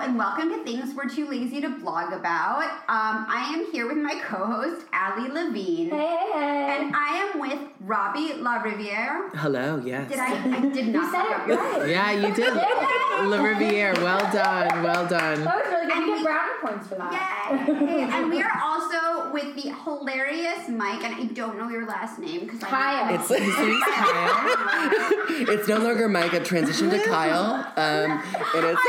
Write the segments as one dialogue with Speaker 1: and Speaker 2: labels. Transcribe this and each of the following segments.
Speaker 1: and welcome to Things We're Too Lazy to Blog About. Um, I am here with my co-host Ali Levine,
Speaker 2: Hey, hey,
Speaker 1: and I am with Robbie LaRiviere.
Speaker 3: Hello, yes.
Speaker 1: Did I? I did not.
Speaker 2: You said
Speaker 1: fuck
Speaker 2: it
Speaker 1: up your
Speaker 2: right.
Speaker 1: name.
Speaker 3: Yeah, you did. La Riviere, well done, well done.
Speaker 2: That was really good.
Speaker 1: And
Speaker 2: You
Speaker 1: we-
Speaker 2: get brownie points for that.
Speaker 1: Yay! and we are also with the hilarious Mike, and I don't know your last name because
Speaker 2: Kyle.
Speaker 3: It's, his name's Kyle. It's no longer Mike. It transitioned to Kyle. Um, and it's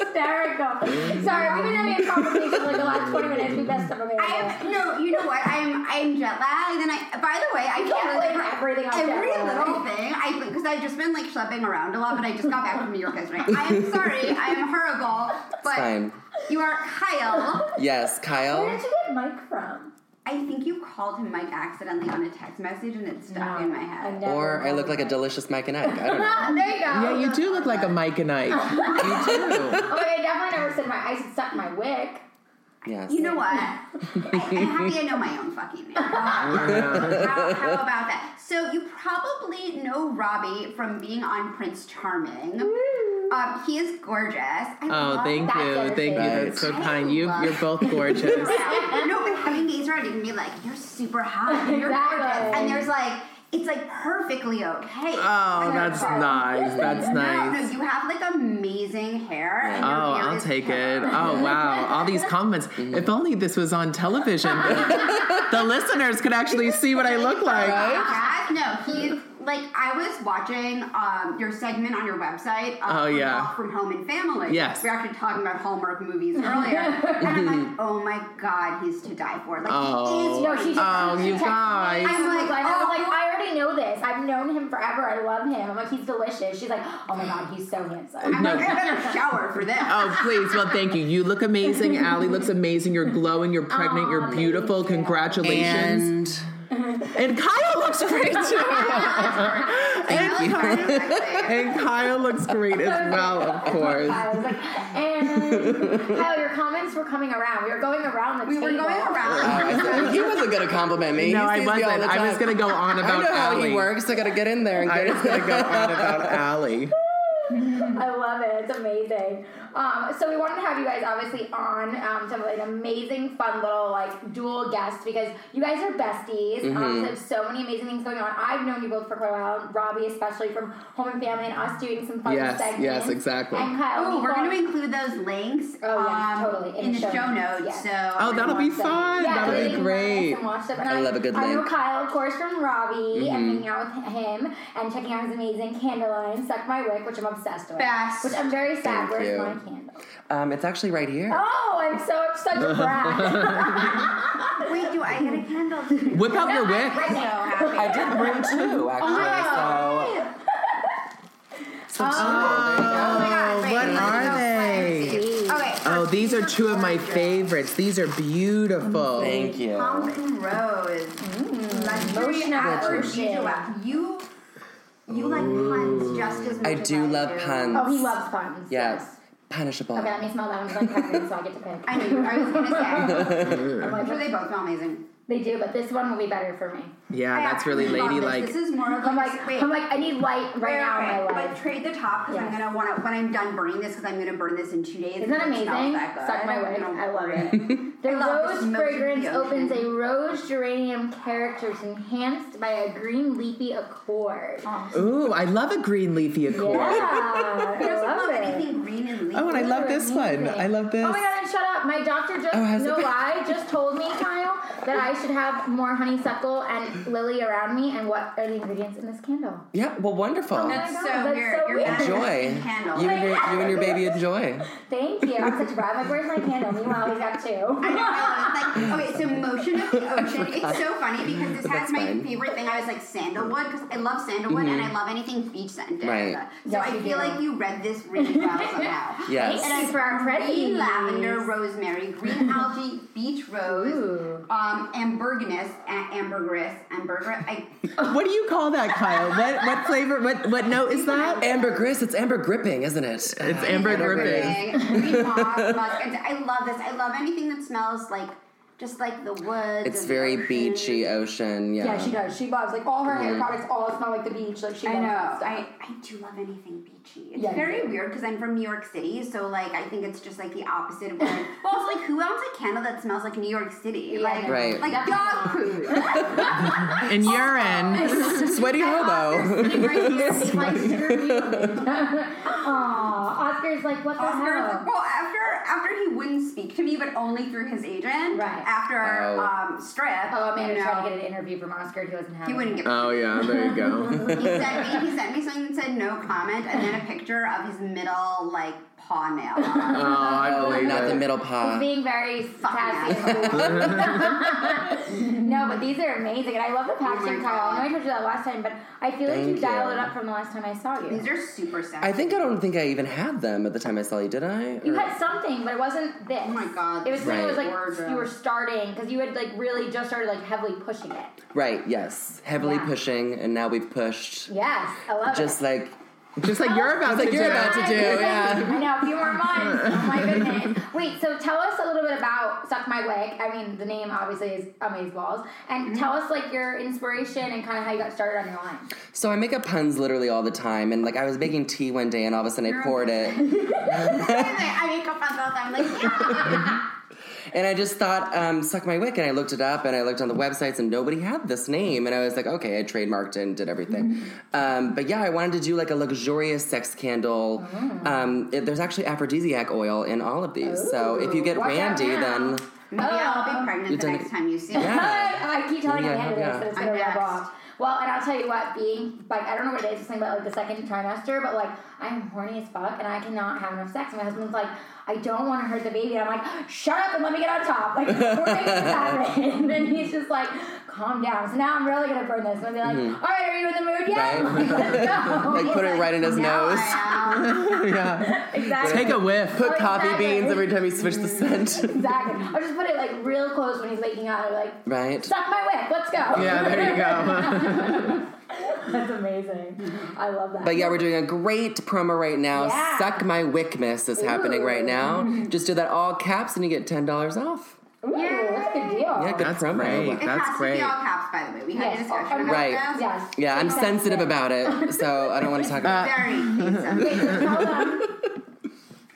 Speaker 2: Hysterical. Sorry, we've been having a conversation for like the last 20 minutes. We messed up a minute.
Speaker 1: I am no, you know what? I am I am jet lagged, and I. By the way, I
Speaker 2: You can't
Speaker 1: totally
Speaker 2: blame
Speaker 1: forgot
Speaker 2: everything on jet
Speaker 1: every
Speaker 2: lag.
Speaker 1: little thing. I because I've just been like schlepping around a lot, but I just got back from New York yesterday. I am sorry, I am horrible, but
Speaker 3: fine.
Speaker 1: you are Kyle.
Speaker 3: Yes,
Speaker 2: Where
Speaker 3: Kyle.
Speaker 2: did you get Mike from?
Speaker 1: I think you called him Mike accidentally on a text message, and it stuck in my
Speaker 2: I
Speaker 1: head.
Speaker 2: never
Speaker 3: Or I look like a
Speaker 2: remember.
Speaker 3: delicious Mike and Ike. I don't know.
Speaker 2: Ah, there you go.
Speaker 4: Yeah, you do look like a Mike and Ike. You do.
Speaker 2: Oh, wait, I definitely never said my eyes had stuck in my wig.
Speaker 3: Yes.
Speaker 1: You know what? I, I'm happy I know my own fucking name. how, how about that? So you probably know Robbie from being on Prince Charming. Um, he is gorgeous. I
Speaker 4: Oh,
Speaker 1: love
Speaker 4: thank
Speaker 1: that.
Speaker 4: you,
Speaker 2: That's
Speaker 4: thank you.
Speaker 3: everything.
Speaker 4: That's so
Speaker 1: Right.
Speaker 4: kind. You,
Speaker 1: Love.
Speaker 4: you're both gorgeous.
Speaker 1: no, but having days where I didn't be like, you're super hot, and you're
Speaker 2: Exactly.
Speaker 1: gorgeous, and there's like, it's like perfectly okay.
Speaker 4: Oh,
Speaker 1: Like,
Speaker 4: that's
Speaker 1: no,
Speaker 4: nice. That's
Speaker 1: No, no,
Speaker 4: nice.
Speaker 1: you have like amazing hair. And
Speaker 4: Oh,
Speaker 1: your hair
Speaker 4: I'll
Speaker 1: is
Speaker 4: take it.
Speaker 1: perfect.
Speaker 4: Oh, wow. All these compliments. If only this was on television, the listeners could actually see what I look like.
Speaker 1: Brad? No, he's like I was watching um, your segment on your website. Uh,
Speaker 4: Oh,
Speaker 1: from
Speaker 4: yeah.
Speaker 1: Walk from Home and Family.
Speaker 4: Yes. Mm-hmm.
Speaker 1: we were actually talking about Hallmark movies earlier, and I'm like, oh my god, he's to die for. Like
Speaker 4: Oh.
Speaker 1: he
Speaker 2: No,
Speaker 1: is.
Speaker 2: she just.
Speaker 4: Oh,
Speaker 2: she
Speaker 4: you
Speaker 2: texted me.
Speaker 4: guys.
Speaker 2: I'm like,
Speaker 1: Like,
Speaker 2: I was
Speaker 1: oh.
Speaker 2: like, I already know this. I've known him forever. I love him. I'm like, he's delicious. She's like, oh my god, he's so handsome.
Speaker 1: I'm
Speaker 4: No.
Speaker 1: like, I better shower for this.
Speaker 4: Oh, please. Well, thank you. You look amazing. Allie looks amazing. You're glowing. You're pregnant.
Speaker 2: Aw,
Speaker 4: You're
Speaker 2: thank
Speaker 4: beautiful.
Speaker 2: you.
Speaker 4: Congratulations.
Speaker 3: And
Speaker 4: And Kyle looks great too. and, Kyle, and Kyle looks great as well, of course.
Speaker 2: I was like, and Kyle, your comments were coming around. We were going around the
Speaker 1: we
Speaker 2: table.
Speaker 1: were going
Speaker 3: oh,
Speaker 1: around.
Speaker 3: I said, he wasn't gonna compliment me.
Speaker 4: No,
Speaker 3: He
Speaker 4: I
Speaker 3: sees me all
Speaker 4: wasn't.
Speaker 3: the
Speaker 4: I was
Speaker 3: time.
Speaker 4: gonna go on
Speaker 3: I
Speaker 4: about
Speaker 3: know how
Speaker 4: Allie.
Speaker 3: he works. I gotta get in there and
Speaker 4: I
Speaker 3: get
Speaker 4: was
Speaker 3: it.
Speaker 4: gonna go on about Allie.
Speaker 2: I love it. It's amazing. Um, so we wanted to have you guys obviously on um, to have an amazing, fun little like dual guest because you guys are besties.
Speaker 3: Mm-hmm.
Speaker 2: Um, so there's so many amazing things going on. I've known you both for quite a while. and Robbie, especially from Home and Family, and us doing some fun
Speaker 4: Yes,
Speaker 2: segments.
Speaker 4: yes, exactly.
Speaker 2: And Kyle,
Speaker 1: Oh,
Speaker 2: we
Speaker 1: we're
Speaker 2: thought-
Speaker 1: going to include those links
Speaker 2: Oh, yes,
Speaker 1: um,
Speaker 2: totally.
Speaker 1: in, the show notes.
Speaker 2: yes.
Speaker 1: So
Speaker 4: Oh, that'll be
Speaker 1: awesome.
Speaker 4: fun.
Speaker 2: Yeah,
Speaker 4: that'll
Speaker 2: they
Speaker 4: be
Speaker 2: can
Speaker 4: great.
Speaker 2: run us and watch it. And
Speaker 3: I love a good
Speaker 2: I know
Speaker 3: link. Mm-hmm.
Speaker 2: Kyle, of course, from Robbie, and hanging out with him and checking out his amazing candle line, Suck My Wick, which I'm obsessed with.
Speaker 1: Best.
Speaker 2: Which I'm very sad.
Speaker 3: Thank
Speaker 2: Where's
Speaker 3: you.
Speaker 2: my candle?
Speaker 3: Um, it's actually right here.
Speaker 2: Oh, I'm so such a brat.
Speaker 1: Wait, do I get a candle? too?
Speaker 4: Whip out your wick.
Speaker 1: I'm so happy.
Speaker 4: Oh,
Speaker 3: I did bring two actually. so, so two.
Speaker 1: Oh my God, wait,
Speaker 4: what
Speaker 1: let's
Speaker 4: are
Speaker 1: go
Speaker 4: they?
Speaker 1: find these. Okay.
Speaker 4: Oh,
Speaker 1: first,
Speaker 4: these are two of my
Speaker 1: gorgeous.
Speaker 4: favorites. These are beautiful.
Speaker 3: Thank you.
Speaker 1: Punk and Rose.
Speaker 2: Mm.
Speaker 1: Luxury
Speaker 2: Motion
Speaker 1: aphrodisiac.
Speaker 2: aphrodisiac.
Speaker 1: You you like puns just as much
Speaker 3: I
Speaker 1: as
Speaker 3: do love puns.
Speaker 2: oh, he loves puns.
Speaker 3: Yes. Punishable.
Speaker 2: Okay, let me smell that one like peppermint, so I get to pick.
Speaker 1: I knew. I was gonna say.
Speaker 2: I'm
Speaker 1: I'm
Speaker 2: like,
Speaker 1: sure they both smell amazing.
Speaker 2: they do, but this one will be better for me.
Speaker 1: I
Speaker 4: Yeah, that's
Speaker 1: actually
Speaker 4: really
Speaker 1: love this.
Speaker 4: ladylike.
Speaker 1: This is more of
Speaker 2: I'm
Speaker 1: like,
Speaker 2: like,
Speaker 1: wait.
Speaker 2: I'm like, I need light right
Speaker 1: wait,
Speaker 2: now in
Speaker 1: wait,
Speaker 2: my
Speaker 1: But
Speaker 2: life.
Speaker 1: trade the top because I'm
Speaker 2: Yes.
Speaker 1: gonna want to when I'm done burning this because I'm gonna burn this in two days.
Speaker 2: Isn't that
Speaker 1: and it smells
Speaker 2: amazing?
Speaker 1: that good.
Speaker 2: Suck my
Speaker 1: I'm
Speaker 2: wick.
Speaker 1: gonna
Speaker 2: I love
Speaker 1: burn
Speaker 2: it. The
Speaker 1: I love the
Speaker 2: rose
Speaker 1: smell of
Speaker 2: fragrance
Speaker 1: the
Speaker 2: opens
Speaker 1: ocean.
Speaker 2: a rose geranium character enhanced by a green leafy accord.
Speaker 4: Ooh, I love a green leafy accord.
Speaker 2: Yeah,
Speaker 1: Who doesn't
Speaker 2: I love it.
Speaker 1: anything green and leafy?
Speaker 4: Oh, and I love this one. I love this.
Speaker 2: Oh my god, and shut up. My doctor just,
Speaker 4: Oh, has
Speaker 2: no
Speaker 4: it-
Speaker 2: lie, just told me, Kyle, that I should have more honeysuckle and lily around me. And what are the ingredients in this candle?
Speaker 3: Yeah, well, wonderful.
Speaker 1: That's
Speaker 2: God,
Speaker 1: so
Speaker 2: that's
Speaker 1: weird.
Speaker 2: so
Speaker 1: You're
Speaker 2: weird.
Speaker 1: bad at
Speaker 3: Enjoy.
Speaker 1: making candles.
Speaker 3: You and, your, you and your baby enjoy.
Speaker 2: Thank you. I'm such a brat. I'm like, where's my candle? Meanwhile, he's got
Speaker 1: I
Speaker 2: two.
Speaker 1: know, I love it. Like, okay, so motion of the ocean. It's so funny because this has
Speaker 3: That's
Speaker 1: my
Speaker 3: fine. Mm-hmm.
Speaker 1: favorite thing. I was like sandalwood because I love sandalwood and I love anything beach scented.
Speaker 3: Right.
Speaker 1: So
Speaker 2: Yes,
Speaker 1: I
Speaker 2: you
Speaker 1: feel
Speaker 2: do.
Speaker 1: like you read this really well somehow.
Speaker 3: Yes.
Speaker 2: And I for our
Speaker 1: Green
Speaker 2: present.
Speaker 1: lavender, rosemary, green algae, beach rose,
Speaker 2: Ooh.
Speaker 1: um, ambergris, a- ambergris, ambergris. I,
Speaker 4: What do you call that, Kyle? What what flavor? What what note is that?
Speaker 3: Ambergris, it's amber gripping, isn't it? It's
Speaker 4: It's amber gripping.
Speaker 1: Green moss, musk. And I love this. I love anything that smells like just like the woods.
Speaker 3: It's
Speaker 1: and
Speaker 3: very
Speaker 1: the ocean.
Speaker 3: beachy ocean. Yeah.
Speaker 2: Yeah, she does. She loves like all her hair
Speaker 4: Mm.
Speaker 2: products all smell like the beach. Like she
Speaker 1: I
Speaker 2: loves
Speaker 1: know.
Speaker 2: that stuff.
Speaker 1: I, I do love anything beachy. It's
Speaker 2: Yeah, you
Speaker 1: very
Speaker 2: do.
Speaker 1: weird because I'm from New York City, so like I think it's just like the opposite of what. I- well, it's like who owns a candle that smells like New York City? Like
Speaker 3: Right.
Speaker 1: like dog food.
Speaker 4: And urine.
Speaker 3: Sweaty hobo.
Speaker 2: Aw, Oscar's like, what the
Speaker 1: Oscar's
Speaker 2: hell?
Speaker 1: like, well, after after he wouldn't speak to me, but only through his agent.
Speaker 2: Right.
Speaker 1: After
Speaker 3: Oh.
Speaker 1: um strip.
Speaker 2: Oh, Amanda
Speaker 1: you
Speaker 2: tried to
Speaker 1: know,
Speaker 2: get an interview from Oscar. He wasn't having.
Speaker 1: He wouldn't give. a
Speaker 3: Uh-huh.
Speaker 4: Oh yeah, there you go.
Speaker 1: He sent me. He sent me something that said no comment, and then a picture of his middle like paw nail.
Speaker 4: Oh, I
Speaker 3: Oh,
Speaker 4: believe
Speaker 3: not the
Speaker 4: it.
Speaker 3: middle
Speaker 2: He's
Speaker 3: paw.
Speaker 2: being very
Speaker 1: Fuck
Speaker 2: sassy. no, but these are amazing, and I love the packaging,
Speaker 1: my
Speaker 2: Kyle. I know I
Speaker 1: God.
Speaker 2: told you that last time, but I feel like
Speaker 3: Oh Thank
Speaker 2: you
Speaker 3: you.
Speaker 2: dialed it up from the last time I saw you.
Speaker 1: These are super sexy.
Speaker 3: I think I don't think I even had them at the time I saw you. Did I?
Speaker 2: You
Speaker 3: Or-
Speaker 2: had something, but it wasn't this. Oh
Speaker 1: my God,
Speaker 2: It was when it was
Speaker 3: Right.
Speaker 2: like you were starting because you had like really just started like heavily pushing it.
Speaker 3: right. Yes. Heavily
Speaker 2: Yeah.
Speaker 3: pushing, and now we've pushed.
Speaker 2: Yes, I love
Speaker 3: Just
Speaker 2: it.
Speaker 3: like
Speaker 4: Just like you're about
Speaker 3: Just like
Speaker 4: to
Speaker 3: you're
Speaker 4: do.
Speaker 3: about to do, yeah.
Speaker 2: I know a few more months. Oh my goodness! Wait, so tell us a little bit about Suck My Wick. I mean, the name obviously is Amazeballs, and
Speaker 3: Mm-hmm.
Speaker 2: tell us like your inspiration and kind of how you got started on your line.
Speaker 3: So I make up puns literally all the time, and like I was making tea one day, and all of a sudden I poured it,
Speaker 1: I make up on both. I'm like, yeah.
Speaker 3: and I just thought, um, "Suck my wick," and I looked it up, and I looked on the websites, and nobody had this name, and I was like, "Okay," I trademarked it and did
Speaker 2: Mm-hmm.
Speaker 3: everything. um, but yeah, I wanted to do like a luxurious sex candle.
Speaker 2: Oh.
Speaker 3: Um, it- there's actually aphrodisiac oil in all of these, so if you get
Speaker 2: Ooh, watch out
Speaker 3: randy,
Speaker 2: now.
Speaker 3: then
Speaker 1: Maybe
Speaker 2: Um,
Speaker 1: I'll be pregnant the
Speaker 3: done
Speaker 1: next
Speaker 3: it.
Speaker 1: time you see me.
Speaker 3: Yeah.
Speaker 2: I keep telling
Speaker 3: Yeah,
Speaker 2: Amanda
Speaker 3: yeah.
Speaker 2: this, that it's gonna
Speaker 1: I'm
Speaker 2: rub
Speaker 1: next.
Speaker 2: off. Well, and I'll tell you what, being like I don't know what it is, something about like the second trimester, but like I'm horny as fuck and I cannot have enough sex. My husband's like, I don't want to hurt the baby. And I'm like, shut up and let me get on top. Like we're making this happen. And then he's just like, calm down. So now I'm really gonna burn this. And I'm like, "All right, are you in the mood yet?
Speaker 3: Mm-hmm. Right.
Speaker 2: Let's go."
Speaker 3: like
Speaker 2: He's
Speaker 3: put it right in his
Speaker 1: Now
Speaker 3: nose.
Speaker 1: I am.
Speaker 4: yeah.
Speaker 2: Exactly.
Speaker 4: Take a whiff.
Speaker 3: Put
Speaker 2: Oh,
Speaker 3: coffee
Speaker 2: exactly.
Speaker 3: beans every time you switch the scent.
Speaker 2: Exactly. I'll just put it like real close when he's waking up. I'm like,
Speaker 3: right.
Speaker 2: suck my wick. Let's go.
Speaker 4: Yeah, there you go.
Speaker 2: That's amazing. I love that.
Speaker 3: But yeah, we're doing a great promo right now.
Speaker 2: Yeah.
Speaker 3: Suck my wickness is happening
Speaker 2: Ooh.
Speaker 3: right now. Just do that all caps and you get ten dollars off.
Speaker 2: Ooh, Oh, that's a good deal.
Speaker 3: Yeah, good
Speaker 4: That's
Speaker 3: promo.
Speaker 4: great.
Speaker 1: It
Speaker 4: That's
Speaker 1: has
Speaker 4: great.
Speaker 1: to be all caps, by the way. We had
Speaker 2: Yes,
Speaker 1: a
Speaker 2: all-
Speaker 1: discussion about
Speaker 3: Right.
Speaker 1: this.
Speaker 2: Yes.
Speaker 3: Yeah, I'm
Speaker 2: Yes.
Speaker 3: sensitive about it, so I don't want to
Speaker 2: Uh,
Speaker 3: talk about
Speaker 1: Very handsome.
Speaker 2: Wait, so tell them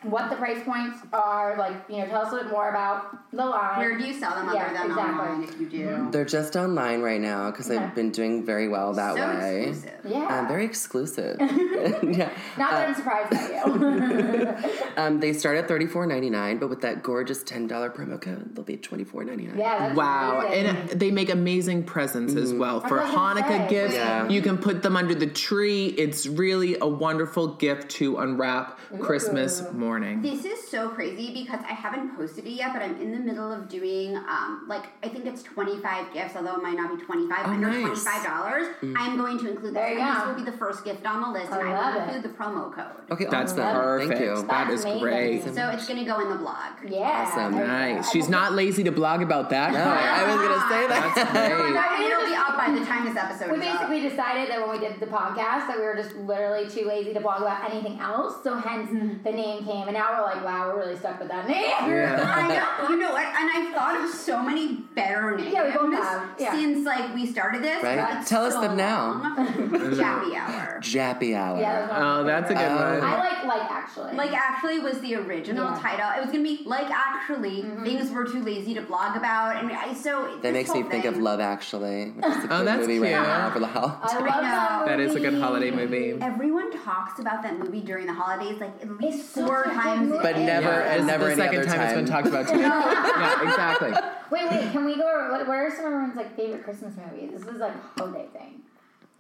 Speaker 2: what the price points are. Like, you know, tell us a little bit more about the line.
Speaker 1: Where do you sell them other
Speaker 2: Yeah,
Speaker 1: than
Speaker 2: exactly.
Speaker 1: online if you do?
Speaker 3: it. They're just online right now because
Speaker 2: Okay.
Speaker 3: I've been doing very well that
Speaker 1: so
Speaker 3: way.
Speaker 1: exclusive.
Speaker 2: yeah.
Speaker 3: Um, very exclusive. yeah.
Speaker 2: Not that I'm surprised by you.
Speaker 3: Um, they start at thirty four ninety nine, but with that gorgeous ten dollar promo code, they'll be twenty four ninety nine.
Speaker 2: yeah. That's
Speaker 4: Wow, Mm-hmm.
Speaker 2: amazing.
Speaker 4: and they make amazing presents as well for
Speaker 2: was gonna
Speaker 4: Hanukkah
Speaker 2: say.
Speaker 4: gifts.
Speaker 3: Yeah.
Speaker 4: You can put them under the tree. It's really a wonderful gift to unwrap Christmas morning.
Speaker 1: This is so crazy because I haven't posted it yet, but I'm in the middle of doing um, like I think it's 25 gifts, although it might not be 25
Speaker 4: Oh,
Speaker 1: under
Speaker 4: nice.
Speaker 1: 25 dollars.
Speaker 3: Mm.
Speaker 1: I'm going to include
Speaker 2: There
Speaker 1: this.
Speaker 2: you
Speaker 1: and
Speaker 2: go.
Speaker 1: This will be the first gift on the list,
Speaker 2: I
Speaker 1: and I
Speaker 2: love
Speaker 1: will
Speaker 2: it.
Speaker 1: include the promo code.
Speaker 3: Okay,
Speaker 4: That's
Speaker 3: awesome.
Speaker 4: perfect.
Speaker 3: Thank you.
Speaker 4: That
Speaker 2: That's
Speaker 4: is
Speaker 2: amazing.
Speaker 4: great.
Speaker 1: So it's going to go in the blog.
Speaker 2: Yeah.
Speaker 3: Awesome.
Speaker 2: there you go.
Speaker 4: Nice. She's not lazy to blog about that.
Speaker 3: No, I was gonna say that.
Speaker 4: That's great.
Speaker 1: And it'll be out by the time this episode
Speaker 2: We
Speaker 1: is up.
Speaker 2: basically decided that when we did the podcast that we were just literally too lazy to blog about anything else, so hence the name came. And now we're like, wow, we're really stuck with that name.
Speaker 4: Yeah.
Speaker 1: I know. You know what? And I've thought of so many better names.
Speaker 2: Yeah, we both have. Yeah.
Speaker 1: Since like we started this.
Speaker 3: Right. Mm-hmm.
Speaker 1: but it's
Speaker 3: Tell us
Speaker 1: so
Speaker 3: them now.
Speaker 1: long. Chappy hour.
Speaker 3: Jappy hour.
Speaker 2: Yeah, that's one of my
Speaker 4: Oh, that's a good
Speaker 3: Oh.
Speaker 4: one.
Speaker 2: I like like actually.
Speaker 1: Like actually was the original
Speaker 2: Yeah. Mm-hmm.
Speaker 1: title. It was gonna be like actually things we're too lazy to blog about, and I so
Speaker 3: That
Speaker 1: this
Speaker 3: makes
Speaker 1: whole
Speaker 3: me think of
Speaker 1: thing-
Speaker 3: Love Actually. Which is a good
Speaker 4: Oh, that's
Speaker 3: movie
Speaker 4: cute.
Speaker 3: right now for the holidays.
Speaker 2: I love
Speaker 1: I know.
Speaker 2: that.
Speaker 4: That is a good
Speaker 2: movie.
Speaker 4: holiday movie.
Speaker 1: Everyone talks about that movie during the holidays, like at least
Speaker 2: It's such
Speaker 1: four
Speaker 2: a good
Speaker 1: times.
Speaker 2: movie.
Speaker 3: But never
Speaker 4: Yeah, this
Speaker 3: and
Speaker 4: is
Speaker 3: never
Speaker 4: the
Speaker 3: any
Speaker 4: second
Speaker 3: other
Speaker 4: time,
Speaker 3: time.
Speaker 4: it's been talked about today. yeah, exactly.
Speaker 2: Wait, wait. Can we go? Over, what, what are some of everyone's like favorite Christmas movies? This is like a holiday thing.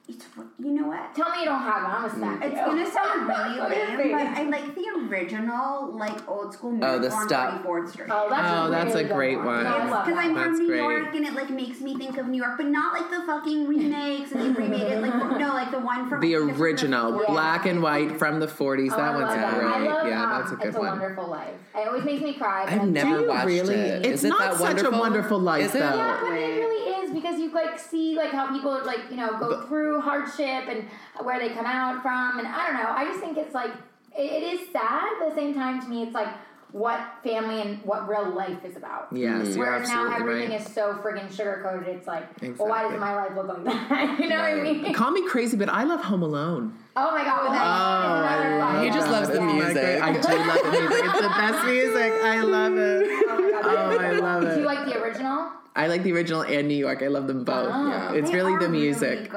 Speaker 1: It's, you know what?
Speaker 2: Tell me you don't have one.
Speaker 4: Mm.
Speaker 2: I'm a smack
Speaker 1: It's
Speaker 2: you.
Speaker 1: gonna sound really
Speaker 2: What do you
Speaker 1: lame,
Speaker 2: think?
Speaker 1: but I like the original, like old school.
Speaker 3: Oh, the
Speaker 1: Miracle on
Speaker 3: stop.
Speaker 1: 34th Street.
Speaker 2: Oh, that's,
Speaker 4: Oh,
Speaker 2: a,
Speaker 4: that's
Speaker 2: really
Speaker 4: a
Speaker 2: good
Speaker 4: great one.
Speaker 2: No, I love
Speaker 1: Because
Speaker 2: that.
Speaker 1: I'm
Speaker 2: one.
Speaker 1: from
Speaker 4: That's
Speaker 1: New
Speaker 4: great.
Speaker 1: York and it like makes me think of New York, but not like the fucking remakes and they remade it like no, like the one from
Speaker 4: The original,
Speaker 2: Yeah.
Speaker 4: black and white from the 40s.
Speaker 2: Oh, I
Speaker 4: that
Speaker 2: love
Speaker 4: one's
Speaker 2: that.
Speaker 4: great.
Speaker 2: I love,
Speaker 4: yeah,
Speaker 2: um,
Speaker 4: that's a
Speaker 2: It's
Speaker 4: good
Speaker 2: a
Speaker 4: one.
Speaker 2: Wonderful Life. It always makes me cry. but
Speaker 3: I've
Speaker 2: I'm
Speaker 3: never
Speaker 4: you
Speaker 3: watched
Speaker 4: really?
Speaker 3: it.
Speaker 4: It's
Speaker 3: Is it
Speaker 4: not
Speaker 3: that
Speaker 4: such a
Speaker 3: wonderful?
Speaker 4: Wonderful Life,
Speaker 3: Is it?
Speaker 4: though.
Speaker 2: Yeah, but it really is because you like see like how people like you know go through hardship and where they come out from, and I don't know. I just think it's like it, it is sad, but at the same time, to me, it's like what family and what real life is about.
Speaker 4: Yes, you're
Speaker 2: Whereas now
Speaker 4: absolutely
Speaker 2: everything
Speaker 4: right.
Speaker 2: is so friggin' sugar coated, it's like, well, why does
Speaker 4: Exactly.
Speaker 2: my life look like that? you know what I mean?
Speaker 4: Call me crazy, but I love Home Alone.
Speaker 2: Oh my god, that
Speaker 4: I
Speaker 2: is another
Speaker 4: love
Speaker 2: life.
Speaker 3: He just loves the
Speaker 4: Oh
Speaker 2: Yeah.
Speaker 4: my
Speaker 3: music.
Speaker 4: God, I do love the music. It's the best music. I love it.
Speaker 2: Oh my god,
Speaker 4: Oh, I love
Speaker 2: Do you
Speaker 4: it.
Speaker 2: like the original?
Speaker 4: I like the original and New York. I love them both.
Speaker 3: Yeah.
Speaker 4: It's
Speaker 1: They
Speaker 4: really
Speaker 1: are
Speaker 4: the
Speaker 1: Really
Speaker 4: music.
Speaker 1: good.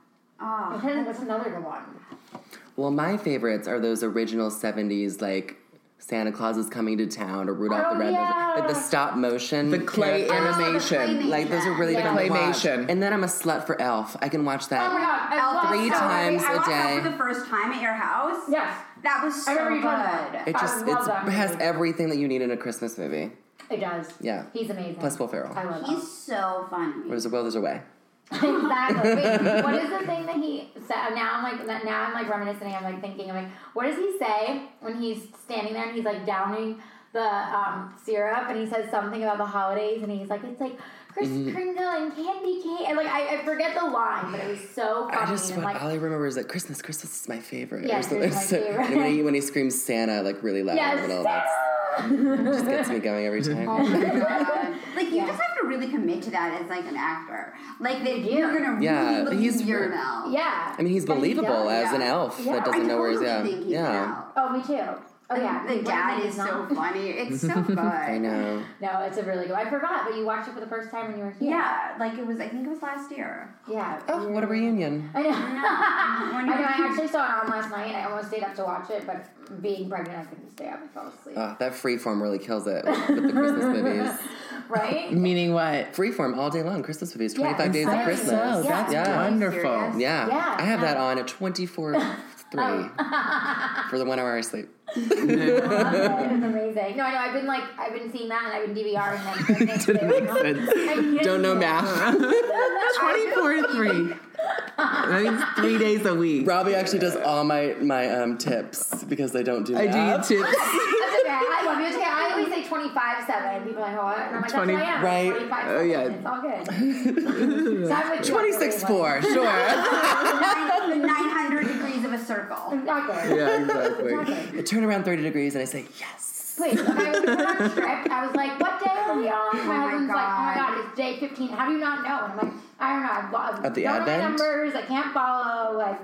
Speaker 1: Oh,
Speaker 2: Okay, What's another good one?
Speaker 3: Well, my favorites are those original 70s, like Santa Claus is Coming to Town or Rudolph
Speaker 2: Oh,
Speaker 3: the Red Nose,
Speaker 2: yeah.
Speaker 3: like the stop motion.
Speaker 4: The clay
Speaker 3: character-
Speaker 4: animation.
Speaker 1: claymation.
Speaker 3: Like, those are really
Speaker 2: Yeah.
Speaker 3: fun to watch.
Speaker 4: Claymation.
Speaker 3: And then I'm a slut for Elf. I can watch that.
Speaker 2: Oh my god, I
Speaker 1: Elf
Speaker 2: love
Speaker 1: is
Speaker 3: Three
Speaker 2: so
Speaker 3: times
Speaker 2: many- I
Speaker 1: I
Speaker 3: a
Speaker 1: watched
Speaker 2: love-
Speaker 1: that
Speaker 3: day.
Speaker 1: for the first time at your house.
Speaker 2: Yes,
Speaker 1: That was so
Speaker 2: I remember you talking about
Speaker 1: good.
Speaker 2: that.
Speaker 3: it
Speaker 2: I
Speaker 3: just
Speaker 2: love
Speaker 3: it's,
Speaker 2: that
Speaker 3: it has
Speaker 2: movie.
Speaker 3: everything that you need in a Christmas movie.
Speaker 2: it does.
Speaker 3: Yeah.
Speaker 2: he's amazing.
Speaker 3: Plus Will Ferrell.
Speaker 2: I love him.
Speaker 1: He's so funny.
Speaker 3: There's a will, there's a way.
Speaker 2: exactly. Wait, what is the thing that he said? Now I'm like, now I'm like reminiscing. I'm like thinking. I'm like, what does he say when he's standing there and he's like downing the um, syrup and he says something about the holidays and he's like, it's like Kris
Speaker 3: Mm-hmm.
Speaker 2: Kringle and candy cane and like I, I forget the line, but it was so funny.
Speaker 3: I just
Speaker 2: and
Speaker 3: what
Speaker 2: like,
Speaker 3: all I remember is that Christmas, Christmas is my favorite.
Speaker 2: Yeah,
Speaker 3: or something.
Speaker 2: it's my favorite.
Speaker 3: And when he when he screams Santa like really loud in the middle, that
Speaker 2: yes.
Speaker 3: just gets me going every time.
Speaker 2: Oh
Speaker 1: Like you
Speaker 2: Yeah.
Speaker 1: just have to really commit to that as like an actor. Like that
Speaker 2: do.
Speaker 1: you're gonna
Speaker 3: Yeah,
Speaker 1: really look
Speaker 3: he's
Speaker 1: your
Speaker 3: re-
Speaker 1: mouth.
Speaker 2: yeah.
Speaker 3: I mean, he's
Speaker 2: But he
Speaker 3: believable
Speaker 2: does.
Speaker 3: as an
Speaker 1: yeah.
Speaker 3: elf
Speaker 2: Yeah.
Speaker 3: that
Speaker 1: I
Speaker 3: doesn't know where he's
Speaker 1: totally
Speaker 3: at.
Speaker 1: think he's
Speaker 3: yeah,
Speaker 1: out.
Speaker 2: Oh, me too. Oh
Speaker 1: The
Speaker 2: yeah, What do you mean
Speaker 1: dad
Speaker 2: he's
Speaker 1: is so
Speaker 2: not?
Speaker 1: funny. It's so good.
Speaker 3: I know.
Speaker 2: No, it's a really good. I forgot, but you watched it for the first time when you were here.
Speaker 1: Yeah, like it was. I think it was last year.
Speaker 2: Yeah.
Speaker 3: Oh, what a reunion!
Speaker 2: I know.
Speaker 1: When
Speaker 2: I know.
Speaker 1: you-
Speaker 2: I actually saw it on last night. I almost stayed up to watch it, but being pregnant, I couldn't stay up. I fell asleep.
Speaker 3: Oh, that freeform really kills it with, with the Christmas movies.
Speaker 2: right?
Speaker 4: Meaning what?
Speaker 3: Freeform all day long. Christmas movies,
Speaker 2: Yeah,
Speaker 3: 25 days of
Speaker 2: exactly.
Speaker 3: Christmas.
Speaker 4: So that's
Speaker 3: Yeah.
Speaker 4: wonderful.
Speaker 1: Serious?
Speaker 3: Yeah.
Speaker 2: Yeah, Um,
Speaker 3: I have that
Speaker 2: yeah.
Speaker 3: on at 24 3
Speaker 2: Oh.
Speaker 3: for the one hour I sleep.
Speaker 2: Love it. It's amazing. No, I know. I've been like, I've been seeing that, and I've been DVRing them. for the next day. I
Speaker 3: Don't know
Speaker 2: didn't.
Speaker 3: math.
Speaker 4: Twenty-four three. That means three days a week.
Speaker 3: Robbie actually does all my my um, tips because I don't do
Speaker 4: I
Speaker 3: math.
Speaker 4: do you tips.
Speaker 2: That's okay. I love you. It's okay. I always say twenty-five seven. People are like, oh, what? and I'm like, that's
Speaker 4: 20
Speaker 2: what I am.
Speaker 3: right.
Speaker 2: Twenty-five.
Speaker 4: Oh, yeah.
Speaker 2: It's all good. so I'm with you.
Speaker 3: 26 4, sure.
Speaker 1: Nine- the 900 degrees of a circle.
Speaker 2: Exactly.
Speaker 4: Yeah, exactly.
Speaker 2: Exactly.
Speaker 3: I turn around 30 degrees and I say, yes.
Speaker 2: Wait, when I was on a trip, I was like, what day are we on?
Speaker 1: Oh
Speaker 2: my
Speaker 1: my
Speaker 2: husband's like, oh my
Speaker 1: God.
Speaker 2: god, it's day 15. How do you not know? And I'm like, I don't know. I lo-
Speaker 3: Of the
Speaker 2: don't know my
Speaker 3: Advent?
Speaker 2: numbers. I can't follow. Like,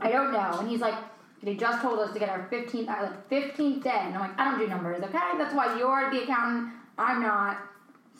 Speaker 2: I don't know. And he's like, they just told us to get our 15th, uh, like 15th day. And I'm like, I don't do numbers, okay? That's why you're the accountant. I'm not.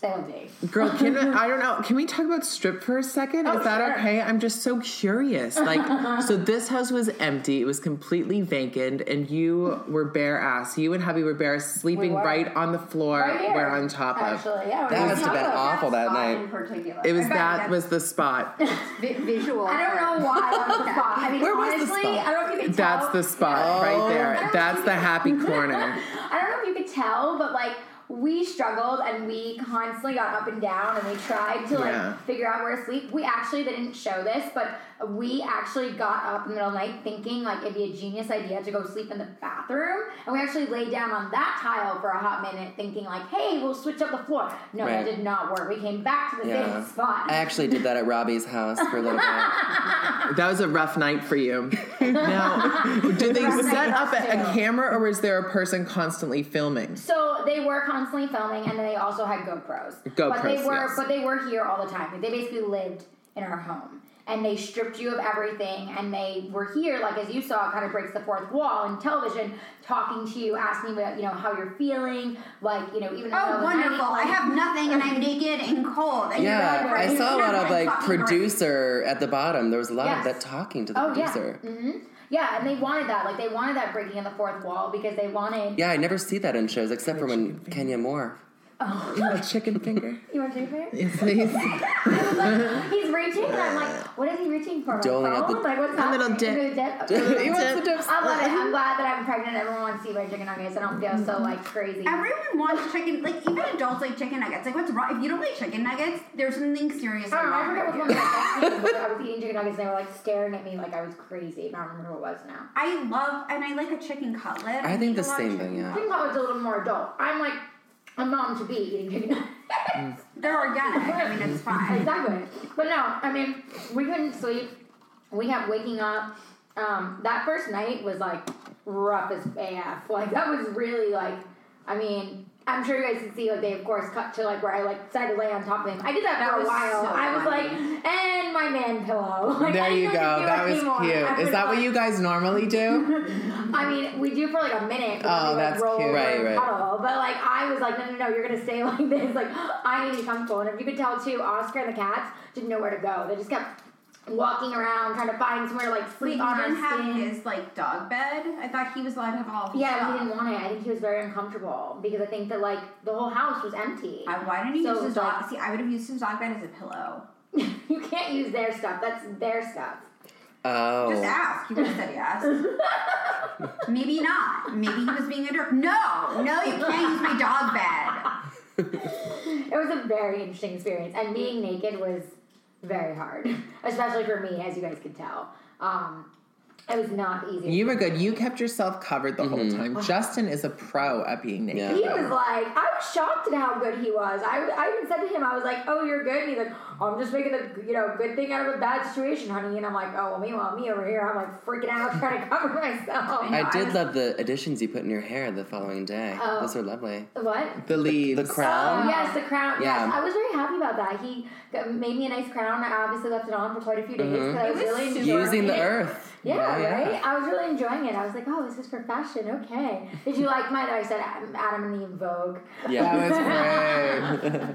Speaker 2: Say what day.
Speaker 4: Girl, can I don't know. Can we talk about strip for a second?
Speaker 2: Oh,
Speaker 4: Is that
Speaker 2: sure.
Speaker 4: okay? I'm just so curious. Like, so this house was empty. It was completely vacant, and you were bare ass. You and hubby were bare, sleeping
Speaker 2: We were.
Speaker 4: right on the floor.
Speaker 2: Right here.
Speaker 4: we're on top
Speaker 2: Actually,
Speaker 4: of.
Speaker 2: yeah. we're
Speaker 3: That
Speaker 2: on
Speaker 3: must have
Speaker 2: top
Speaker 3: been
Speaker 2: of it.
Speaker 3: awful that
Speaker 1: Spot
Speaker 3: night.
Speaker 1: In particular.
Speaker 4: It was
Speaker 1: I bet
Speaker 4: that
Speaker 1: that's
Speaker 4: was the spot.
Speaker 1: vi- visual.
Speaker 2: I don't know why that was the spot. I mean,
Speaker 3: Where was the
Speaker 2: honestly,
Speaker 3: spot?
Speaker 2: I don't know if you can tell.
Speaker 4: That's the spot right
Speaker 2: Oh.
Speaker 4: there. That's the happy corner.
Speaker 2: I don't know if you could tell, but like we struggled and we constantly got up and down and we tried to like
Speaker 4: Yeah.
Speaker 2: figure out where to sleep. We actually they didn't show this, but we actually got up in the middle of the night thinking like it'd be a genius idea to go sleep in the bathroom. And we actually laid down on that tile for a hot minute thinking like, hey, we'll switch up the floor. No, that
Speaker 3: Right.
Speaker 2: did not work. We came back to the
Speaker 3: Yeah.
Speaker 2: same spot.
Speaker 3: I actually did that at Robbie's house for a little bit.
Speaker 4: That was a rough night for you. Now, did they
Speaker 2: Rough night
Speaker 4: set
Speaker 2: for
Speaker 4: up
Speaker 2: us
Speaker 4: a, a
Speaker 2: too.
Speaker 4: camera, or was there a person constantly filming?
Speaker 2: So they were constantly filming, and then they also had GoPros. but they
Speaker 4: GoPros,
Speaker 2: were
Speaker 4: yes.
Speaker 2: but they were here all the time. Like, They basically lived in our home, and they stripped you of everything, and they were here, like as you saw, it kind of breaks the fourth wall in television, talking to you, asking about you know how you're feeling, like you know even though it
Speaker 1: Oh,
Speaker 2: was
Speaker 1: wonderful. I
Speaker 2: night,
Speaker 1: have nothing and I'm naked and cold. And
Speaker 3: Yeah,
Speaker 1: you're like,
Speaker 3: I
Speaker 1: right,
Speaker 3: saw a lot of
Speaker 1: I'm
Speaker 3: like
Speaker 1: fucking right.
Speaker 3: producer at the bottom. There was a lot
Speaker 2: Yes.
Speaker 3: of that talking to the
Speaker 2: oh yeah,
Speaker 3: producer.
Speaker 2: hmm yeah, and they wanted that, like they wanted that breaking of the fourth wall because they wanted.
Speaker 3: Yeah, I never see that in shows except for when Kenya Moore.
Speaker 4: A chicken finger.
Speaker 2: You want to take a picture?
Speaker 4: Yes, please.
Speaker 2: Like, he's reaching, and I'm like, what is he reaching for? My
Speaker 3: Doling out the-
Speaker 2: phone? like, what's
Speaker 4: A little
Speaker 2: happening?
Speaker 4: dip.
Speaker 2: A little dip?
Speaker 3: He wants the dips.
Speaker 2: I love it. I'm glad that I'm pregnant. Everyone wants to eat my chicken nuggets. I don't feel so like crazy.
Speaker 1: Everyone wants chicken. Like even adults like chicken nuggets. Like what's wrong? If you don't like chicken nuggets, there's something seriously
Speaker 2: I don't know. I
Speaker 1: wrong.
Speaker 2: forget
Speaker 1: with
Speaker 2: what
Speaker 1: you.
Speaker 2: one of my best friends was. I was eating chicken nuggets and they were like staring at me like I was crazy. I don't remember who it was now.
Speaker 1: I love and I like a chicken cutlet.
Speaker 3: I think the
Speaker 1: a lot of
Speaker 3: same
Speaker 1: chicken-
Speaker 3: thing, yeah.
Speaker 2: I think I was a little more adult. I'm like a mom to be eating chicken nuggets.
Speaker 1: They're organic. I mean, it's fine.
Speaker 2: exactly. But no, I mean, we couldn't sleep. We kept waking up. um, that first night was like rough as AF. Like that was really like, I mean, I'm sure you guys can see like they of course cut to like where I like decided to lay on top of him. I did that,
Speaker 1: That
Speaker 2: for a
Speaker 1: was
Speaker 2: while.
Speaker 1: so
Speaker 2: I was
Speaker 1: funny.
Speaker 2: like, and my man pillow. Like, I
Speaker 4: There
Speaker 2: didn't
Speaker 4: you
Speaker 2: know
Speaker 4: go.
Speaker 2: what to do
Speaker 4: That was
Speaker 2: anymore. I
Speaker 4: cute. Is
Speaker 2: couldn't,
Speaker 4: that what
Speaker 2: like-
Speaker 4: you guys normally do?
Speaker 2: I mean, we do for like a minute.
Speaker 4: Oh,
Speaker 2: we, like,
Speaker 4: that's
Speaker 2: roll
Speaker 4: cute.
Speaker 2: over
Speaker 3: Right,
Speaker 2: and
Speaker 3: right.
Speaker 2: Cuddle. But like, I was like, no, no, no, you're gonna stay like this. Like, I need to be comfortable. And if you could tell too, Oscar and the cats didn't know where to go. They just kept walking around trying to find somewhere to like
Speaker 1: Wait,
Speaker 2: sleep
Speaker 1: he
Speaker 2: on our
Speaker 1: didn't have
Speaker 2: skin.
Speaker 1: his like dog bed. I thought he was allowed to have all of his
Speaker 2: yeah, he
Speaker 1: stuff.
Speaker 2: didn't want it. I think he was very uncomfortable because I think that like the whole house was empty.
Speaker 1: I, why didn't he
Speaker 2: So
Speaker 1: use his
Speaker 2: it's like-
Speaker 1: dog? See, I would have used his dog bed as a pillow.
Speaker 2: you can't use their stuff. That's their stuff.
Speaker 3: Oh.
Speaker 1: Just ask. He would have said yes. Maybe not. Maybe he was being a jerk. No, no, you can't use my dog bed.
Speaker 2: It was a very interesting experience, and being naked was very hard, especially for me, as you guys could tell. Um, it was not easy.
Speaker 4: You were good. You kept yourself covered the whole
Speaker 3: Mm-hmm.
Speaker 4: time. Justin is a pro at being naked.
Speaker 2: he was like, I was shocked at how good he was. I, I even said to him, I was like, "Oh, you're good." And he's like, "I'm just making a you know good thing out of a bad situation, honey." And I'm like, "Oh, well, meanwhile, me over here, I'm like freaking out trying to cover myself."
Speaker 3: I
Speaker 1: I
Speaker 3: did
Speaker 1: was-
Speaker 3: love the additions you put in your hair the following day.
Speaker 1: Oh.
Speaker 3: Those were lovely.
Speaker 2: what?
Speaker 4: The leaves.
Speaker 3: The crown.
Speaker 2: Oh, yes, the crown.
Speaker 3: Yeah.
Speaker 2: Yes, I was very happy about that. He got- made me a nice crown. I obviously left it on for quite a few days. 'cause I
Speaker 1: It
Speaker 2: was
Speaker 1: was
Speaker 2: really
Speaker 1: super
Speaker 2: enjoying
Speaker 3: Mm-hmm. Using the
Speaker 2: it.
Speaker 3: earth.
Speaker 2: Yeah,
Speaker 3: yeah.
Speaker 2: right. I was really enjoying it. I was like, "Oh, this is for fashion. Okay." Did you like my? I said Adam Adam and the in Vogue.
Speaker 3: Yeah.
Speaker 4: That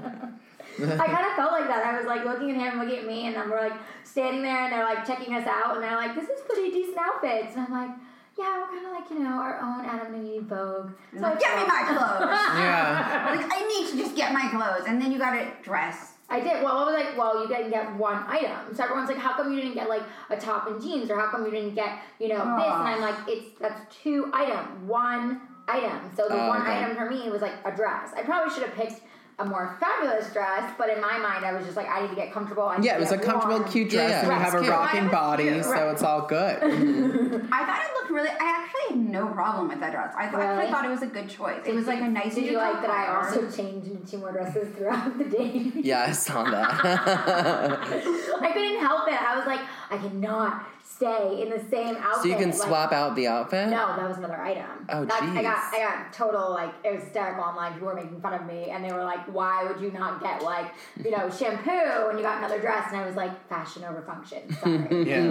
Speaker 4: was great.
Speaker 2: I kind of felt like that. I was like looking at him, looking at me, and then we're like standing there, and they're like checking us out, and they're like, "This is pretty decent outfits," and I'm like, "Yeah, we're kind of like you know our own Adam and Eve Vogue." So I
Speaker 1: Get me
Speaker 2: felt-
Speaker 1: my clothes.
Speaker 4: yeah.
Speaker 1: like, I need to just get my clothes, and then you got to dress.
Speaker 2: I did. Well, I was like, well, you didn't get one item. So everyone's like, how come you didn't get like a top and jeans, or how come you didn't get you know this? And I'm like, it's that's two item, one item. So the
Speaker 3: Oh,
Speaker 2: one
Speaker 3: okay.
Speaker 2: item for me was like a dress. I probably should have picked a more fabulous dress, but in my mind, I was just like, I need to get comfortable. I need
Speaker 4: Yeah,
Speaker 2: to
Speaker 4: it was a
Speaker 2: get
Speaker 4: comfortable,
Speaker 2: warm.
Speaker 4: cute dress,
Speaker 3: Yeah,
Speaker 4: and you
Speaker 3: yeah.
Speaker 4: have a
Speaker 3: Cute.
Speaker 4: rocking
Speaker 1: Mine was
Speaker 4: body,
Speaker 1: cute.
Speaker 4: so it's all good.
Speaker 1: I thought it looked really. I actually had no problem with that dress. I thought I
Speaker 2: Really?
Speaker 1: thought it was a good choice. It was like a nice.
Speaker 2: Did you
Speaker 1: neutral
Speaker 2: like that? I
Speaker 1: color.
Speaker 2: also changed into two more dresses throughout the day.
Speaker 3: Yeah, I saw that.
Speaker 2: I couldn't help it. I was like, I cannot stay in the same outfit.
Speaker 3: so you can
Speaker 2: Like,
Speaker 3: swap out the outfit?
Speaker 2: No, that was another item.
Speaker 3: Oh,
Speaker 2: That's- I got
Speaker 3: jeez.
Speaker 2: I got total like it was hysterical. I'm like, you were making fun of me, and they were like, why would you not get like you know shampoo and you got another dress? And I was like, fashion over function. Sorry,
Speaker 4: yeah.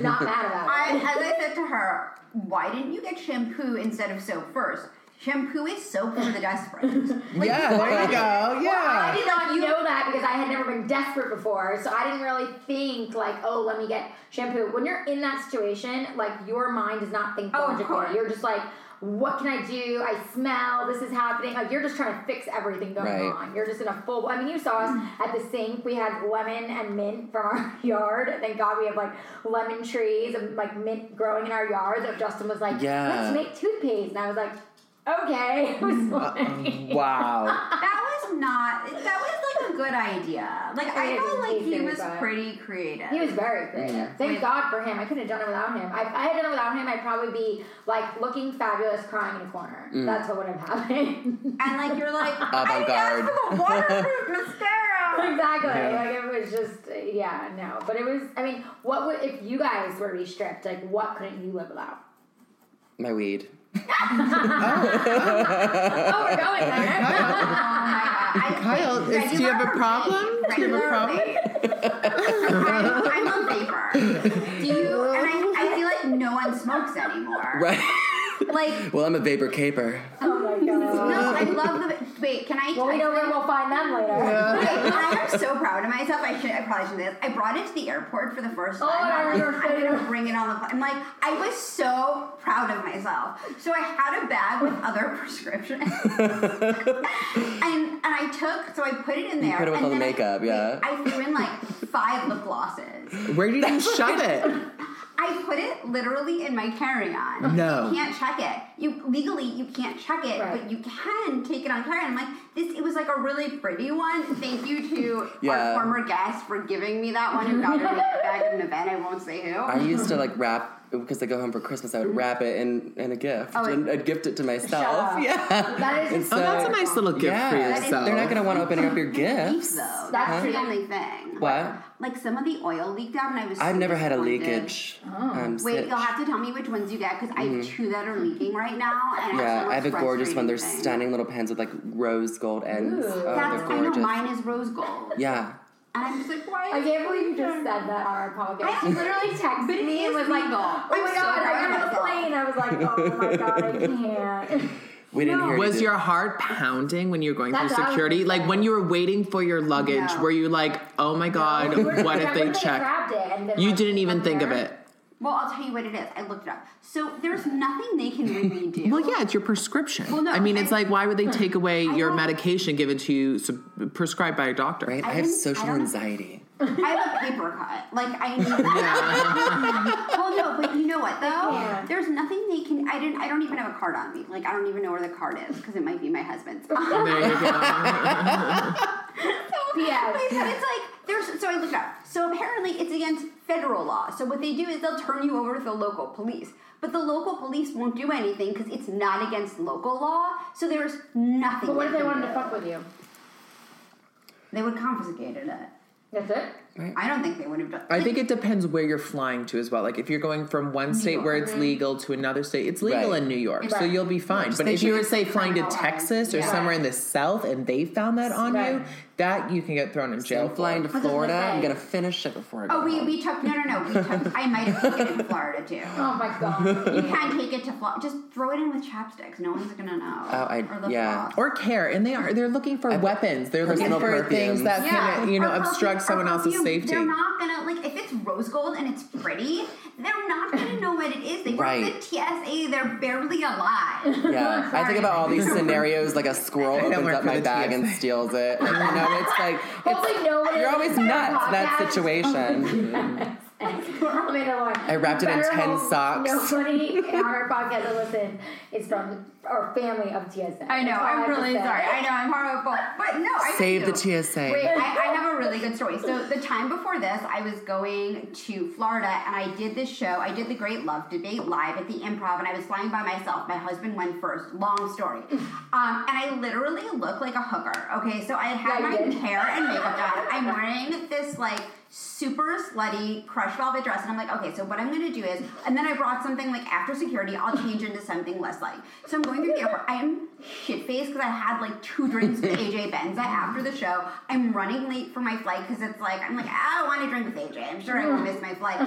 Speaker 2: not
Speaker 1: I,
Speaker 2: mad about it.
Speaker 1: as I said to her, why didn't you get shampoo instead of soap first? Shampoo is soap for the desperate.
Speaker 4: Yeah, uh, there you go.
Speaker 2: I
Speaker 4: Yeah.
Speaker 2: did not know that because I had never been desperate before, so I didn't really think like, oh, let me get shampoo. When you're in that situation, like your mind does not think
Speaker 1: Oh, of
Speaker 2: logically.
Speaker 1: course.
Speaker 2: you're just like, what can I do? I smell. This is happening. Like you're just trying to fix everything going
Speaker 3: Right.
Speaker 2: on. You're just in a full. I mean, you saw us
Speaker 1: Mm.
Speaker 2: at the sink. We had lemon and mint from our yard. Thank God we have like lemon trees and like mint growing in our yard. That Justin was like,
Speaker 3: Yeah.
Speaker 2: let's make toothpaste, and I was like, okay. It was
Speaker 3: Mm,
Speaker 2: like-
Speaker 4: Wow.
Speaker 1: That was not. That was like a good idea. Like I
Speaker 2: It
Speaker 1: felt
Speaker 2: didn't
Speaker 1: like
Speaker 2: taste
Speaker 1: he
Speaker 2: any
Speaker 1: was
Speaker 2: better.
Speaker 1: pretty creative.
Speaker 2: He was very creative. Thank God for him. I couldn't have done it without him. I- If I had done it without him, I'd probably be like looking fabulous, crying in a corner.
Speaker 1: Mm.
Speaker 2: That's what would have happened.
Speaker 1: and like you're like
Speaker 3: Avant-garde.
Speaker 1: I asked for the waterproof mascara.
Speaker 2: exactly.
Speaker 4: Yeah.
Speaker 2: Like it was just, yeah, no. But it was. I mean, what would if you guys were restripped? Like, what couldn't you live without?
Speaker 3: My weed.
Speaker 2: oh, we're going there.
Speaker 1: Oh my god! I,
Speaker 4: Kyle,
Speaker 1: wait,
Speaker 4: is- do you have a
Speaker 1: regular
Speaker 4: problem?
Speaker 1: vape,
Speaker 4: Do you have a
Speaker 1: regular
Speaker 4: problem?
Speaker 1: vape. I'm, I'm a vapor. Do you? And I, I feel like no one smokes anymore.
Speaker 3: Right.
Speaker 1: Like
Speaker 3: well, I'm a vapor caper.
Speaker 2: oh my god.
Speaker 1: no, I love the wait. Can I?
Speaker 2: Well, we know where we'll find them later.
Speaker 1: I am so proud of myself. I should. I probably should. do This. I brought it to the airport for the first time.
Speaker 2: and Oh, I
Speaker 1: I'm like,
Speaker 2: remember
Speaker 1: I'm
Speaker 2: photo.
Speaker 1: gonna bring it on the. plane. I'm like, I was so proud of myself. So I had a bag with other prescriptions, and and I took. So I put it in there.
Speaker 3: put it with
Speaker 1: and
Speaker 3: all the
Speaker 1: then I-
Speaker 3: makeup, yeah.
Speaker 1: I threw in like five lip glosses.
Speaker 4: Where did you shove it?
Speaker 1: I put it literally in my carry-on.
Speaker 4: No.
Speaker 1: You can't check it. You legally you can't check it,
Speaker 2: Right.
Speaker 1: but you can take it on carry-on. I'm like, this it was like a really pretty one. Thank you to
Speaker 3: Yeah.
Speaker 1: our former guest for giving me that one who got it back in an event. I won't say who.
Speaker 3: I used to like wrap because I go home for Christmas. I would wrap it in, in a gift,
Speaker 2: Oh,
Speaker 3: and I'd gift it to
Speaker 1: Oh,
Speaker 3: myself.
Speaker 2: up.
Speaker 3: Yeah,
Speaker 2: That is.
Speaker 3: It's,
Speaker 4: Oh,
Speaker 3: uh,
Speaker 4: that's a nice little gift
Speaker 3: yeah.
Speaker 4: for
Speaker 1: That is-
Speaker 4: yourself.
Speaker 3: They're not going to want to open up your
Speaker 1: Thanks,
Speaker 3: gifts.
Speaker 1: though.
Speaker 2: That's
Speaker 1: That's the
Speaker 2: true.
Speaker 1: only thing.
Speaker 3: What?
Speaker 1: Like some of the oil leaked out, and I was.
Speaker 3: I've
Speaker 1: so
Speaker 3: never had a
Speaker 1: disappointed.
Speaker 3: leakage. um,
Speaker 1: Oh. Wait,
Speaker 3: stitch.
Speaker 1: you'll have to tell me which ones you get because I have two that are leaking right now. And
Speaker 3: Yeah, I have a gorgeous one. They're
Speaker 1: There's
Speaker 3: stunning little pens with like rose gold ends.
Speaker 2: Ooh.
Speaker 3: Oh,
Speaker 1: That's
Speaker 3: they're
Speaker 1: I know
Speaker 3: gorgeous.
Speaker 1: mine is rose gold,
Speaker 3: Yeah.
Speaker 1: and I'm just like, why?
Speaker 2: I
Speaker 1: is
Speaker 2: can't
Speaker 1: it
Speaker 2: believe you just
Speaker 1: leaking?
Speaker 2: said that on our podcast.
Speaker 1: I-
Speaker 2: She literally texted
Speaker 1: But it
Speaker 2: me and
Speaker 1: is
Speaker 2: was like,
Speaker 1: legal.
Speaker 2: "Oh my
Speaker 1: I'm so
Speaker 2: god,
Speaker 1: proud
Speaker 2: I'm
Speaker 1: of
Speaker 2: on a
Speaker 1: myself.
Speaker 2: plane." I was like, "Oh my god, I can't."
Speaker 3: We didn't hear you
Speaker 4: Was
Speaker 3: do-
Speaker 4: your heart pounding when you were going
Speaker 2: That's
Speaker 4: through
Speaker 2: what I was
Speaker 4: security?
Speaker 2: gonna
Speaker 4: Like
Speaker 2: say.
Speaker 4: when you were waiting for your luggage,
Speaker 1: No.
Speaker 4: were you like, "Oh my god, what if they check?"
Speaker 2: Grabbed it and been
Speaker 4: You
Speaker 2: like,
Speaker 4: didn't even
Speaker 2: "From
Speaker 4: think of
Speaker 2: there?"
Speaker 4: it.
Speaker 1: Well, I'll tell you what it is. I looked it up. So there's nothing they can really do.
Speaker 4: Well, yeah, it's your prescription.
Speaker 1: Well, no,
Speaker 4: I mean, it's
Speaker 1: I-
Speaker 4: like why would they take away your
Speaker 1: don't-
Speaker 4: medication given to you sub- prescribed by a doctor?
Speaker 3: Right?
Speaker 1: I
Speaker 3: I have
Speaker 1: didn't- I
Speaker 3: social
Speaker 1: don't-
Speaker 3: anxiety.
Speaker 1: I have a paper cut. Like I need. well, no, but you know what though?
Speaker 2: Yeah.
Speaker 1: There's nothing they can. I didn't. I don't even have a card on me. Like I don't even know where the card is because it might be my husband's.
Speaker 4: There you go.
Speaker 1: So,
Speaker 2: Yes.
Speaker 1: but it's like there's. So I looked it up. So apparently it's against federal law. So what they do is they'll turn you over to the local police. But the local police won't do anything because it's not against local law. So there's nothing.
Speaker 2: But what if they
Speaker 1: can
Speaker 2: wanted to
Speaker 1: do.
Speaker 2: fuck with you?
Speaker 1: They would confiscate it.
Speaker 2: That's it.
Speaker 1: I don't think they would have done.
Speaker 5: I think it depends where you're flying to as well. Like if you're going from one state where it's legal to another state, it's legal
Speaker 3: Right.
Speaker 5: in New York, so
Speaker 2: Right.
Speaker 5: you'll be fine. But
Speaker 3: they
Speaker 5: if you were
Speaker 3: should-
Speaker 5: say flying to
Speaker 1: Right.
Speaker 5: Texas or
Speaker 1: Yeah.
Speaker 5: somewhere in the South and they found that on
Speaker 2: Right.
Speaker 5: you, that you can get thrown in jail.
Speaker 3: I'm
Speaker 5: for.
Speaker 3: flying to
Speaker 2: was gonna
Speaker 3: Florida.
Speaker 2: say.
Speaker 3: I'm gonna finish it before I go.
Speaker 1: Oh, we,
Speaker 3: home.
Speaker 1: we took no no no. We took. I might have taken it in Florida too.
Speaker 2: Oh my god.
Speaker 1: You can take it to floss. Just throw it in with chapsticks. No one's gonna know.
Speaker 3: Oh, I-
Speaker 1: or the
Speaker 3: yeah.
Speaker 1: floss.
Speaker 5: or care, and they are they're looking for weapons. They're looking
Speaker 3: Personal
Speaker 5: for
Speaker 3: perfumes.
Speaker 5: things that can you know
Speaker 1: Or perfume-
Speaker 5: obstruct
Speaker 1: or
Speaker 5: someone else's
Speaker 1: perfume,
Speaker 5: safety.
Speaker 1: They're not gonna like if it's rose gold and it's pretty. They're not gonna know what it is. They work
Speaker 3: Right.
Speaker 1: with TSA. They're barely alive.
Speaker 3: Yeah, I think about all these scenarios like a squirrel
Speaker 5: don't
Speaker 3: opens
Speaker 5: work
Speaker 3: up
Speaker 5: for
Speaker 3: my
Speaker 5: the
Speaker 3: bag and
Speaker 5: TSA.
Speaker 3: steals it. You know, it's like
Speaker 2: Hopefully nobody.
Speaker 3: it's, you're
Speaker 1: Oh,
Speaker 3: always
Speaker 2: listens to
Speaker 3: nuts
Speaker 2: our
Speaker 3: that
Speaker 2: podcast.
Speaker 3: situation.
Speaker 2: I made a line.
Speaker 3: I wrapped it in
Speaker 2: Better
Speaker 3: 10
Speaker 2: hope
Speaker 3: socks.
Speaker 2: Nobody on our podcast that listens is from our family of TSA.
Speaker 1: I know.
Speaker 2: That's all I
Speaker 1: I'm
Speaker 2: have to
Speaker 1: really
Speaker 2: say.
Speaker 1: sorry. I know I'm horrible, but no. I
Speaker 3: Save
Speaker 1: do.
Speaker 3: the TSA.
Speaker 1: Wait, I, I have a really good story. So the time before this, I was going to Florida, and I did this show. I did the Great Love Debate live at the Improv, and I was flying by myself. My husband went first. Long story. Um, and I literally look like a hooker. Okay, so I had
Speaker 2: Yeah, you
Speaker 1: my
Speaker 2: did.
Speaker 1: hair and makeup done. I'm wearing this like super slutty crushed velvet dress, and I'm like, okay, so what I'm gonna do is, and then I brought something like after security, I'll change into something less like. So I'm going through the airport. I'm shit faced because I had like two drinks with AJ Benza after the show. I'm running late for my flight because it's like I'm like I don't want to drink with AJ. I'm sure I will miss my flight.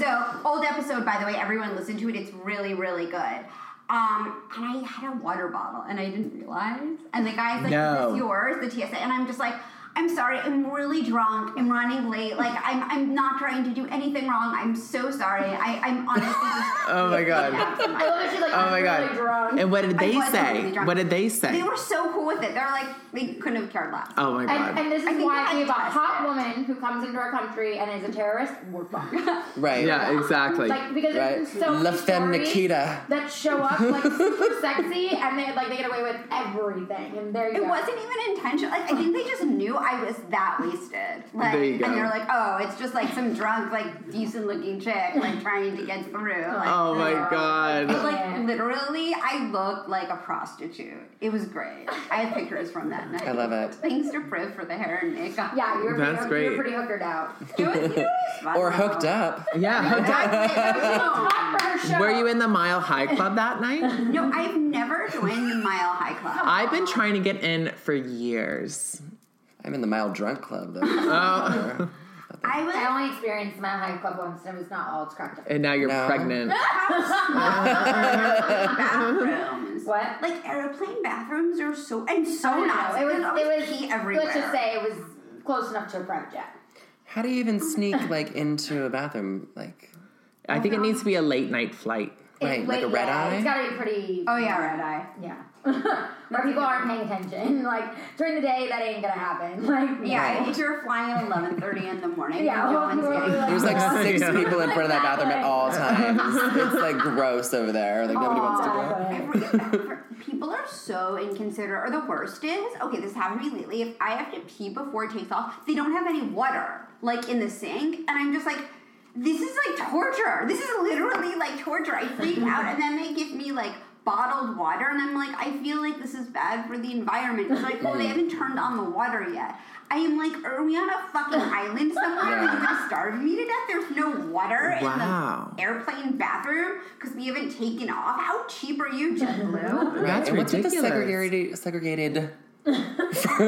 Speaker 1: So old episode, by the way, everyone listen to it. It's really really good. Um, and I had a water bottle and I didn't realize. And the guy's like,
Speaker 5: No.
Speaker 1: "Is this yours?" The TSA, and I'm just like. I'm sorry, I'm really drunk. I'm running late. Like, I'm, I'm not trying to do anything wrong. I'm so sorry. I, I'm honestly just.
Speaker 4: Uh,
Speaker 5: Oh my God.
Speaker 2: I love that she's like,
Speaker 5: Oh
Speaker 2: I'm
Speaker 5: my
Speaker 2: really
Speaker 5: god!
Speaker 2: drunk.
Speaker 4: And what did
Speaker 1: I
Speaker 4: they
Speaker 1: was
Speaker 4: say?
Speaker 1: really drunk.
Speaker 4: What did they
Speaker 1: They
Speaker 4: say?
Speaker 1: were so cool with it. They're like, they couldn't have cared less.
Speaker 4: Oh my
Speaker 2: and,
Speaker 4: god!
Speaker 2: and this
Speaker 1: I
Speaker 2: is
Speaker 1: think
Speaker 2: why
Speaker 1: I
Speaker 2: we have a
Speaker 1: trust
Speaker 2: hot
Speaker 1: it.
Speaker 2: woman who comes into our country and is a terrorist. We're fucked.
Speaker 3: Right.
Speaker 4: Yeah, exactly.
Speaker 2: Like because
Speaker 3: Right.
Speaker 2: there's so
Speaker 3: La
Speaker 2: many
Speaker 3: Femme
Speaker 2: stories
Speaker 3: Nikita.
Speaker 2: that show up like super sexy and they like they get away with everything and there you
Speaker 1: It
Speaker 2: go.
Speaker 1: wasn't even intentional. Like, I think they just knew I was that wasted. Like,
Speaker 4: There you go.
Speaker 1: And they're like, oh, it's just like some drunk, like decent looking chick, like trying to get through. Like,
Speaker 4: Oh my
Speaker 1: But,
Speaker 4: god!
Speaker 1: like literally, I looked like a prostitute. It was great. I have pictures from that night.
Speaker 3: I love it.
Speaker 1: Thanks to Priv for the hair and makeup.
Speaker 2: Yeah, you're
Speaker 4: That's
Speaker 2: pretty,
Speaker 4: great.
Speaker 2: you're pretty hookered out.
Speaker 1: It was, it was fun,
Speaker 3: Or
Speaker 1: though.
Speaker 3: hooked up.
Speaker 4: Yeah, hooked up. Were you in the Mile High Club that night?
Speaker 1: No, I've never joined the Mile High Club.
Speaker 4: I've been trying to get in for years. Oh.
Speaker 3: I'm in the mild drunk club though.
Speaker 1: I was
Speaker 2: I only experienced Mile High Club once, and it was not all it's cracked up.
Speaker 4: And now you're
Speaker 3: No.
Speaker 4: pregnant.
Speaker 1: bathrooms.
Speaker 2: What?
Speaker 1: Like airplane bathrooms are so and so
Speaker 2: No,
Speaker 1: not.
Speaker 2: it was it was
Speaker 1: pee everywhere.
Speaker 2: Let's just say it was close enough to a private jet.
Speaker 3: How do you even sneak like into a bathroom? Like
Speaker 4: I think it needs to be a late night flight.
Speaker 3: right, like a
Speaker 2: Wait,
Speaker 3: red
Speaker 2: yeah,
Speaker 3: eye?
Speaker 2: It's gotta be pretty.
Speaker 1: Oh yeah, red eye.
Speaker 2: Yeah. Where people aren't paying attention. Like during the day, that ain't gonna happen. Like
Speaker 1: Yeah, if you're flying at eleven thirty in the morning,
Speaker 2: Yeah,
Speaker 1: no
Speaker 2: well,
Speaker 1: one's
Speaker 2: we're-
Speaker 1: getting.
Speaker 2: we're
Speaker 3: There's like
Speaker 2: Yeah.
Speaker 3: six
Speaker 4: Yeah.
Speaker 3: people in front of that bathroom at all times. It's like gross over there. Like nobody wants to go.
Speaker 1: I
Speaker 2: Exactly.
Speaker 1: forget- People are so inconsiderate. Or the worst is, okay, this happened to me lately. If I have to pee before it takes off, they don't have any water, like in the sink, and I'm just like, this is like torture. This is literally like torture. I freak out, and then they give me like bottled water, and I'm like, I feel like this is bad for the environment. It's like, oh, they haven't turned on the water yet. I am like, are we on a fucking island somewhere? Are you gonna starve me to death? There's no water
Speaker 5: Wow.
Speaker 1: in the airplane bathroom because we haven't taken off. How cheap are you, JetBlue?
Speaker 5: That's
Speaker 3: and what's with the
Speaker 5: ridiculous.
Speaker 3: segregated segregated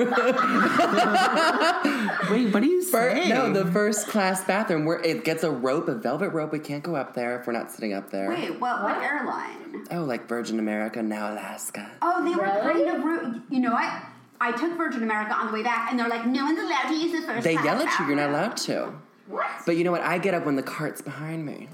Speaker 5: Wait, what are you
Speaker 3: Fir-
Speaker 5: saying?
Speaker 3: no, the first class bathroom where it gets a rope, a velvet rope. We can't go up there if we're not sitting up there.
Speaker 1: Wait, what? What airline?
Speaker 3: Oh, like Virgin America, now Alaska.
Speaker 1: Oh, they were
Speaker 2: Really?
Speaker 1: kind of rude. You know what? I took Virgin America on the way back, and they're like, "No one's allowed to use the first
Speaker 3: They
Speaker 1: class
Speaker 3: yell at you, you're not
Speaker 1: bathroom."
Speaker 3: allowed to.
Speaker 2: What?
Speaker 3: But you know what? I get up when the cart's behind me.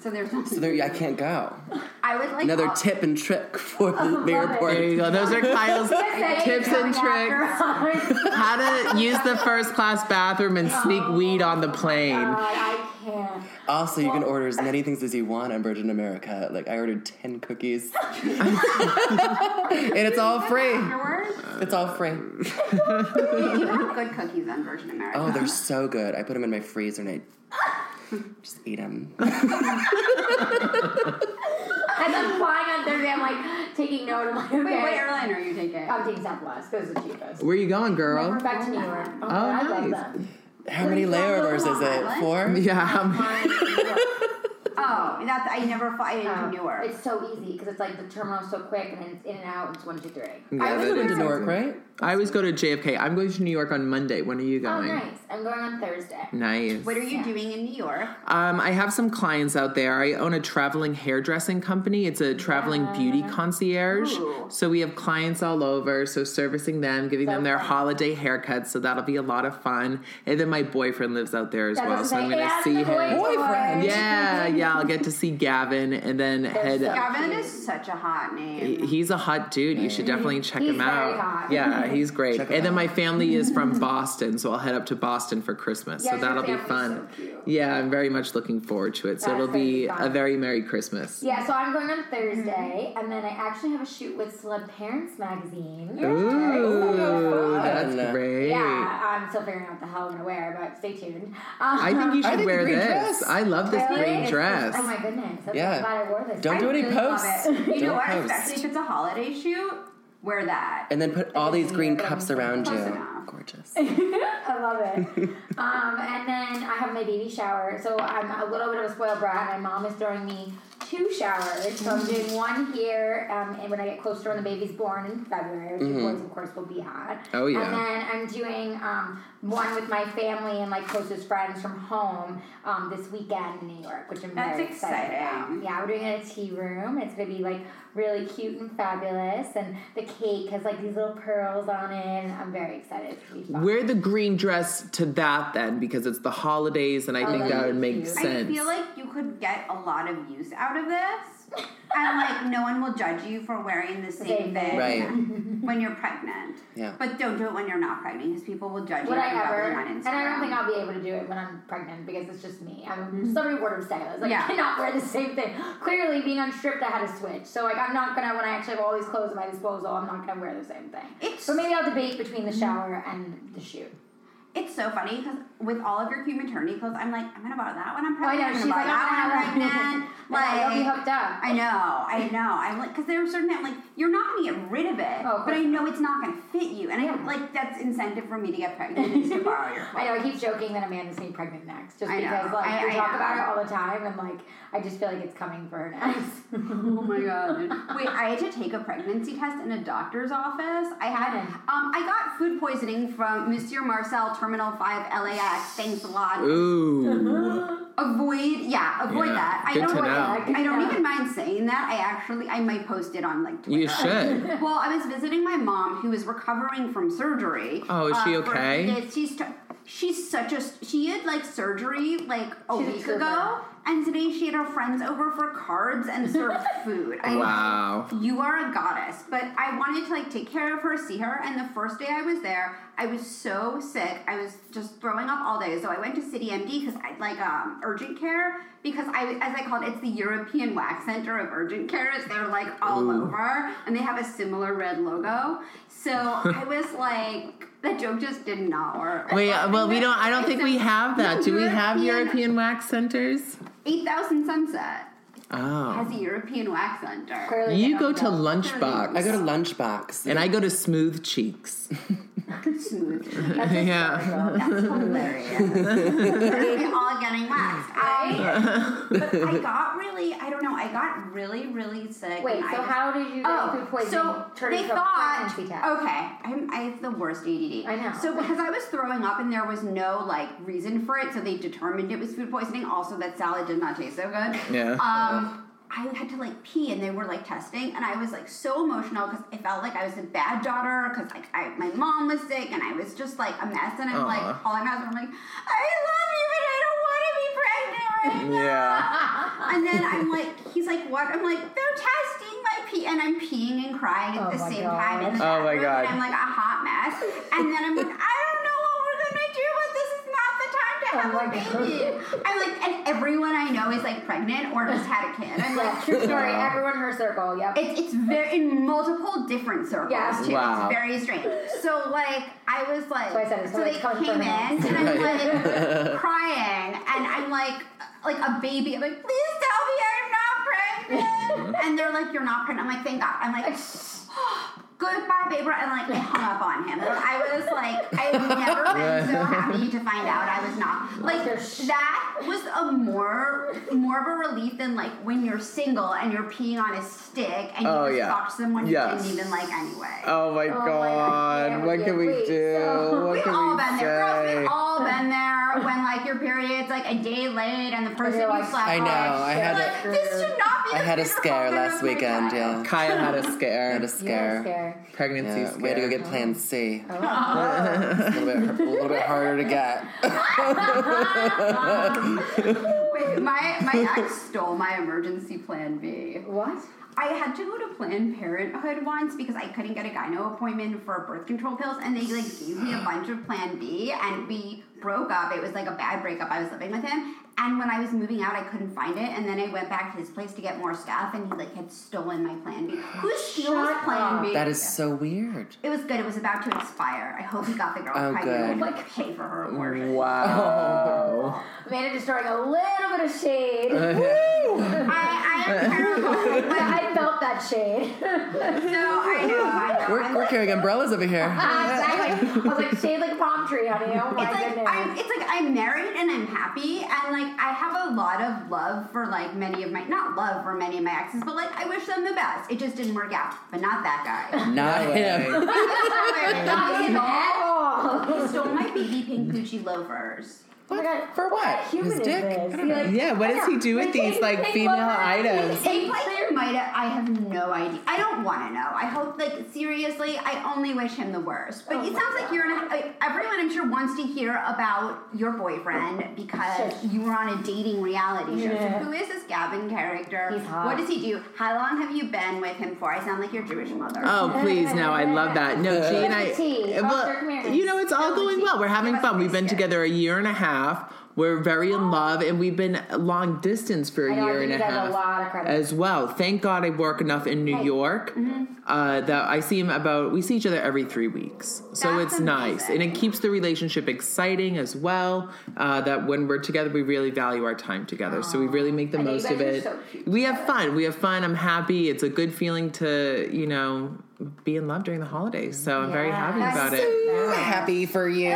Speaker 1: So there's
Speaker 3: So there, I can't go.
Speaker 1: I would like "Oh,
Speaker 3: Another
Speaker 1: all-
Speaker 3: tip and trick for the, the
Speaker 2: love it.
Speaker 3: airport.
Speaker 5: there you go. Those are Kyle's
Speaker 2: Say
Speaker 5: tips
Speaker 1: Coming
Speaker 5: and
Speaker 1: after
Speaker 5: tricks.
Speaker 2: God,
Speaker 5: How to use the first class bathroom and sneak weed on the plane.
Speaker 2: I can't.
Speaker 3: Also, you can order as many things as you want on Virgin America. Like, I ordered 10 cookies. and it's all free.
Speaker 1: Afterwards,
Speaker 3: It's all free.
Speaker 1: you have good cookies on Virgin America.
Speaker 3: Oh, they're so good. I put them in my freezer and I just eat them.
Speaker 2: As I'm flying on Thursday, I'm like taking note. I'm like, okay.
Speaker 1: Wait, what airline are you taking?
Speaker 3: Oh,
Speaker 2: I'm taking Southwest because it's the cheapest.
Speaker 5: Where you going,
Speaker 2: We're
Speaker 5: girl?
Speaker 2: back to New York. Oh, I love
Speaker 5: nice.
Speaker 2: them.
Speaker 3: How many layovers is it? Four?
Speaker 5: Yeah. um,
Speaker 1: oh, that's I never fly
Speaker 3: Oh,
Speaker 1: into New York.
Speaker 2: Um, It's so easy because it's like the terminal's so quick and it's in and out. It's one, two, three.
Speaker 3: I was going to Newark, right?
Speaker 5: I always go to JFK. I'm going to New York on Monday. When are you
Speaker 2: Oh,
Speaker 5: going?
Speaker 2: nice. I'm going on Thursday.
Speaker 5: Nice.
Speaker 1: what are you doing in New York?
Speaker 5: Um, I have some clients out there. I own a traveling hairdressing company. It's a traveling beauty concierge.
Speaker 1: Ooh.
Speaker 5: So we have clients all over. So servicing them, giving them their
Speaker 2: fun.
Speaker 5: holiday haircuts. So that'll be a lot of fun. And then my boyfriend lives out there as
Speaker 2: That's
Speaker 5: well.
Speaker 2: what
Speaker 5: So I'm
Speaker 2: I'm
Speaker 5: going to
Speaker 2: saying.
Speaker 5: see
Speaker 2: And
Speaker 5: him.
Speaker 2: the boy boyfriend.
Speaker 5: Yeah, yeah. I'll get to see Gavin and then head.
Speaker 3: Oh,
Speaker 2: so-
Speaker 1: Gavin is such a hot name.
Speaker 5: He's a hot dude. You should definitely check
Speaker 2: He's
Speaker 5: him
Speaker 2: very
Speaker 5: out.
Speaker 2: hot.
Speaker 5: Yeah, he's great.
Speaker 3: Check him
Speaker 5: and then
Speaker 3: out.
Speaker 5: my family is from Boston, so I'll head up to Boston for Christmas.
Speaker 2: Yeah,
Speaker 5: so
Speaker 2: your
Speaker 5: that'll be
Speaker 2: family's
Speaker 5: fun.
Speaker 2: so cute.
Speaker 5: yeah, I'm very much looking forward to it. So
Speaker 2: That's
Speaker 5: it'll
Speaker 2: gonna
Speaker 5: be
Speaker 2: be fun.
Speaker 5: a very merry Christmas.
Speaker 2: Yeah, so I'm going on Thursday, and then I actually have a shoot with Celeb Parents magazine.
Speaker 5: Ooh, that's
Speaker 3: Fun.
Speaker 5: great.
Speaker 2: Yeah, I'm still figuring out what the hell I'm gonna wear, but stay tuned. Um,
Speaker 5: I think you
Speaker 3: I
Speaker 5: should
Speaker 3: think
Speaker 5: wear
Speaker 3: the green
Speaker 5: this.
Speaker 3: dress.
Speaker 5: I love this
Speaker 2: Really?
Speaker 5: green
Speaker 2: It's-
Speaker 5: dress.
Speaker 2: Oh my goodness! I'm
Speaker 3: Yeah.
Speaker 2: so glad I wore this.
Speaker 3: Don't
Speaker 2: I
Speaker 3: do any
Speaker 2: really love
Speaker 3: posts.
Speaker 2: it.
Speaker 1: You know
Speaker 3: Don't
Speaker 1: what?
Speaker 3: post.
Speaker 1: Especially if it's a holiday shoot, wear that.
Speaker 3: And then put all these green cups around
Speaker 1: Close
Speaker 3: you.
Speaker 1: enough.
Speaker 3: Gorgeous.
Speaker 2: I love it. um, and then I have my baby shower, so I'm a little bit of a spoiled brat. My mom is throwing me two showers, so I'm doing one here, um, and when I get closer to when the baby's born in February, which the boys, of course, will be at.
Speaker 5: Oh, yeah.
Speaker 2: And then I'm doing um, one with my family and like closest friends from home um, this weekend in New York, which I'm
Speaker 1: That's
Speaker 2: very excited about.
Speaker 1: exciting.
Speaker 2: Yeah, we're doing it in a tea room. It's gonna be like really cute and fabulous, and the cake has like these little pearls on it. And I'm very excited. It's gonna be fun.
Speaker 5: Wear the green dress to that then because it's the holidays and I think
Speaker 2: that'd
Speaker 5: that
Speaker 2: be
Speaker 5: would make
Speaker 2: cute. I
Speaker 5: sense.
Speaker 1: I feel like you could get a lot of use out of this. and like no one will judge you for wearing the same thing
Speaker 2: Same thing.
Speaker 3: Right.
Speaker 1: when you're pregnant.
Speaker 3: Yeah.
Speaker 1: But don't do it when you're not pregnant because people will judge
Speaker 2: Would
Speaker 1: you
Speaker 2: I
Speaker 1: for
Speaker 2: ever?
Speaker 1: doubling on Instagram.
Speaker 2: And I don't think I'll be able to do it when I'm pregnant because it's just me. I'm so rewarded stylist. Like,
Speaker 1: Yeah.
Speaker 2: I cannot wear the same thing. Clearly, being unstripped, I had to switch. So, like, I'm not gonna, when I actually have all these clothes at my disposal, I'm not gonna wear the same thing.
Speaker 1: It's-
Speaker 2: so maybe I'll debate between the shower and the shoot.
Speaker 1: it's so funny because with all of your cute maternity clothes, I'm like, I'm gonna borrow that one. I'm
Speaker 2: Oh, I
Speaker 1: pregnant.
Speaker 2: know,
Speaker 1: I'm gonna
Speaker 2: she's
Speaker 1: borrow
Speaker 2: like,
Speaker 1: that one.
Speaker 2: "I'm not."
Speaker 1: I'm pregnant.
Speaker 2: I know, you'll be hooked up.
Speaker 1: I know, I know. I'm like, because there are certain that like you're not gonna get rid of it,
Speaker 2: Oh, of
Speaker 1: but I
Speaker 2: course.
Speaker 1: know it's not gonna fit you, and I like that's incentive for me to get pregnant is to borrow your
Speaker 2: I know, I keep joking that Amanda's gonna be pregnant next, just
Speaker 1: I know.
Speaker 2: because like
Speaker 1: I-
Speaker 2: we
Speaker 1: I
Speaker 2: talk
Speaker 1: know.
Speaker 2: about it all the time, and like I just feel like it's coming for her next.
Speaker 1: Oh my god. Wait, I had to take a pregnancy test in a doctor's office. I had um I got food poisoning from Monsieur Marcel Terminal 5 LAX. Thanks a lot.
Speaker 5: Ooh.
Speaker 1: Avoid yeah, avoid
Speaker 5: Yeah,
Speaker 1: that. I
Speaker 5: good
Speaker 1: don't
Speaker 5: to
Speaker 2: know.
Speaker 1: I don't even mind saying that. I actually I might post it on like Twitter.
Speaker 5: You should.
Speaker 1: Well, I was visiting my mom who was recovering from surgery.
Speaker 5: Oh, is she
Speaker 1: uh, for a few
Speaker 5: okay?
Speaker 1: days. She's t- she's such a she had like surgery like a
Speaker 2: She's a
Speaker 1: week
Speaker 2: trooper.
Speaker 1: ago, and today she had her friends over for cards and served food. I-
Speaker 5: Wow.
Speaker 1: you are a goddess but i wanted to like take care of her see her and the first day i was there i was so sick i was just throwing up all day so i went to city md because i like um, urgent care because i as i called it, it's the european wax center of urgent cares they're like all over and they have a similar red logo so i was like that joke just did not work
Speaker 5: Wait, uh, well, we don't. I don't think we have that. Do we have
Speaker 1: European-
Speaker 5: European wax centers?
Speaker 1: 8000 sunset
Speaker 5: Oh.
Speaker 1: has a European wax under.
Speaker 2: Clearly they
Speaker 5: You go
Speaker 2: don't
Speaker 5: to
Speaker 2: know.
Speaker 5: Lunchbox.
Speaker 3: I go to Lunchbox.
Speaker 5: and I go to Smooth Cheeks.
Speaker 1: Smooth.
Speaker 2: That's a
Speaker 5: yeah.
Speaker 2: girl.
Speaker 1: That's hilarious. We're all getting waxed. I, but I got really, I don't know, I got really, really sick.
Speaker 2: Wait,
Speaker 1: and I
Speaker 2: so
Speaker 1: was-
Speaker 2: how did you go through
Speaker 1: Oh,
Speaker 2: poison
Speaker 1: so
Speaker 2: turn
Speaker 1: they
Speaker 2: into a
Speaker 1: thought.
Speaker 2: pregnancy test?
Speaker 1: Okay, I'm I have the worst ADD.
Speaker 2: I know.
Speaker 1: So because I was throwing up and there was no like reason for it, so they determined it was food poisoning. Also, that salad did not taste so good.
Speaker 5: Yeah.
Speaker 1: Um, I had to like pee, and they were like testing, and I was like so emotional because I felt like I was a bad daughter because like I, my mom was sick, and I was just like a mess, and I'm
Speaker 5: Aw.
Speaker 1: like all I'm asking, I'm like, I love you, but I don't want to be pregnant right now.
Speaker 5: Yeah.
Speaker 1: And then I'm like, he's like, what? I'm like, they're testing my pee, and I'm peeing and crying at
Speaker 2: Oh
Speaker 1: the
Speaker 2: my
Speaker 1: same
Speaker 2: God.
Speaker 1: time in the
Speaker 5: Oh my
Speaker 1: bathroom,
Speaker 5: God.
Speaker 1: and I'm like a hot mess. And then I'm like, I don't know what we're gonna do, but this is not the time to have
Speaker 2: Oh my
Speaker 1: a baby. I'm like, and everyone I know is like pregnant or just had a kid. I'm
Speaker 2: Yeah,
Speaker 1: like,
Speaker 2: true story. Everyone in her circle. Yep.
Speaker 1: it's it's very in multiple different circles
Speaker 2: Yeah.
Speaker 1: too.
Speaker 5: Wow.
Speaker 1: It's very strange. So like I was like,
Speaker 2: That's why I said it's
Speaker 1: so
Speaker 2: like
Speaker 1: they
Speaker 2: coming
Speaker 1: came in
Speaker 2: from the
Speaker 1: and
Speaker 2: house.
Speaker 1: I'm like crying and I'm like like a baby. I'm like, please tell me I'm not pregnant. and they're like, you're not pregnant. I'm like, thank God. I'm like. Goodbye, baby. And like, I hung up on him. Like, I was like, I've never been so happy to find out I was not. Like, that was a more more of a relief than like when you're single and you're peeing on a stick and you
Speaker 5: Oh,
Speaker 1: just
Speaker 5: yeah.
Speaker 1: fucked someone you
Speaker 5: Yes.
Speaker 1: didn't even like anyway.
Speaker 5: Oh my
Speaker 2: God,
Speaker 5: god.
Speaker 2: yeah,
Speaker 5: what
Speaker 2: yeah,
Speaker 5: can we
Speaker 2: wait,
Speaker 5: do?
Speaker 2: so-
Speaker 5: what
Speaker 1: We've
Speaker 5: can
Speaker 1: all
Speaker 5: we
Speaker 1: been
Speaker 5: say?
Speaker 1: there, girls. We've all been there when like your period's like a day late and the person
Speaker 2: you're
Speaker 1: you
Speaker 2: like,
Speaker 1: slept
Speaker 3: I know,
Speaker 1: with,
Speaker 3: I had
Speaker 1: like,
Speaker 2: a-
Speaker 1: this should not be.
Speaker 3: I
Speaker 1: the
Speaker 3: had a
Speaker 1: funeral
Speaker 3: scare
Speaker 1: photo
Speaker 3: last
Speaker 1: of my
Speaker 3: weekend,
Speaker 1: child.
Speaker 3: yeah.
Speaker 5: Kyle had a scare.
Speaker 3: I had a
Speaker 2: You were
Speaker 3: scare.
Speaker 2: scared.
Speaker 5: Pregnancy
Speaker 3: Yeah,
Speaker 5: scare.
Speaker 3: we had to go get Plan C. It's a little bit, a little bit harder to get.
Speaker 1: Wait, my my ex stole my emergency plan B.
Speaker 2: What?
Speaker 1: I had to go to Planned Parenthood once because I couldn't get a gyno appointment for birth control pills, and they like gave me a bunch of Plan B, and we broke up. It was like a bad breakup. I was living with him, and when I was moving out, I couldn't find it, and then I went back to his place to get more stuff, and he like had stolen my Plan B. Who steals
Speaker 2: Shut
Speaker 1: Plan
Speaker 2: up.
Speaker 1: B?
Speaker 3: That is so weird.
Speaker 1: It was good. It was about to expire. I hope he got the girl
Speaker 3: Oh,
Speaker 1: pregnant.
Speaker 3: good.
Speaker 1: I had to pay for her abortion.
Speaker 3: Oh.
Speaker 5: Wow.
Speaker 2: Amanda just throwing a little bit of shade.
Speaker 1: I, I am terrible. But I-
Speaker 2: I felt that shade.
Speaker 1: so I know. I know.
Speaker 3: We're,
Speaker 1: I'm
Speaker 3: we're carrying umbrellas over here.
Speaker 2: exactly. I was like, shade like a palm tree, honey. Oh my
Speaker 1: it's like
Speaker 2: goodness.
Speaker 1: I'm, it's like I'm married and I'm happy and like I have a lot of love for like many of my not love for many of my exes, but like I wish them the best. It just didn't work out, but not that guy.
Speaker 3: Not him.
Speaker 1: Not him at all.
Speaker 2: oh.
Speaker 1: He stole my baby pink Gucci loafers.
Speaker 2: Oh my God.
Speaker 3: For
Speaker 2: What
Speaker 3: what?
Speaker 2: human
Speaker 3: His
Speaker 2: is
Speaker 3: dick?
Speaker 2: this?
Speaker 3: I don't
Speaker 2: He,
Speaker 3: know.
Speaker 2: like,
Speaker 5: Yeah, what does he do with
Speaker 2: Like,
Speaker 5: these like
Speaker 2: like,
Speaker 5: female
Speaker 2: what?
Speaker 5: items?
Speaker 1: They like might have, I have no idea. I don't want to know. I hope like seriously, I only wish him the worst. But
Speaker 2: Oh
Speaker 1: it
Speaker 2: my
Speaker 1: sounds like you're an, I- everyone I'm sure wants to hear about your boyfriend because
Speaker 2: Shush.
Speaker 1: you were on a dating reality show.
Speaker 2: Yeah.
Speaker 1: So who is this Gavin character?
Speaker 2: He's hot.
Speaker 1: What does he do? How long have you been with him for? I sound like your Jewish mother.
Speaker 5: Oh please, no, I love that. No, G and I.
Speaker 2: Where's the tea? Oh, Foster
Speaker 5: Well,
Speaker 2: communities.
Speaker 5: you know, it's all going well. We're having fun. We've been together a year and a half. We're very in love, and we've been long distance for a
Speaker 2: Oh. I know, I
Speaker 5: year
Speaker 2: give
Speaker 5: and
Speaker 2: you
Speaker 5: a
Speaker 2: guys a
Speaker 5: half
Speaker 2: lot of credit. Mm-hmm.
Speaker 5: as well. Thank God I work enough in New York uh, that I see him about. We see each other every three weeks, so
Speaker 1: That's
Speaker 5: it's nice, and it
Speaker 1: amazing.
Speaker 5: keeps the relationship exciting as well. Uh, that when we're together, we really value our time together, so we really make the
Speaker 2: know, you
Speaker 5: most of
Speaker 2: guys are
Speaker 5: it.
Speaker 2: so cute
Speaker 5: we have fun. We have fun. I'm happy. It's a good feeling to you know be in love during the holidays. So I'm very happy
Speaker 2: Yes.
Speaker 5: about it.
Speaker 3: Happy for you.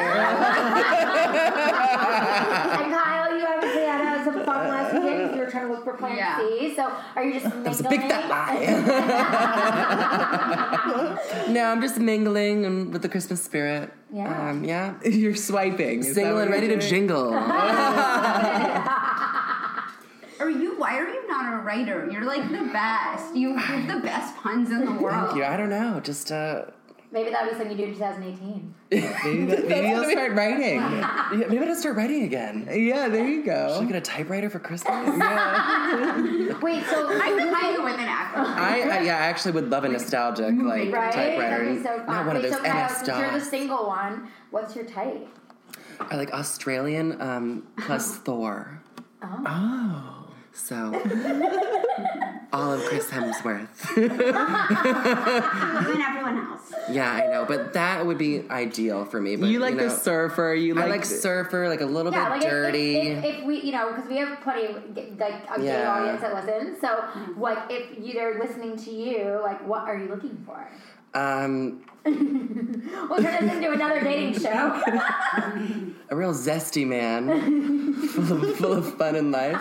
Speaker 2: and Kyle, you obviously had uh, some fun last weekend because you were trying to look for Plan
Speaker 1: Yeah.
Speaker 2: C. So are you just
Speaker 3: It's a big
Speaker 2: mingling?
Speaker 3: fat lie. no, I'm just mingling and with the Christmas spirit.
Speaker 2: Yeah.
Speaker 3: Um, yeah.
Speaker 5: You're swiping, Is that
Speaker 3: Single
Speaker 5: what
Speaker 3: and
Speaker 5: you're
Speaker 3: ready to
Speaker 5: doing?
Speaker 3: jingle.
Speaker 1: Are you? Why are you not a writer? You're like the best. You give the best puns in the world.
Speaker 3: Yeah, I don't know. Just uh,
Speaker 2: Maybe that'll be something you do in 2018.
Speaker 5: Maybe, maybe you'll start writing.
Speaker 3: yeah, maybe I'll start writing again.
Speaker 5: Yeah, there you
Speaker 3: Should I
Speaker 5: go.
Speaker 3: get a typewriter for Christmas?
Speaker 2: Wait,
Speaker 1: I
Speaker 2: so
Speaker 1: could play you with an acronym.
Speaker 3: I, I yeah, I actually would love a nostalgic like
Speaker 2: right?
Speaker 3: typewriter.
Speaker 2: That'd be so fun.
Speaker 3: Not one of
Speaker 2: Wait,
Speaker 3: those
Speaker 2: so Kyle,
Speaker 3: MS
Speaker 2: since you're the
Speaker 3: DOS.
Speaker 2: single one, what's your type?
Speaker 3: I like Australian um, plus Thor.
Speaker 5: Oh.
Speaker 3: So, all of Chris Hemsworth.
Speaker 1: You and everyone else.
Speaker 3: Yeah, I know, but that would be ideal for me. But
Speaker 5: you like
Speaker 3: know,
Speaker 5: the surfer. You
Speaker 3: I
Speaker 5: like,
Speaker 3: like surfer, like a little
Speaker 2: Yeah,
Speaker 3: bit
Speaker 2: like if-
Speaker 3: dirty.
Speaker 2: If, if, if we, you know, because we have plenty of g- like a gay
Speaker 3: Yeah.
Speaker 2: audience that listens. So, like, if you, they're listening to you, like, what are you looking for?
Speaker 3: um,
Speaker 2: We'll turn this into another dating show.
Speaker 3: a real zesty man, full, of, full of fun and life.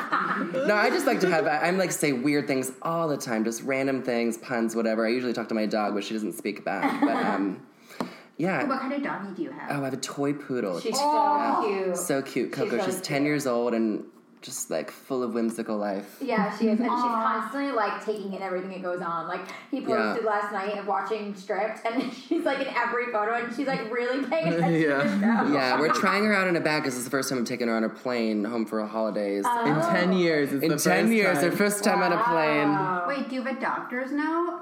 Speaker 3: No, I just like to have. I- I'm like say weird things all the time, just random things, puns, whatever. I usually talk to my dog, but she doesn't speak back. But um,
Speaker 1: What
Speaker 3: yeah.
Speaker 1: kind of doggy do you have?
Speaker 3: Oh, I have a toy poodle.
Speaker 2: She's so cute.
Speaker 3: so cute, Coco.
Speaker 2: really
Speaker 3: She's, ten
Speaker 2: cute.
Speaker 3: years old and just like full of whimsical life.
Speaker 2: Yeah, she is, and she's constantly like taking in everything that goes on. Like he posted
Speaker 3: Yeah.
Speaker 2: last night of watching stripped, and she's like in every photo, and she's like really paying attention.
Speaker 5: yeah.
Speaker 3: Yeah, we're trying her out in a bag because it's the first time I'm taking her on a plane home for holidays.
Speaker 2: Uh,
Speaker 5: In ten
Speaker 1: Oh.
Speaker 5: years, it's
Speaker 3: in
Speaker 5: the
Speaker 3: ten
Speaker 5: first
Speaker 3: years,
Speaker 5: time.
Speaker 3: her first time on a plane.
Speaker 1: Wait, do you have a doctor's note?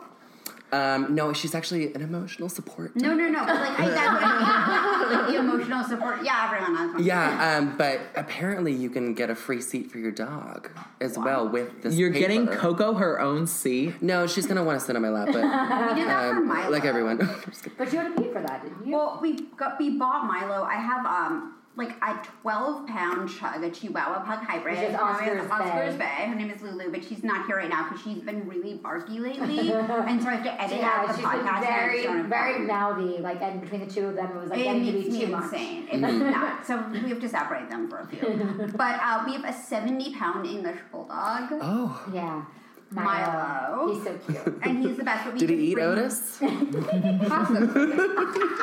Speaker 3: Um, no, she's actually an emotional support.
Speaker 1: No, no, no. but, Like I, that's what I mean. Like, the emotional support. Yeah, everyone has one.
Speaker 3: Yeah, um, but apparently you can get a free seat for your dog as well with this.
Speaker 5: You're
Speaker 3: paper.
Speaker 5: getting Coco her own seat.
Speaker 3: No, she's gonna want to sit on my lap, but
Speaker 1: we did that for
Speaker 3: um,
Speaker 1: Milo.
Speaker 3: like everyone. I'm just kidding.
Speaker 2: But you had to pay for that, didn't you?
Speaker 1: Well, we got we bought Milo. I have um like a twelve pound chug, a Chihuahua pug hybrid.
Speaker 2: Which is
Speaker 1: Her name
Speaker 2: Oscar's Bay.
Speaker 1: Oscar's Bay. Her name is Lulu, but she's not here right now because she's been really barky lately, and so I have to edit
Speaker 2: yeah,
Speaker 1: out the
Speaker 2: she's
Speaker 1: podcast.
Speaker 2: been
Speaker 1: and I just don't
Speaker 2: very,
Speaker 1: have
Speaker 2: very
Speaker 1: time.
Speaker 2: mouthy. Like, and between the two of them, it was like
Speaker 1: It
Speaker 2: getting to be
Speaker 1: makes me
Speaker 2: too much.
Speaker 1: insane.
Speaker 3: Mm-hmm.
Speaker 1: It's not. So we have to separate them for a few. But uh, we have a 70 pound English bulldog.
Speaker 3: Oh,
Speaker 2: Yeah,
Speaker 1: Milo.
Speaker 2: he's so cute.
Speaker 1: And he's the best. But we
Speaker 3: did
Speaker 1: can
Speaker 3: he eat
Speaker 1: bring-
Speaker 3: Otis?
Speaker 1: Possibly.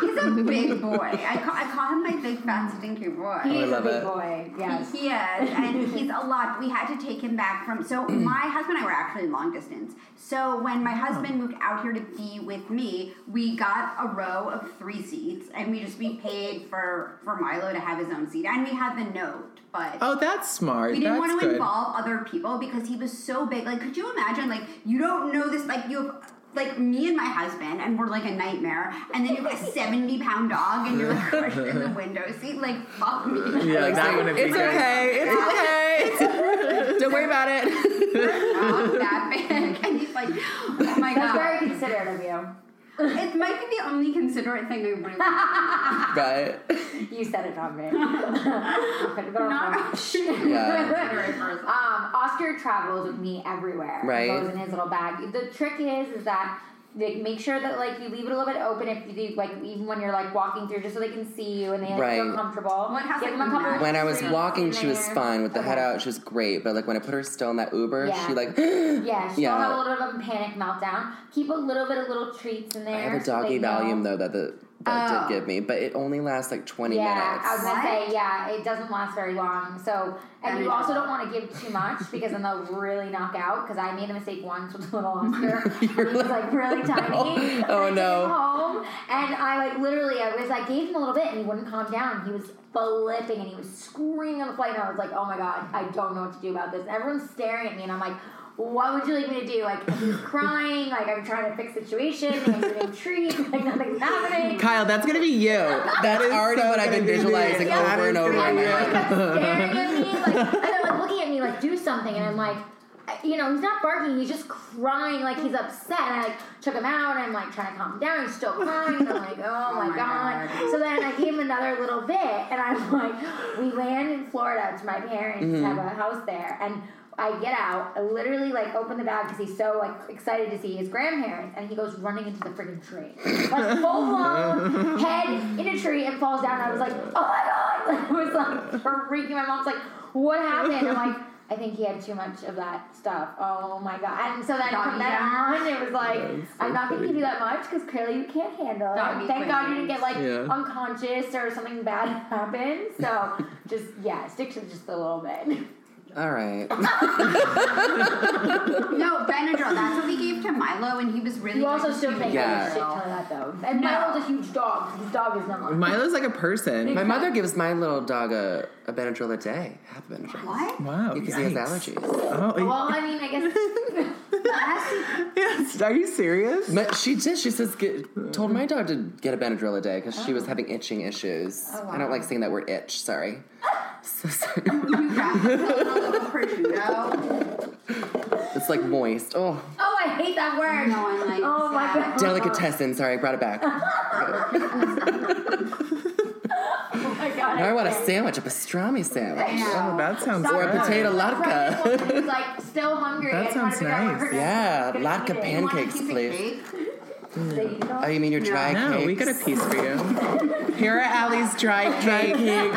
Speaker 1: He's a big boy. I call, I call him my big fat stinky boy.
Speaker 2: He's
Speaker 3: love
Speaker 2: a big
Speaker 3: it.
Speaker 2: boy. Yes.
Speaker 1: He is, and he's a lot. We had to take him back from. So my husband and I were actually long distance. So when my husband moved out here to be with me, we got a row of three seats, and we just we paid for for Milo to have his own seat, and we had the note, but.
Speaker 5: Oh, that's smart.
Speaker 1: We didn't
Speaker 5: that's
Speaker 1: want to
Speaker 5: good.
Speaker 1: involve other people because he was so big. Like, could you imagine? Like, you don't know this. Like, you have like me and my husband, and we're like a nightmare. And then you have a seventy-pound dog, and you're like crushed in the window seat. Like, fuck me.
Speaker 5: Yeah, that
Speaker 3: Like,
Speaker 5: wouldn't be
Speaker 3: it's
Speaker 5: good.
Speaker 3: okay. It's okay. Don't worry about it.
Speaker 1: Dog that big, and he's like, oh my
Speaker 2: That's very
Speaker 1: god.
Speaker 2: considerate of you.
Speaker 1: It might be the only considerate thing I really.
Speaker 3: But
Speaker 2: You said it, not me. Okay, but
Speaker 1: Not-
Speaker 3: yeah,
Speaker 1: considerate person.
Speaker 2: Um, Oscar travels with me everywhere.
Speaker 3: Right.
Speaker 2: Goes in his little bag. The trick is, is that like make sure that like you leave it a little bit open if you do like even when you're like walking through just so they can see you and they like, feel
Speaker 3: Right.
Speaker 2: comfortable.
Speaker 1: One has,
Speaker 2: Give
Speaker 1: like,
Speaker 2: them a couple
Speaker 1: mat-
Speaker 3: when I was
Speaker 2: treats
Speaker 3: walking,
Speaker 2: in
Speaker 3: she was
Speaker 2: there.
Speaker 3: fine with the head
Speaker 2: Okay.
Speaker 3: out. She was great, but like when I put her still in that Uber,
Speaker 2: Yeah.
Speaker 3: she like.
Speaker 2: Yeah, she'll
Speaker 3: Yeah.
Speaker 2: have a little bit of a panic meltdown. Keep a little bit of little treats in there.
Speaker 3: I have a
Speaker 2: so they
Speaker 3: doggy
Speaker 2: know.
Speaker 3: Valium though that the that
Speaker 1: Oh.
Speaker 3: did give me, but it only lasts like 20
Speaker 2: yeah,
Speaker 3: minutes.
Speaker 2: I was gonna
Speaker 1: What?
Speaker 2: say, yeah, it doesn't last very long. So, and
Speaker 1: That
Speaker 2: you
Speaker 1: is-
Speaker 2: also don't want to give too much because then they'll really knock out. Because I made a mistake once with little Oscar. he was like really tiny. And
Speaker 3: Oh,
Speaker 2: I took
Speaker 3: no.
Speaker 2: him home, and I like literally, I was like gave him a little bit, and he wouldn't calm down. He was flipping, and he was screaming on the flight, and I was like, oh my god, I don't know what to do about this. And everyone's staring at me, and I'm like. What would you like me to do? Like he's crying, like I'm trying to fix the situation, and he's getting treats, like nothing's happening.
Speaker 5: Kyle, that's gonna be you.
Speaker 3: That's
Speaker 5: is
Speaker 3: already
Speaker 5: so
Speaker 3: what I've
Speaker 5: gonna
Speaker 3: been
Speaker 5: be me.
Speaker 3: visualizing
Speaker 5: That
Speaker 3: over
Speaker 5: is
Speaker 3: and over
Speaker 5: gonna
Speaker 3: again.
Speaker 5: be
Speaker 2: Like, staring at me, like, and they're like looking at me, like, do something. And I'm like, I- you know, he's not barking, he's just crying, like, he's upset. And I like, took him out, and I'm like, trying to calm him down. He's still crying. And I'm like, oh my,
Speaker 1: my
Speaker 2: God. So then I gave him another little bit, and I'm like, we land in Florida to my parents, have a house there. And I get out, I literally like open the bag because he's so like excited to see his grandparents, and he goes running into the freaking tree, like full blown head in a tree and falls down. And I was like, oh my god! I was like freaking. My mom's like, what happened? I'm like. I think he had too much of that stuff. Oh my god! And so then
Speaker 1: Doggy
Speaker 2: from then
Speaker 1: dog.
Speaker 2: on, it was like I'm not going to give you that much because clearly you can't handle it.
Speaker 1: Doggy
Speaker 2: Thank God you didn't get like
Speaker 5: Yeah.
Speaker 2: unconscious or something bad happened. So just yeah, stick to just a little bit.
Speaker 3: All right.
Speaker 1: No, Benadryl. That's what we gave to Milo, and he was really.
Speaker 2: You also
Speaker 1: like,
Speaker 2: still
Speaker 1: huge
Speaker 2: think
Speaker 3: Yeah.
Speaker 2: yeah. shit ton of that though. And
Speaker 1: No.
Speaker 2: Milo's a huge dog. His dog is not.
Speaker 5: Milo's like a person.
Speaker 3: My mother gives my little dog a, a Benadryl a day. Half a Benadryl.
Speaker 1: What?
Speaker 5: wow,
Speaker 3: Because he has
Speaker 5: yikes.
Speaker 3: allergies.
Speaker 5: Oh,
Speaker 2: well, I mean, I guess
Speaker 5: yes. Are you serious?
Speaker 3: But she did. She says, get, told my dog to get a Benadryl a day because she was having itching issues.
Speaker 2: Oh, wow.
Speaker 3: I don't like saying that word itch. Sorry. So sorry.
Speaker 1: You got a little prosciutto.
Speaker 3: like moist. Oh,
Speaker 2: Oh, I hate that word.
Speaker 1: No one likes
Speaker 2: Oh my
Speaker 1: that.
Speaker 2: god.
Speaker 3: delicatessen. Sorry, I brought it back. now
Speaker 2: Oh my god.
Speaker 3: I want a
Speaker 2: can't.
Speaker 3: sandwich, a pastrami sandwich,
Speaker 1: Yeah.
Speaker 5: Oh, that sounds
Speaker 2: Sorry,
Speaker 3: or a
Speaker 5: good.
Speaker 3: potato latke.
Speaker 2: Pregnant woman who's like still hungry.
Speaker 5: That
Speaker 2: and trying
Speaker 5: sounds
Speaker 2: to figure out what
Speaker 5: nice.
Speaker 2: her next
Speaker 3: Yeah,
Speaker 2: meal is
Speaker 3: latke
Speaker 2: gonna be.
Speaker 3: pan-
Speaker 1: You want a
Speaker 3: Pancakes,
Speaker 1: piece of
Speaker 3: please.
Speaker 1: cake?
Speaker 2: They don't-
Speaker 3: Oh, you mean your dry
Speaker 5: No,
Speaker 3: cakes?
Speaker 5: we got a piece for you. Here are Allie's dry cake.
Speaker 3: Been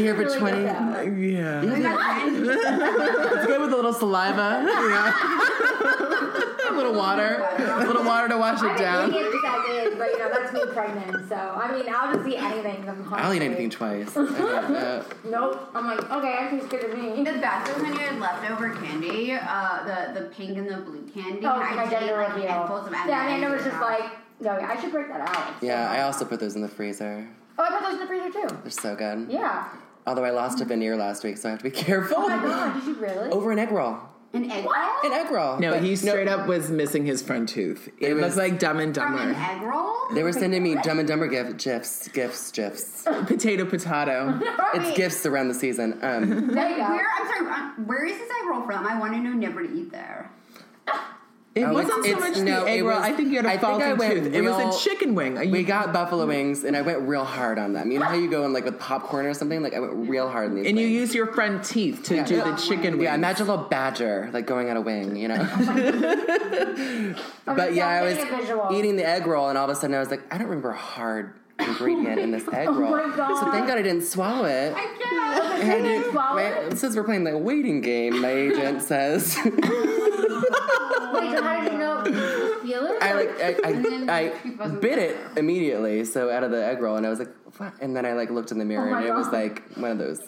Speaker 3: here for
Speaker 2: Really good
Speaker 3: 20.
Speaker 2: though.
Speaker 5: yeah.
Speaker 1: We got one.
Speaker 5: It's good with a little saliva. a little water. A little water to wash it
Speaker 2: I've been
Speaker 5: down.
Speaker 2: eating it since I was, but you know that's me pregnant. So I mean, I'll just eat anything. 'cause I'm hungry.
Speaker 3: I'll eat anything twice. I love that.
Speaker 2: Nope. I'm like, okay, that tastes good to me.
Speaker 1: The best is when you had leftover candy, uh, the the pink and the blue candy.
Speaker 2: Oh,
Speaker 1: I
Speaker 2: my
Speaker 1: just ate,
Speaker 2: gender
Speaker 1: like,
Speaker 2: reveal.
Speaker 1: handfuls of
Speaker 2: Yeah, I mean, it was just
Speaker 1: M&Ms.
Speaker 2: like, no, yeah, I should break that out.
Speaker 3: Yeah, I also put those in the freezer.
Speaker 2: Oh, I put those in the freezer too.
Speaker 3: They're so good.
Speaker 2: Yeah.
Speaker 3: Although I lost a veneer last week, so I have to be careful.
Speaker 2: Oh my god, did you really? Oh,
Speaker 3: Over an egg roll.
Speaker 1: an egg
Speaker 2: What?
Speaker 1: roll.
Speaker 3: An egg roll.
Speaker 5: No,
Speaker 3: But-
Speaker 5: he straight up was missing his front tooth. It, was,
Speaker 3: was-
Speaker 5: like Dumb and
Speaker 1: From an
Speaker 5: Dumber.
Speaker 1: egg roll.
Speaker 3: They were sending me Dumb and Dumber gift, gifs, gifs, gifs.
Speaker 5: Potato, potato.
Speaker 3: It's gifts around the season.
Speaker 2: There
Speaker 3: Um,
Speaker 2: you go.
Speaker 1: Where I'm sorry, uh, where is this egg roll from? I want to know. Never to eat there.
Speaker 5: It
Speaker 3: Oh,
Speaker 5: wasn't
Speaker 3: it's-
Speaker 5: so
Speaker 3: it's-
Speaker 5: much
Speaker 3: no,
Speaker 5: the egg
Speaker 3: it
Speaker 5: roll.
Speaker 3: was-
Speaker 5: I think you had a
Speaker 3: I think
Speaker 5: false
Speaker 3: I went
Speaker 5: tooth. It was
Speaker 3: real-
Speaker 5: a chicken wing. Are you-
Speaker 3: we got buffalo wings, and I went real hard on them. You know how you go in like with popcorn or something? Like I went real hard on these.
Speaker 5: and you
Speaker 3: things.
Speaker 5: use your front teeth to do the chicken wing.
Speaker 3: Yeah, imagine a little badger like going on a wing, you know.
Speaker 2: I'm
Speaker 3: but
Speaker 2: just
Speaker 3: yeah, I
Speaker 2: getting
Speaker 3: was
Speaker 2: a visual.
Speaker 3: eating the egg roll, and all of a sudden I was like, I don't remember a hard ingredient in this egg
Speaker 2: Oh
Speaker 3: roll.
Speaker 2: my God.
Speaker 3: So thank God I didn't swallow it.
Speaker 1: I guess.
Speaker 2: Oh Did you swallow it?
Speaker 3: Wait, since we're playing the waiting game, my agent says
Speaker 2: Wait, so how did you know? Did you feel it?
Speaker 3: I like I, I, I bit it immediately, so out of the egg roll, and I was like, what? And then I like looked in the mirror,
Speaker 2: Oh my
Speaker 3: and it was
Speaker 2: God.
Speaker 3: like one of those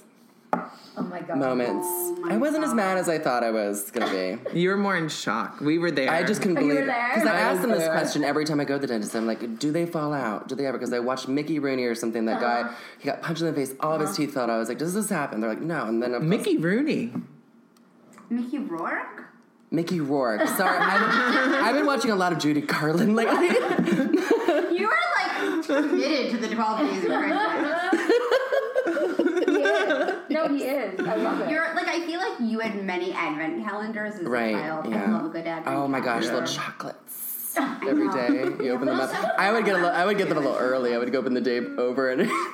Speaker 2: oh my god.
Speaker 3: moments.
Speaker 1: my
Speaker 3: I wasn't as
Speaker 1: God.
Speaker 3: mad as I thought I was gonna be.
Speaker 5: You were more in shock. We were there.
Speaker 3: I just couldn't
Speaker 2: Oh, you
Speaker 3: believe
Speaker 2: were
Speaker 3: it
Speaker 2: there?
Speaker 3: because I
Speaker 5: I
Speaker 3: ask
Speaker 5: was
Speaker 3: them this
Speaker 5: there.
Speaker 3: question every time I go to the dentist. I'm like, do they fall out? Do they ever? Because I watched Mickey Rooney or something. That
Speaker 1: Uh-huh.
Speaker 3: guy, he got punched in the face. All of his teeth fell out. I was like, does this happen? They're like, no. And then of course-
Speaker 5: Mickey Rooney.
Speaker 1: Mickey Rourke.
Speaker 3: Mickey Rourke. Sorry, I've, I've been watching a lot of Judy Garland lately.
Speaker 1: You are like committed to the 12 days of Christmas.
Speaker 2: He is. No, he is. I love it.
Speaker 1: You're like I feel like you had many advent calendars as
Speaker 3: right?
Speaker 1: a child.
Speaker 3: Yeah.
Speaker 1: I love a good advent.
Speaker 3: oh my gosh,
Speaker 5: Yeah.
Speaker 3: little chocolates. Every day you open them up.
Speaker 1: also-
Speaker 3: I would get a little, I would get them a little early. I would open the day over and
Speaker 2: oh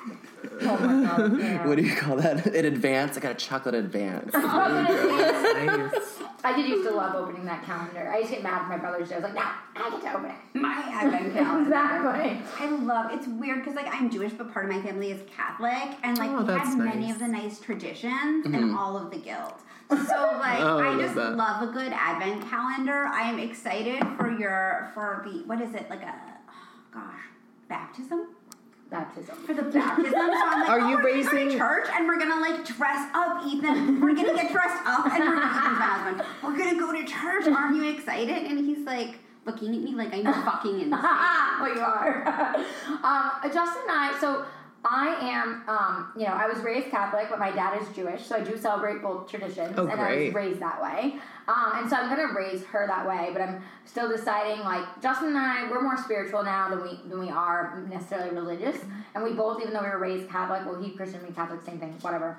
Speaker 2: my god. yeah.
Speaker 3: what do you call that? In advance, I got a chocolate advance.
Speaker 2: I was Oh, gonna say,
Speaker 5: Nice.
Speaker 2: I did used to love opening that calendar. I used to get mad at my brothers. I was like, no, I get to open it.
Speaker 1: My advent calendar.
Speaker 2: Exactly.
Speaker 1: I love. It's weird because like I'm Jewish, but part of my family is Catholic, and like
Speaker 5: Oh,
Speaker 1: we
Speaker 5: that's
Speaker 1: had many
Speaker 5: nice.
Speaker 1: of the nice traditions and all of the guilt. So like
Speaker 5: Mm-hmm. Oh, I
Speaker 1: I
Speaker 5: love
Speaker 1: just
Speaker 5: that.
Speaker 1: love a good Advent calendar. I am excited for your for the what is it like a oh, gosh baptism
Speaker 2: Baptism.
Speaker 1: for the baptism. So I'm like,
Speaker 5: Are
Speaker 1: oh,
Speaker 5: you
Speaker 1: we're gonna go to
Speaker 5: raising-
Speaker 1: church? And we're gonna like dress up, Ethan. We're gonna get dressed up, and we're gonna Ethan's my husband. We're gonna go to church. Aren't you excited? And he's like looking at me like I'm fucking insane.
Speaker 2: Ah, well, you are. um, Justin and I, so I am, um, you know, I was raised Catholic, but my dad is Jewish, so I do celebrate both traditions,
Speaker 5: Oh,
Speaker 2: and I was
Speaker 5: great.
Speaker 2: raised that way. Um, and so I'm gonna raise her that way, but I'm still deciding. Like Justin and I, we're more spiritual now than we than we are necessarily religious, and we both, even though we were raised Catholic, well, he Christian, me Catholic, same thing, whatever.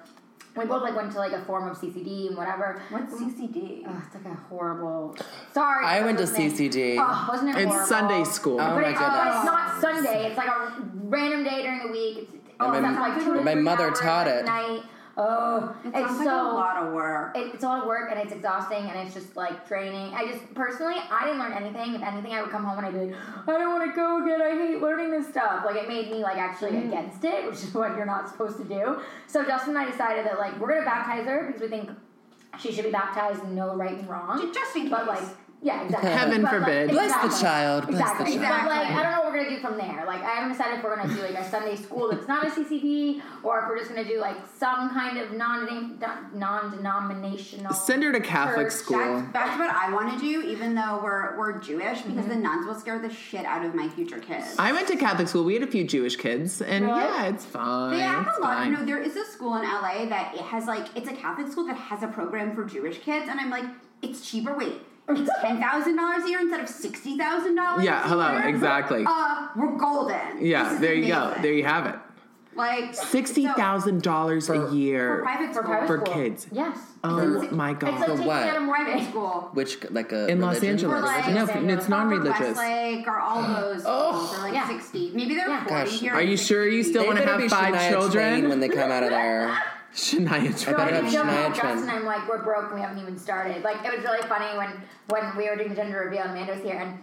Speaker 2: We both like went to like a form of CCD and whatever.
Speaker 1: What's CCD?
Speaker 2: Ugh, it's like a horrible. Sorry,
Speaker 3: I
Speaker 2: for
Speaker 3: went to
Speaker 2: listening.
Speaker 3: CCD.
Speaker 2: Oh, wasn't it horrible?
Speaker 5: It's Sunday school.
Speaker 3: Oh
Speaker 2: But
Speaker 3: my
Speaker 2: it- oh,
Speaker 3: goodness.
Speaker 2: it's not Sunday. It's like a random day during the week. It's, oh,
Speaker 3: my-
Speaker 2: that's like two to
Speaker 3: my
Speaker 2: three
Speaker 3: mother
Speaker 2: hours
Speaker 3: taught
Speaker 2: at
Speaker 3: it.
Speaker 2: Night. Oh,
Speaker 1: It sounds
Speaker 2: it's
Speaker 1: like
Speaker 2: so
Speaker 1: a lot of work.
Speaker 2: it- it's a lot of work and it's exhausting and it's just like draining. I just personally, I didn't learn anything. If anything, I would come home and I'd be like, I don't want to go again. I hate learning this stuff. Like it made me like actually
Speaker 1: Mm-hmm.
Speaker 2: against it, which is what you're not supposed to do. So Justin and I decided that like we're gonna baptize her because we think she should be baptized and know right and wrong.
Speaker 1: Ju- just in
Speaker 2: but
Speaker 1: case.
Speaker 2: like yeah, exactly.
Speaker 5: Heaven
Speaker 2: But, like,
Speaker 5: forbid. Bless
Speaker 3: the
Speaker 2: exactly.
Speaker 3: child, bless the
Speaker 2: exactly.
Speaker 1: child.
Speaker 2: But like
Speaker 1: Exactly.
Speaker 2: I don't know what we're gonna do from there. Like I haven't decided if we're gonna do like a Sunday school that's not a CCP, or if we're just gonna do like some kind of non non denominational.
Speaker 5: Send her to Catholic school.
Speaker 1: That's, that's what I want to do, even though we're we're Jewish, because the nuns will scare the shit out of my future kids.
Speaker 5: I went to Catholic school. We had a few Jewish kids, and
Speaker 2: Really?
Speaker 5: yeah, it's fine.
Speaker 1: they have
Speaker 5: it's
Speaker 1: a lot.
Speaker 5: fine.
Speaker 1: You know, there is a school in LA that it has like it's a Catholic school that has a program for Jewish kids, and I'm like, it's cheaper. Wait, it's ten thousand dollars a year instead of sixty thousand dollars.
Speaker 5: yeah, hello, exactly.
Speaker 1: Uh, we're golden.
Speaker 5: yeah,
Speaker 1: This is
Speaker 5: there you go.
Speaker 1: amazing.
Speaker 5: There you have it.
Speaker 1: Like
Speaker 4: Sixty thousand dollars a
Speaker 1: so, for
Speaker 4: year
Speaker 1: private
Speaker 2: for
Speaker 1: school.
Speaker 2: private
Speaker 4: for
Speaker 2: school.
Speaker 4: kids.
Speaker 2: Yes.
Speaker 4: Oh my
Speaker 2: It's like
Speaker 4: god!
Speaker 2: taking
Speaker 3: what?
Speaker 2: out of
Speaker 1: private
Speaker 2: private.
Speaker 1: school.
Speaker 3: Which like a
Speaker 5: in Los
Speaker 3: religion?
Speaker 5: Angeles.
Speaker 1: Like-
Speaker 5: no, it's non-religious.
Speaker 1: Like or all those schools are like
Speaker 2: Yeah.
Speaker 1: sixty. Maybe they're
Speaker 2: Yeah.
Speaker 1: forty.
Speaker 3: Gosh.
Speaker 1: Here
Speaker 5: Oh. Are you sure you still
Speaker 3: They
Speaker 5: want to
Speaker 3: better
Speaker 5: have
Speaker 3: be
Speaker 5: five
Speaker 3: Shania Twain
Speaker 5: children?
Speaker 3: when they come out of there.
Speaker 5: Shania
Speaker 3: I better have
Speaker 5: Twain.
Speaker 2: Like, you don't
Speaker 3: Shania
Speaker 2: know dress,
Speaker 3: Twain.
Speaker 2: and I'm like, we're broke, and we haven't even started. Like, it was really funny when when we were doing gender reveal, and Amanda was here, and.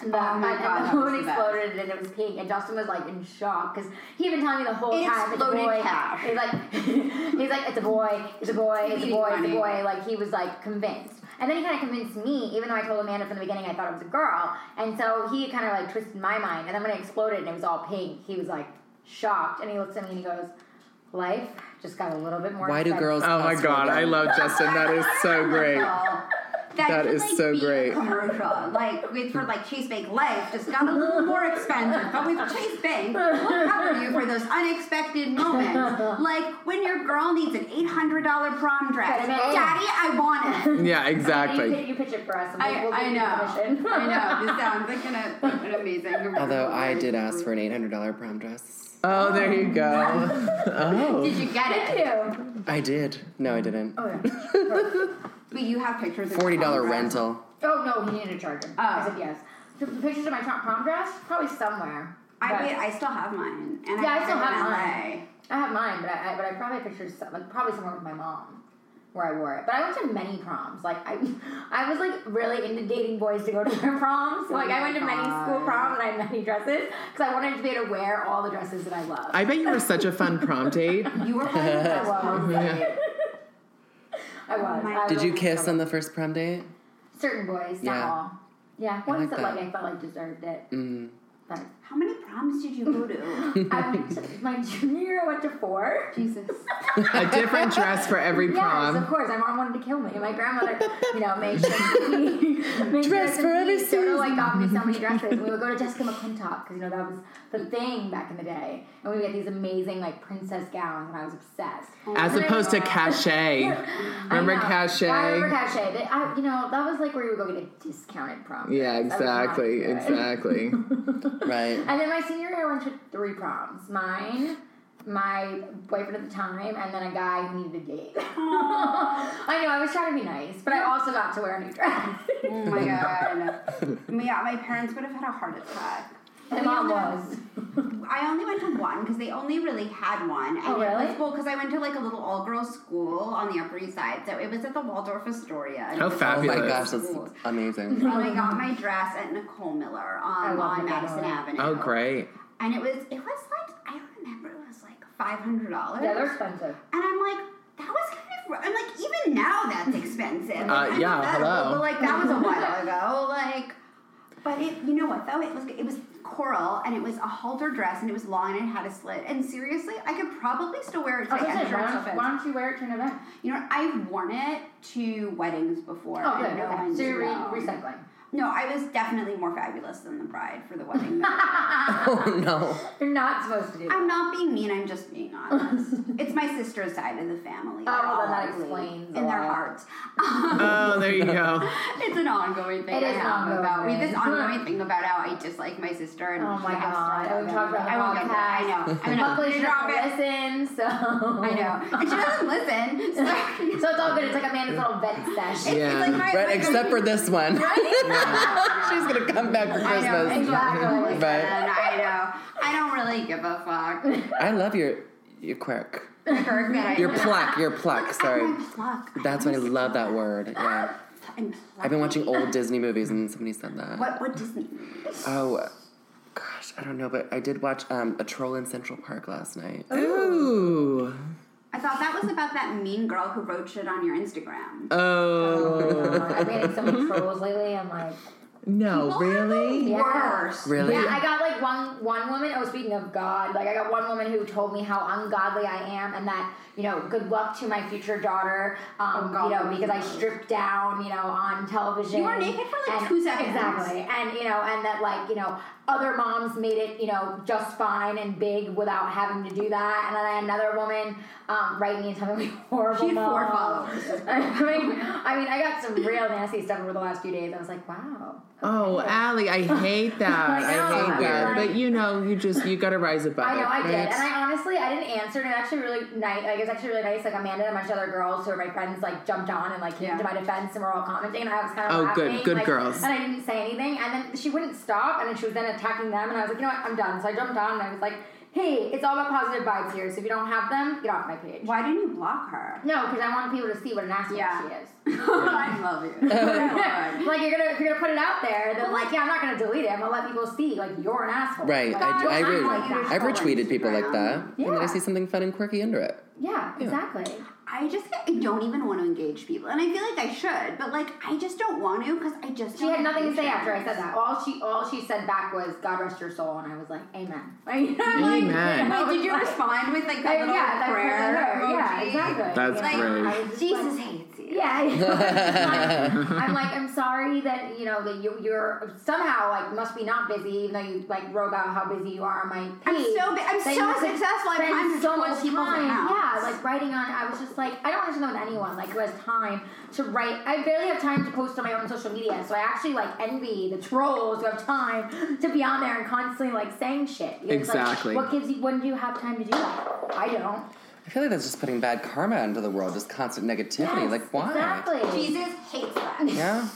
Speaker 2: And the,
Speaker 1: Oh my
Speaker 2: and,
Speaker 1: God,
Speaker 2: and
Speaker 1: that
Speaker 2: the
Speaker 1: was
Speaker 2: moon
Speaker 1: the best.
Speaker 2: exploded and it was pink and Justin was like in shock because he had been telling me the whole
Speaker 1: It
Speaker 2: time it's a
Speaker 1: exploded
Speaker 2: boy.
Speaker 1: cash.
Speaker 2: He's like he's like it's a boy, it's a boy, it's a
Speaker 1: Bleeding
Speaker 2: boy, it's a
Speaker 1: money.
Speaker 2: boy. Like he was like convinced, and then he kind of convinced me, even though I told Amanda from the beginning I thought it was a girl, and so he kind of like twisted my mind. And then when it exploded and it was all pink, he was like shocked, and he looks at me and he goes, "Life just got a little bit more."
Speaker 3: Why do
Speaker 2: expensive."
Speaker 3: girls?
Speaker 5: Oh my
Speaker 3: cost more
Speaker 5: god,
Speaker 3: than-
Speaker 5: I love Justin. That is so great.
Speaker 1: That,
Speaker 5: That
Speaker 1: could,
Speaker 5: is
Speaker 1: like,
Speaker 5: so
Speaker 1: be a
Speaker 5: great.
Speaker 1: Commercial, like with for like Chase Bank Life, just got a little more expensive. But with Chase Bank, we'll cover you for those unexpected moments, like when your girl needs an eight hundred dollar prom dress.
Speaker 2: Wait a
Speaker 1: Daddy,
Speaker 5: Oh.
Speaker 2: minute.
Speaker 1: I want it.
Speaker 5: Yeah,
Speaker 2: You,
Speaker 5: exactly.
Speaker 2: pitch, you pitch it for us. And
Speaker 1: I,
Speaker 2: we'll
Speaker 1: I
Speaker 2: give you
Speaker 1: know.
Speaker 2: permission.
Speaker 1: I know. This sounds like an, an amazing.
Speaker 3: Although I did
Speaker 1: commercial.
Speaker 3: ask for an eight hundred dollar prom dress.
Speaker 5: Oh, there you go. Oh.
Speaker 1: Did you get it?
Speaker 2: Thank you.
Speaker 3: I did. No, I didn't.
Speaker 2: Oh, yeah.
Speaker 1: But you have pictures. of your
Speaker 3: Forty dollar
Speaker 1: prom dress.
Speaker 3: rental.
Speaker 2: oh no, he needed a charger. I said yes. The the pictures of my Trump prom dress? Probably somewhere.
Speaker 1: I
Speaker 2: But-
Speaker 1: wait, I still have mine, and
Speaker 2: Yeah,
Speaker 1: I,
Speaker 2: I still
Speaker 1: live in
Speaker 2: have
Speaker 1: LA.
Speaker 2: mine. I have mine, but I, I but I probably have pictures some, like, probably somewhere with my mom where I wore it. But I went to many proms. Like I, I was like really into dating boys to go to their proms. Like I went to many school proms and I had many dresses because I wanted to be able to wear all the dresses that I love.
Speaker 5: I bet you were such a fun prom date.
Speaker 1: You were probably the
Speaker 2: I
Speaker 1: best
Speaker 2: was.
Speaker 5: Yeah.
Speaker 2: I was.
Speaker 1: Oh my-
Speaker 2: I
Speaker 3: Did you
Speaker 2: was
Speaker 3: kiss
Speaker 2: so-
Speaker 3: on the first prom date?
Speaker 2: certain boys? Not
Speaker 3: Yeah.
Speaker 2: all. Yeah, ones
Speaker 3: like
Speaker 2: that,
Speaker 3: that.
Speaker 2: like I felt like deserved it.
Speaker 3: Mm.
Speaker 2: But
Speaker 1: How many proms did you go to?
Speaker 2: I went to my junior year. I went to four.
Speaker 1: Jesus.
Speaker 5: A different dress for every
Speaker 2: Yes, of
Speaker 5: prom.
Speaker 2: course. My mom wanted to kill me. My grandmother, you know, made sure made
Speaker 3: Dress
Speaker 2: sure
Speaker 3: for every
Speaker 2: Soto like got me so many dresses. We would go to Jessica McClintock because you know that was the thing back in the day, and we would get these amazing like princess gowns, and I was obsessed.
Speaker 5: As
Speaker 2: And I
Speaker 5: opposed to
Speaker 2: remember-
Speaker 5: cachet.
Speaker 2: I
Speaker 5: Remember
Speaker 2: know.
Speaker 5: cachet?
Speaker 2: Yeah, I remember cachet. They- I- you know, that was like where you would go get a discounted prom.
Speaker 5: Yeah,
Speaker 2: dress. That was not
Speaker 5: exactly,
Speaker 2: good.
Speaker 5: exactly.
Speaker 3: Right.
Speaker 2: And then my senior year, I went to three proms. Mine, my boyfriend at the time, and then a guy who needed a date. I know, I was trying to be nice, but I also got to wear a new dress.
Speaker 5: Mm.
Speaker 1: Oh my god. Yeah, my parents would have had a heart attack.
Speaker 2: My mom was.
Speaker 1: I only went to one because they only really had one. And
Speaker 2: Oh,
Speaker 1: it was-
Speaker 2: really?
Speaker 1: well, because I went to like a little all girls school on the Upper East Side. So it was at the Waldorf Astoria. and it
Speaker 5: How
Speaker 1: was
Speaker 3: Oh my
Speaker 5: Fabulous.
Speaker 3: gosh, that's
Speaker 1: schools.
Speaker 3: amazing.
Speaker 1: Um, I got my dress at Nicole Miller
Speaker 2: I
Speaker 1: on,
Speaker 2: love
Speaker 1: on
Speaker 2: Nicole
Speaker 1: Madison
Speaker 2: Miller.
Speaker 1: Avenue.
Speaker 5: Oh, great.
Speaker 1: And it was it was like I remember it was like five hundred dollars.
Speaker 2: Yeah, they're expensive.
Speaker 1: And I'm like, that was kind of. I'm like, even now that's expensive. Like,
Speaker 5: Uh,
Speaker 1: I know
Speaker 5: yeah,
Speaker 1: that,
Speaker 5: hello.
Speaker 1: But like that was a while ago. Like, but it. You know what though? It was it was coral and it was a halter dress and it was long and it had a slit. And seriously, I could probably still wear it
Speaker 2: I was
Speaker 1: today.
Speaker 2: gonna
Speaker 1: I'm
Speaker 2: say,
Speaker 1: sure
Speaker 2: why,
Speaker 1: it's
Speaker 2: don't,
Speaker 1: offensive.
Speaker 2: why don't you wear it to an event?
Speaker 1: You know, I've worn it to weddings before.
Speaker 2: Oh,
Speaker 1: and
Speaker 2: good.
Speaker 1: no
Speaker 2: Okay.
Speaker 1: one's
Speaker 2: So you're re-
Speaker 1: known.
Speaker 2: recycling.
Speaker 1: No, I was definitely more fabulous than the bride for the wedding.
Speaker 3: Oh no.
Speaker 2: You're not supposed to do that.
Speaker 1: I'm not being mean. I'm just being honest. it's my sister's side of the family.
Speaker 2: Oh,
Speaker 1: They're all
Speaker 2: then that
Speaker 1: ugly
Speaker 2: explains
Speaker 1: in
Speaker 2: a
Speaker 1: their
Speaker 2: lot.
Speaker 1: hearts. Um,
Speaker 5: Oh, there you go.
Speaker 1: it's an ongoing thing.
Speaker 2: It is
Speaker 1: I
Speaker 2: an
Speaker 1: have
Speaker 2: ongoing
Speaker 1: about we have this
Speaker 2: thing.
Speaker 1: ongoing thing about how I dislike my sister. And
Speaker 2: Oh my
Speaker 1: I've
Speaker 2: god.
Speaker 1: started
Speaker 2: And we talked about
Speaker 1: I won't get there. I know.
Speaker 2: the podcast.
Speaker 1: I'm not
Speaker 2: Luckily,
Speaker 1: going
Speaker 2: she
Speaker 1: to drop it.
Speaker 2: doesn't listen, so.
Speaker 1: I know, and she doesn't listen. So
Speaker 2: so it's all good. It's like Amanda's little vent session.
Speaker 5: Yeah.
Speaker 1: it's like my,
Speaker 3: Right,
Speaker 1: my-
Speaker 3: except for this one.
Speaker 1: I
Speaker 3: She's gonna come back for
Speaker 1: know
Speaker 3: Christmas.
Speaker 1: exactly.
Speaker 3: Right.
Speaker 1: I know. I don't really give a fuck.
Speaker 3: I love your your quirk.
Speaker 1: The quirk that I
Speaker 3: Your pluck, your pluck, sorry.
Speaker 1: My pluck.
Speaker 3: That's why I love that word. Yeah.
Speaker 1: I'm
Speaker 3: I've been watching old Disney movies and somebody said that.
Speaker 1: What what Disney?
Speaker 3: Oh gosh, I don't know, but I did watch um, a troll in Central Park last night.
Speaker 2: Oh,
Speaker 5: Ooh.
Speaker 1: I thought that was about that mean girl who wrote shit on your Instagram.
Speaker 5: Oh.
Speaker 2: I've been getting so many trolls lately. I'm like,
Speaker 5: No, really?
Speaker 2: Yeah.
Speaker 1: Worse.
Speaker 3: Really?
Speaker 2: Yeah, I got like one one woman. Oh, speaking of God, like I got one woman who told me how ungodly I am, and that you know, good luck to my future daughter. Um,
Speaker 1: Oh, God.
Speaker 2: you know, because I stripped down, you know, on television.
Speaker 1: You were naked for, like,
Speaker 2: And-
Speaker 1: two seconds.
Speaker 2: exactly, and you know, and that like you know, other moms made it, you know, just fine and big without having to do that. And then I had another woman um, write me and tell me I'm a horrible.
Speaker 1: She had four
Speaker 2: mom.
Speaker 1: followers.
Speaker 2: I mean, I mean, I got some real nasty stuff over the last few days. I was like, wow.
Speaker 5: Oh, Allie, I hate that.
Speaker 2: I know.
Speaker 5: I hate
Speaker 3: Weird.
Speaker 5: yeah, but you know, you just you gotta rise above.
Speaker 2: I know
Speaker 5: it,
Speaker 2: I did,
Speaker 5: right?
Speaker 2: and I honestly I didn't answer, and it actually really nice. Like it's actually really nice. Like Amanda and a bunch of other girls who are my friends like jumped on and like came
Speaker 1: Yeah.
Speaker 2: to my defense, and we're all commenting, and I was kind of
Speaker 5: Oh,
Speaker 2: laughing,
Speaker 5: good- good
Speaker 2: like,
Speaker 5: girls.
Speaker 2: And I didn't say anything, and then she wouldn't stop, and then she was then attacking them, and I was like, you know what, I'm done. So I jumped on, and I was like, hey, it's all about positive vibes here. So if you don't have them, get off my page.
Speaker 1: Why didn't you block her?
Speaker 2: No, because I want people to see what an asshole
Speaker 1: Yeah.
Speaker 2: she is.
Speaker 1: I love you. Come on.
Speaker 2: like you're gonna if you're gonna put it out there, then like yeah, I'm not gonna delete it. I'm gonna let people see like you're an asshole.
Speaker 3: Right.
Speaker 2: Like,
Speaker 3: I, do, I,
Speaker 2: don't act
Speaker 3: re-
Speaker 2: like that.
Speaker 3: I've retweeted people like that. And then I
Speaker 2: Yeah.
Speaker 3: see something fun and quirky under it.
Speaker 2: yeah, exactly.
Speaker 1: I just I don't even want to engage people, and I feel like I should, but like I just don't want to because I just
Speaker 2: She
Speaker 1: don't
Speaker 2: had nothing to say
Speaker 1: engage
Speaker 2: after I
Speaker 1: them.
Speaker 2: said that. All she all she said back was God rest your soul, and I was like Amen. Like, like,
Speaker 5: Amen.
Speaker 2: I
Speaker 1: Like,
Speaker 2: was
Speaker 1: did you
Speaker 2: like-
Speaker 1: respond with like
Speaker 2: I-
Speaker 1: that little
Speaker 2: yeah, that
Speaker 1: prayer?
Speaker 2: prayer. Yeah,
Speaker 1: emoji?
Speaker 2: exactly.
Speaker 5: That's
Speaker 2: yeah.
Speaker 5: brave.
Speaker 2: I was just
Speaker 1: Jesus
Speaker 2: like-
Speaker 1: hates you.
Speaker 2: Yeah, yeah. I'm like, I'm sorry that you know that you, you're somehow like must be not busy, even though you like wrote about how busy you are on my
Speaker 1: I'm
Speaker 2: page.
Speaker 1: so bu- I'm
Speaker 2: that
Speaker 1: so
Speaker 2: you could
Speaker 1: successful, I
Speaker 2: spend
Speaker 1: climbed
Speaker 2: so
Speaker 1: to
Speaker 2: much
Speaker 1: 12 people's
Speaker 2: time.
Speaker 1: accounts.
Speaker 2: Yeah, like writing on. I was just like, I don't understand with anyone like who has time to write. I barely have time to post on my own social media, so I actually like envy the trolls who have time to be on there and constantly like saying shit. It's like,
Speaker 5: Exactly.
Speaker 2: what gives you? When do you have time to do that? I don't.
Speaker 3: I feel like that's just putting bad karma into the world, just constant negativity.
Speaker 2: Yes,
Speaker 3: like, why?
Speaker 2: Exactly.
Speaker 1: Jesus hates that.
Speaker 3: Yeah.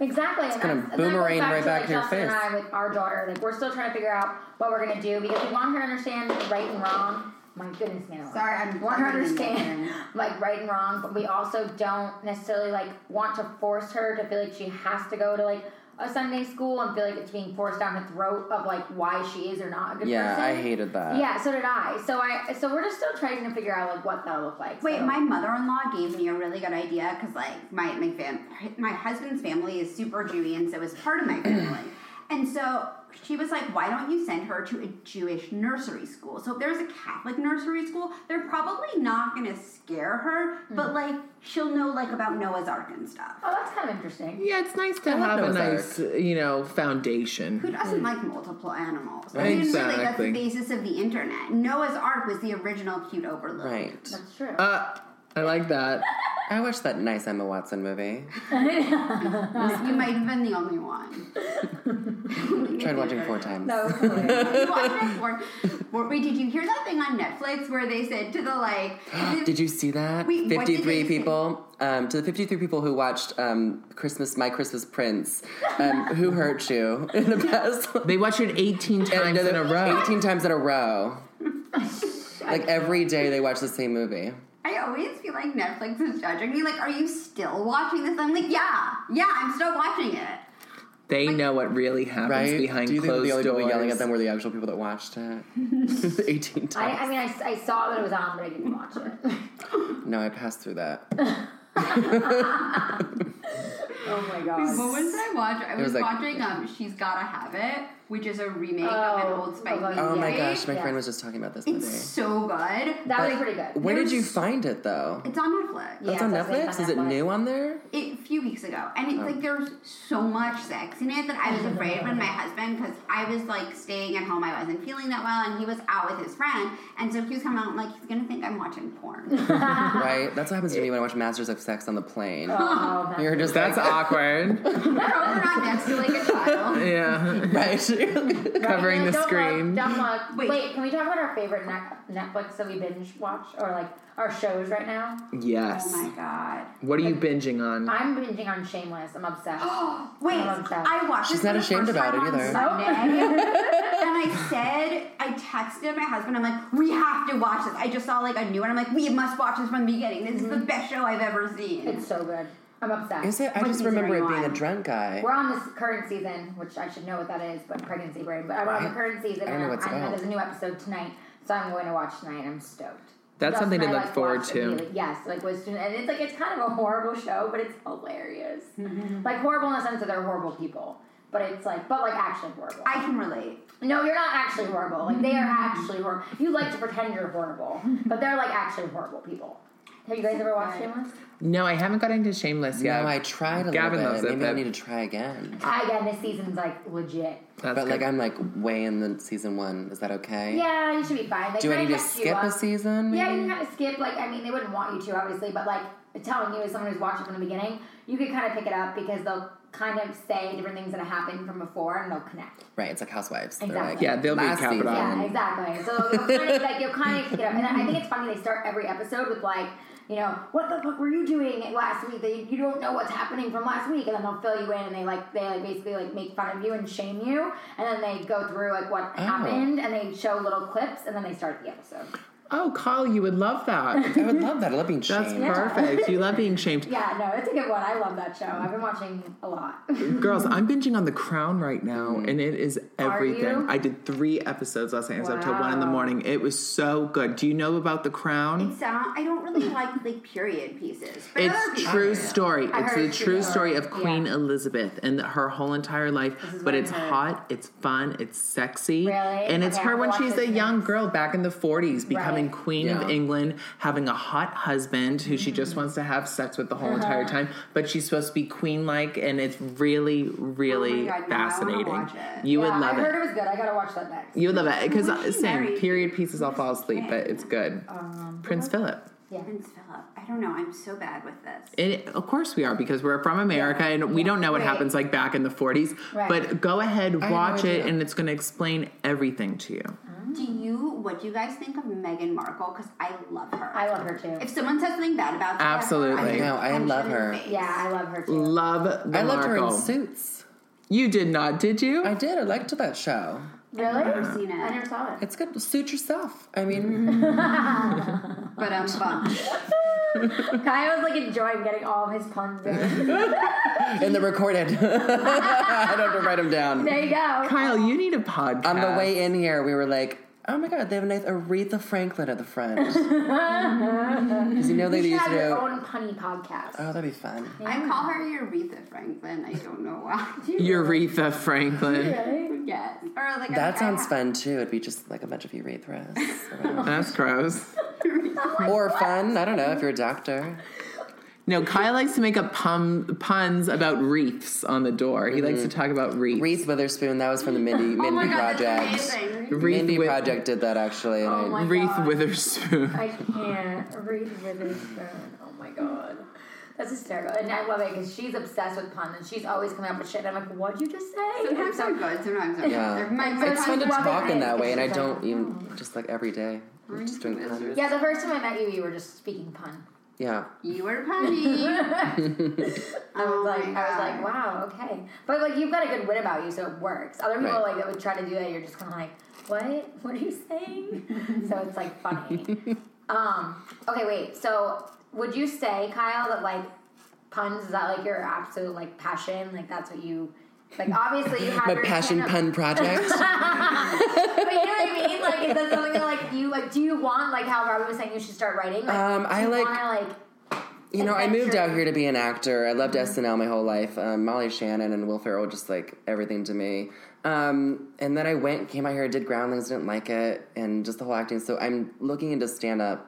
Speaker 2: Exactly. It's
Speaker 3: gonna boomerang right back to your
Speaker 2: And
Speaker 3: face.
Speaker 2: I with our daughter, like we're still trying to figure out what we're gonna do because we want her to understand right and wrong. My goodness, man.
Speaker 1: Sorry, I'm
Speaker 2: We want her to
Speaker 1: plugging in
Speaker 2: understand
Speaker 1: again.
Speaker 2: like right and wrong, but we also don't necessarily like want to force her to feel like she has to go to like a Sunday school and feel like it's being forced down her throat of like why she is or not a good
Speaker 3: Yeah,
Speaker 2: person.
Speaker 3: I hated that.
Speaker 2: Yeah, so did I. So I so we're just still trying to figure out like what that'll look like.
Speaker 1: Wait,
Speaker 2: so.
Speaker 1: my mother-in-law gave me a really good idea because, like, my my fam- my husband's family is super Jewy, and so it's part of my family. and so she was like, "Why don't you send her to a Jewish nursery school? So if there's a Catholic nursery school, they're probably not going to scare her, but like she'll know like about Noah's Ark and stuff.
Speaker 2: Oh, that's kind of interesting.
Speaker 5: yeah, it's nice to
Speaker 3: love
Speaker 5: have a
Speaker 3: Ozark.
Speaker 5: nice, you know,
Speaker 1: Who
Speaker 5: foundation.
Speaker 1: doesn't like multiple animals? I mean, really, that's the
Speaker 5: Exactly.
Speaker 1: basis of the internet. Noah's Ark was the original cute overlook.
Speaker 3: Right.
Speaker 2: That's true.
Speaker 5: Uh, I like that.
Speaker 3: I watched that nice Emma Watson movie.
Speaker 1: You might have been the only one.
Speaker 3: Tried watching four times.
Speaker 2: no, totally.
Speaker 1: You watched it for- for- Wait, did you hear that thing on Netflix where they said to the like?
Speaker 3: Did you see that?
Speaker 1: Wait, what did they
Speaker 3: 53
Speaker 1: say?
Speaker 3: people. Um, to the 53 people who watched um, Christmas, My Christmas Prince, um, Who Hurt You in the past.
Speaker 5: They watch it 18 times in a row.
Speaker 3: 18 times in a row. like every day they watch the same movie.
Speaker 1: I always feel like Netflix is judging me. Like, are you still watching this? I'm like, yeah, yeah, I'm still watching it.
Speaker 5: They know what really happens
Speaker 3: Right?
Speaker 5: behind
Speaker 3: Do you think that
Speaker 5: closed
Speaker 3: the only
Speaker 5: doors.
Speaker 3: people yelling at them were the actual people that watched it? 18 times.
Speaker 2: I, I mean, I, I saw that it was on, but I didn't watch it.
Speaker 3: no, I passed through that.
Speaker 2: oh my god.
Speaker 1: What was I watching? I was,
Speaker 3: was like-
Speaker 1: watching um, She's Gotta Have It, which is a remake of
Speaker 2: Oh,
Speaker 1: an old Spike
Speaker 2: oh my
Speaker 1: Lee
Speaker 3: Oh my
Speaker 1: movie.
Speaker 3: gosh, my
Speaker 2: Yeah.
Speaker 3: friend was just talking about this movie.
Speaker 1: It's so good.
Speaker 2: That was pretty good.
Speaker 3: Where did
Speaker 1: there's-
Speaker 3: you find it though?
Speaker 1: It's on Netflix.
Speaker 2: Yeah,
Speaker 3: it's on
Speaker 2: so it's
Speaker 3: Netflix?
Speaker 2: on
Speaker 3: Is it
Speaker 2: Netflix.
Speaker 3: new on there?
Speaker 1: a few weeks ago, and it's
Speaker 3: Oh.
Speaker 1: like there's so much sex in it that I was afraid when my husband, because I was like staying at home, I wasn't feeling that well, and he was out with his friend, and so he was coming out like he's gonna think I'm watching porn.
Speaker 3: right? That's what happens to me when I watch Masters of Sex on the plane.
Speaker 2: Oh,
Speaker 3: You're just
Speaker 5: That's
Speaker 3: like,
Speaker 5: awkward.
Speaker 1: We're not next to like a child.
Speaker 5: Yeah.
Speaker 3: right?
Speaker 2: that's-
Speaker 5: Covering
Speaker 2: Right,
Speaker 5: the
Speaker 2: don't look,
Speaker 5: screen.
Speaker 2: don't look.
Speaker 1: Wait.
Speaker 2: Wait. can we talk about our favorite net- Netflix that we binge watch or like our shows right now?
Speaker 5: Yes.
Speaker 1: Oh my god.
Speaker 5: What are you binging on?
Speaker 2: I'm binging on Shameless. I'm obsessed.
Speaker 1: Wait,
Speaker 2: I love that.
Speaker 1: I watched.
Speaker 3: She's
Speaker 1: this
Speaker 3: not
Speaker 1: for the
Speaker 3: ashamed
Speaker 1: first
Speaker 3: about
Speaker 1: time
Speaker 3: it
Speaker 1: on
Speaker 3: either.
Speaker 1: Sunday, and I said, I texted my husband. I'm like, we have to watch this. I just saw like a new one. I'm like, we must watch this from the beginning. This is the best show I've ever seen.
Speaker 2: Mm-hmm. it's so good. I'm obsessed.
Speaker 3: Is it? I
Speaker 1: What
Speaker 3: just
Speaker 1: season are
Speaker 3: remember
Speaker 1: you
Speaker 3: it being a
Speaker 1: on?
Speaker 3: drunk guy.
Speaker 2: We're on this current season, which I should know what that is, but pregnancy brain. But I'm on the
Speaker 3: Right.
Speaker 2: current season,
Speaker 3: I don't know
Speaker 2: and
Speaker 3: what it's
Speaker 2: I know
Speaker 3: about.
Speaker 2: there's a new episode tonight, so I'm going to watch tonight. I'm stoked.
Speaker 5: That's
Speaker 2: Justin
Speaker 5: something to
Speaker 2: and I,
Speaker 5: look
Speaker 2: like,
Speaker 5: forward
Speaker 2: watched
Speaker 5: to.
Speaker 2: immediately- Yes, like was and it's like it's kind of a horrible show, but it's hilarious.
Speaker 3: Mm-hmm.
Speaker 2: Like horrible in the sense that they're horrible people, but it's like but like actually horrible.
Speaker 1: I can relate.
Speaker 2: no, you're not actually horrible. Like they are actually horrible. You like to pretend you're horrible, but they're like actually horrible people. Have you guys ever watched Shameless?
Speaker 5: No, I haven't got into Shameless yet.
Speaker 3: No, I tried a
Speaker 5: Gavin
Speaker 3: little
Speaker 5: loves
Speaker 3: bit.
Speaker 5: it,
Speaker 3: Maybe I
Speaker 5: babe.
Speaker 3: need to try again.
Speaker 2: Again, this season's like legit.
Speaker 5: That's
Speaker 3: but like
Speaker 5: good.
Speaker 3: I'm like way in the season one. Is that okay?
Speaker 2: Yeah, you should be fine. They
Speaker 3: Do
Speaker 2: try
Speaker 3: I need
Speaker 2: to
Speaker 3: to
Speaker 2: mess you
Speaker 3: skip
Speaker 2: up.
Speaker 3: a season?
Speaker 2: Yeah,
Speaker 3: maybe?
Speaker 2: you can kind of skip. Like, I mean, they wouldn't want you to, obviously, but like, telling you as someone who's watched it from the beginning, you could kind of pick it up because they'll kind of say different things that have happened from before and they'll connect.
Speaker 3: Right, it's like Housewives. They're
Speaker 2: Exactly.
Speaker 3: like,
Speaker 5: Yeah, they'll
Speaker 3: last
Speaker 5: recap it all.
Speaker 2: Yeah,
Speaker 3: season.
Speaker 2: exactly. So you'll kind of like you'll kind of pick it up, and I think it's funny they start every episode with like. You know what the fuck were you doing last week? That you- you don't know what's happening from last week, and then they'll fill you in, and they like they like basically like make fun of you and shame you, and then they go through like what happened, and they show little clips, and then they start the episode.
Speaker 5: Oh, Kyle, you would love that.
Speaker 3: I would love that. I love being
Speaker 5: That's
Speaker 3: shamed.
Speaker 5: perfect. You love being shamed.
Speaker 2: Yeah, no, it's a good one. I love that show. I've been watching a lot.
Speaker 5: Girls, I'm binging on The Crown right now, and it is
Speaker 2: Mm-hmm. you?
Speaker 5: everything. I did three episodes last night. I was up till one in the
Speaker 2: Wow.
Speaker 5: morning. It was so good. Do you know about The Crown?
Speaker 1: So uh, I don't really like like period pieces. But other
Speaker 5: It's
Speaker 1: people
Speaker 5: true
Speaker 1: do.
Speaker 5: story.
Speaker 2: I
Speaker 5: it's
Speaker 2: heard
Speaker 5: the
Speaker 2: it's
Speaker 5: true
Speaker 2: true
Speaker 5: story
Speaker 2: story.
Speaker 5: of Queen
Speaker 2: Yeah.
Speaker 5: Elizabeth and her whole entire life.
Speaker 2: is
Speaker 5: But
Speaker 2: what I
Speaker 5: it's
Speaker 2: heard.
Speaker 5: hot, it's fun, it's sexy,
Speaker 2: Really?
Speaker 5: and it's
Speaker 2: Okay,
Speaker 5: her
Speaker 2: I'll
Speaker 5: when
Speaker 2: watch
Speaker 5: she's a
Speaker 2: this
Speaker 5: young
Speaker 2: next.
Speaker 5: girl back in the forties, becoming
Speaker 2: Right.
Speaker 5: Queen of
Speaker 3: Yeah.
Speaker 5: England, having a hot husband who she
Speaker 2: Mm-hmm.
Speaker 5: just wants to have sex with the
Speaker 2: Uh-huh.
Speaker 5: whole entire time. But she's supposed to be queen like, and it's really,
Speaker 2: Oh
Speaker 1: God,
Speaker 5: really
Speaker 1: no, I wanna
Speaker 5: fascinating.
Speaker 1: watch it.
Speaker 5: You
Speaker 2: Yeah,
Speaker 5: would love
Speaker 2: I heard
Speaker 5: it.
Speaker 2: it was good. I gotta watch that next.
Speaker 5: You would love it because
Speaker 1: When she
Speaker 5: same
Speaker 1: married-
Speaker 5: period pieces, I'll fall asleep, but it's good.
Speaker 2: Uh-huh.
Speaker 5: Prince Philip.
Speaker 2: Um, Yeah.
Speaker 1: Prince Philip. I don't know. I'm so bad with this.
Speaker 5: It, of course we are because we're from America and we don't know what
Speaker 2: Right.
Speaker 5: happens like back in the 40s.
Speaker 2: Right.
Speaker 5: But go ahead,
Speaker 3: no
Speaker 5: watch it,
Speaker 3: idea.
Speaker 5: and it's going to explain everything to you.
Speaker 1: Do you? What do you guys think of Meghan Markle? Because I love her.
Speaker 2: I love her too.
Speaker 1: if someone says something bad about her,
Speaker 5: Absolutely.
Speaker 3: I know, I
Speaker 1: punch
Speaker 3: love
Speaker 1: them in
Speaker 3: her.
Speaker 1: the face.
Speaker 2: Yeah, I love her too.
Speaker 5: Love the
Speaker 3: I loved her in
Speaker 5: Markle.
Speaker 3: Suits.
Speaker 5: You did not, did you?
Speaker 3: I did. I liked that show.
Speaker 2: Really?
Speaker 1: I've seen
Speaker 2: I
Speaker 1: it,
Speaker 2: never saw it.
Speaker 3: It's good. Suit yourself. I mean,
Speaker 1: but I'm bummed.
Speaker 2: Kyle was like enjoying getting all of his puns in.
Speaker 3: in the recorded. I don't have to write them down.
Speaker 2: Mm-hmm. there you go.
Speaker 5: Kyle, you need a podcast.
Speaker 3: On the way in here, we were like, oh my god, they have a nice Aretha Franklin at the front. Because you know they
Speaker 2: She
Speaker 3: used
Speaker 2: has
Speaker 3: to
Speaker 2: her
Speaker 3: do.
Speaker 2: own punny podcast.
Speaker 3: Oh, that'd be fun.
Speaker 1: I call her Aretha Franklin. I don't know why.
Speaker 5: Aretha Franklin.
Speaker 2: Really?
Speaker 1: yes. Or like
Speaker 3: That
Speaker 1: I-
Speaker 3: sounds
Speaker 1: I-
Speaker 3: fun too. It'd be just like a bunch of urethras. around.
Speaker 5: That's gross.
Speaker 3: or fun. I don't know if you're a doctor.
Speaker 5: No, Kyle likes to make up pum, puns about reefs on the door. He likes to
Speaker 3: Mm-hmm.
Speaker 5: talk about reefs.
Speaker 3: Reese Witherspoon. That was from the Mindy
Speaker 1: Oh my
Speaker 3: Mindy
Speaker 1: god, that's
Speaker 3: Project.
Speaker 1: amazing.
Speaker 5: Reef
Speaker 3: Mindy
Speaker 5: with-
Speaker 3: Project did that actually. and
Speaker 2: Oh
Speaker 3: I-
Speaker 2: my
Speaker 5: Reef
Speaker 2: God.
Speaker 5: Witherspoon.
Speaker 2: I can't read Witherspoon. Oh my god. That's hysterical. And I love it because she's obsessed with puns and she's always coming up with shit. I'm like, what'd you just say?
Speaker 1: Sometimes I'm good. Sometimes I'm
Speaker 3: Yeah.
Speaker 1: bad. My, my
Speaker 3: It's fun to
Speaker 1: puns-
Speaker 2: Well,
Speaker 3: talk in
Speaker 2: because
Speaker 3: that way, and I
Speaker 2: she's
Speaker 3: don't
Speaker 2: like,
Speaker 3: even just like every day. I'm just doing puns.
Speaker 2: Yeah, the first time I met you, you were just speaking pun.
Speaker 3: Yeah.
Speaker 1: You were punny.
Speaker 2: I was
Speaker 1: Oh
Speaker 2: like,
Speaker 1: my
Speaker 2: I
Speaker 1: God.
Speaker 2: was like, wow, okay. But like, you've got a good wit about you, so it works. Other people
Speaker 3: Right.
Speaker 2: like that would try to do that. You're just kind of like, what? What are you saying? so it's like funny. um. Okay, wait. So would you say, Kyle, that like puns is that like your absolute like passion? Like that's what you like. Obviously, you have
Speaker 3: My
Speaker 2: your
Speaker 3: passion
Speaker 2: stand-up-
Speaker 3: pun project.
Speaker 2: But you know what I mean? Like, is that something that like you like? Do you want like how Robin was saying you should start writing? Like,
Speaker 3: Um,
Speaker 2: do
Speaker 3: I
Speaker 2: you
Speaker 3: like-
Speaker 2: Wanna, like
Speaker 3: You know, I moved
Speaker 2: adventure.
Speaker 3: out here to be an actor. I loved SNL my whole life. Um, Molly Shannon and Will Ferrell just like everything to me. Um, and then I went, came out here, did Groundlings, didn't like it, and just the whole acting. So I'm looking into stand up.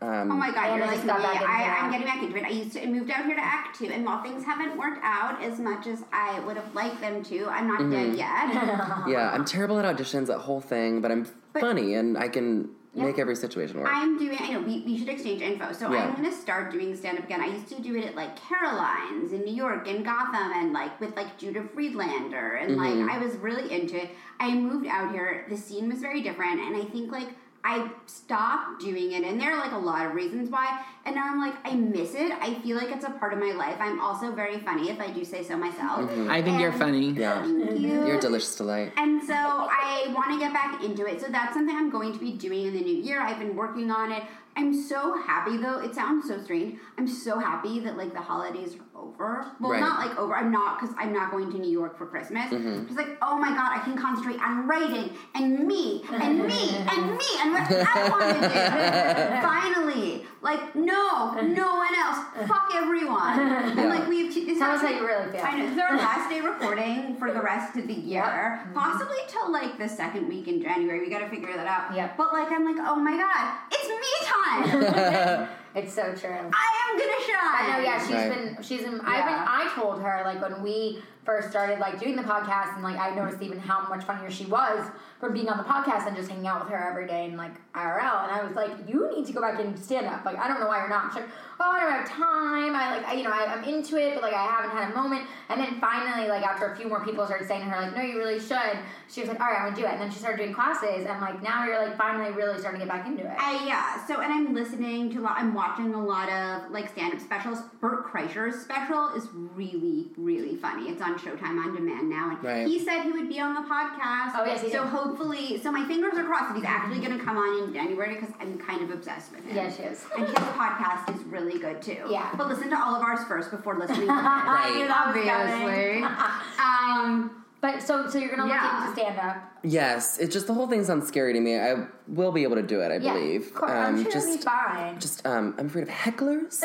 Speaker 3: Um,
Speaker 1: Oh my god,
Speaker 2: And
Speaker 1: you're
Speaker 2: I
Speaker 1: like
Speaker 2: just
Speaker 1: me.
Speaker 2: got back into
Speaker 1: I,
Speaker 2: that.
Speaker 1: I'm getting back into it. I used to I moved out here to act two, and while things haven't worked out as much as I would have liked them to, I'm not
Speaker 2: Mm-hmm.
Speaker 1: dead yet.
Speaker 2: Uh-huh.
Speaker 3: yeah, I'm terrible at auditions, that whole thing, but I'm funny and I can make every situation work.
Speaker 1: I'm doing. I know we, we should exchange info. So
Speaker 3: Yeah.
Speaker 1: I'm gonna start doing stand up again. I used to do it at like Caroline's in New York and Gotham, and like with like Judah Friedlander, and
Speaker 3: Mm-hmm.
Speaker 1: like I was really into it. I moved out here. The scene was very different, and I think like. I stopped doing it, and there are like a lot of reasons why. And now I'm like, I miss it. I feel like it's a part of my life. I'm also very funny, if I do say so myself.
Speaker 5: I think you're
Speaker 1: And-
Speaker 5: funny.
Speaker 3: yeah.
Speaker 1: Thank you.
Speaker 3: Mm-hmm. You're a delicious delight.
Speaker 1: And so I want to get back into it. So that's something I'm going to be doing in the new year. I've been working on it. I'm so happy though. It sounds so strange. I'm so happy that like the holidays are over. Well,
Speaker 3: Right.
Speaker 1: not like over. I'm not because I'm not going to New York for Christmas.
Speaker 2: Mm-hmm.
Speaker 1: It's like, oh my god, I can concentrate on writing and me and me and me and what I want to do. Finally, like no, no one else. Fuck everyone. And like we have. T- this
Speaker 2: Tell
Speaker 1: has
Speaker 2: us
Speaker 1: to
Speaker 2: how
Speaker 1: be-
Speaker 2: you really feel.
Speaker 1: I know. This is our last day recording for the rest of the year,
Speaker 2: Mm-hmm.
Speaker 1: possibly till like the second week in January. We got to figure that out.
Speaker 2: Yep.
Speaker 1: But like, I'm like, oh my god, it's me time.
Speaker 2: It's so true.
Speaker 1: I am I'm gonna shine.
Speaker 2: I know, yeah, she's
Speaker 3: Right.
Speaker 2: been, she's been, I've been,
Speaker 1: Yeah.
Speaker 2: I told her, like, when we first started, like, doing the podcast, and, like, I noticed even how much funnier she was from being on the podcast and just hanging out with her every day and, like, IRL, and I was like, you need to go back and stand up, like, I don't know why you're not, she's like, oh, I don't have time, I, like, I, you know, I, I'm into it, but, like, I haven't had a moment, and then finally, like, after a few more people started saying to her, like, no, you really should, she was like, all right, I'm gonna do it, and then she started doing classes, and, like, now you're, like, finally really starting to get back into it.
Speaker 1: I yeah. So and I'm listening to a lot. I'm watching a lot of like stand-up specials. Bert Kreischer's special is really really funny. It's on Showtime on demand now, and
Speaker 3: Right.
Speaker 1: he said he would be on the podcast.
Speaker 2: Oh, yes, he
Speaker 1: So
Speaker 2: did.
Speaker 1: hopefully, so my fingers are crossed that he's actually going to come on in January because I'm kind of obsessed with him.
Speaker 2: yeah, she is.
Speaker 1: And his podcast is really good too.
Speaker 2: Yeah.
Speaker 1: But listen to all of ours first before listening. to his.
Speaker 2: I knew that was
Speaker 1: Obviously.
Speaker 2: coming.
Speaker 1: um,
Speaker 2: But so, so you're gonna
Speaker 1: Yeah.
Speaker 2: look into stand up.
Speaker 3: Yes, it's just the whole thing sounds scary to me. I will be able to do it, I
Speaker 2: Yeah,
Speaker 3: believe. Um,
Speaker 2: Of course, I'm sure it'll be
Speaker 3: just,
Speaker 2: fine.
Speaker 3: just um, I'm afraid of hecklers.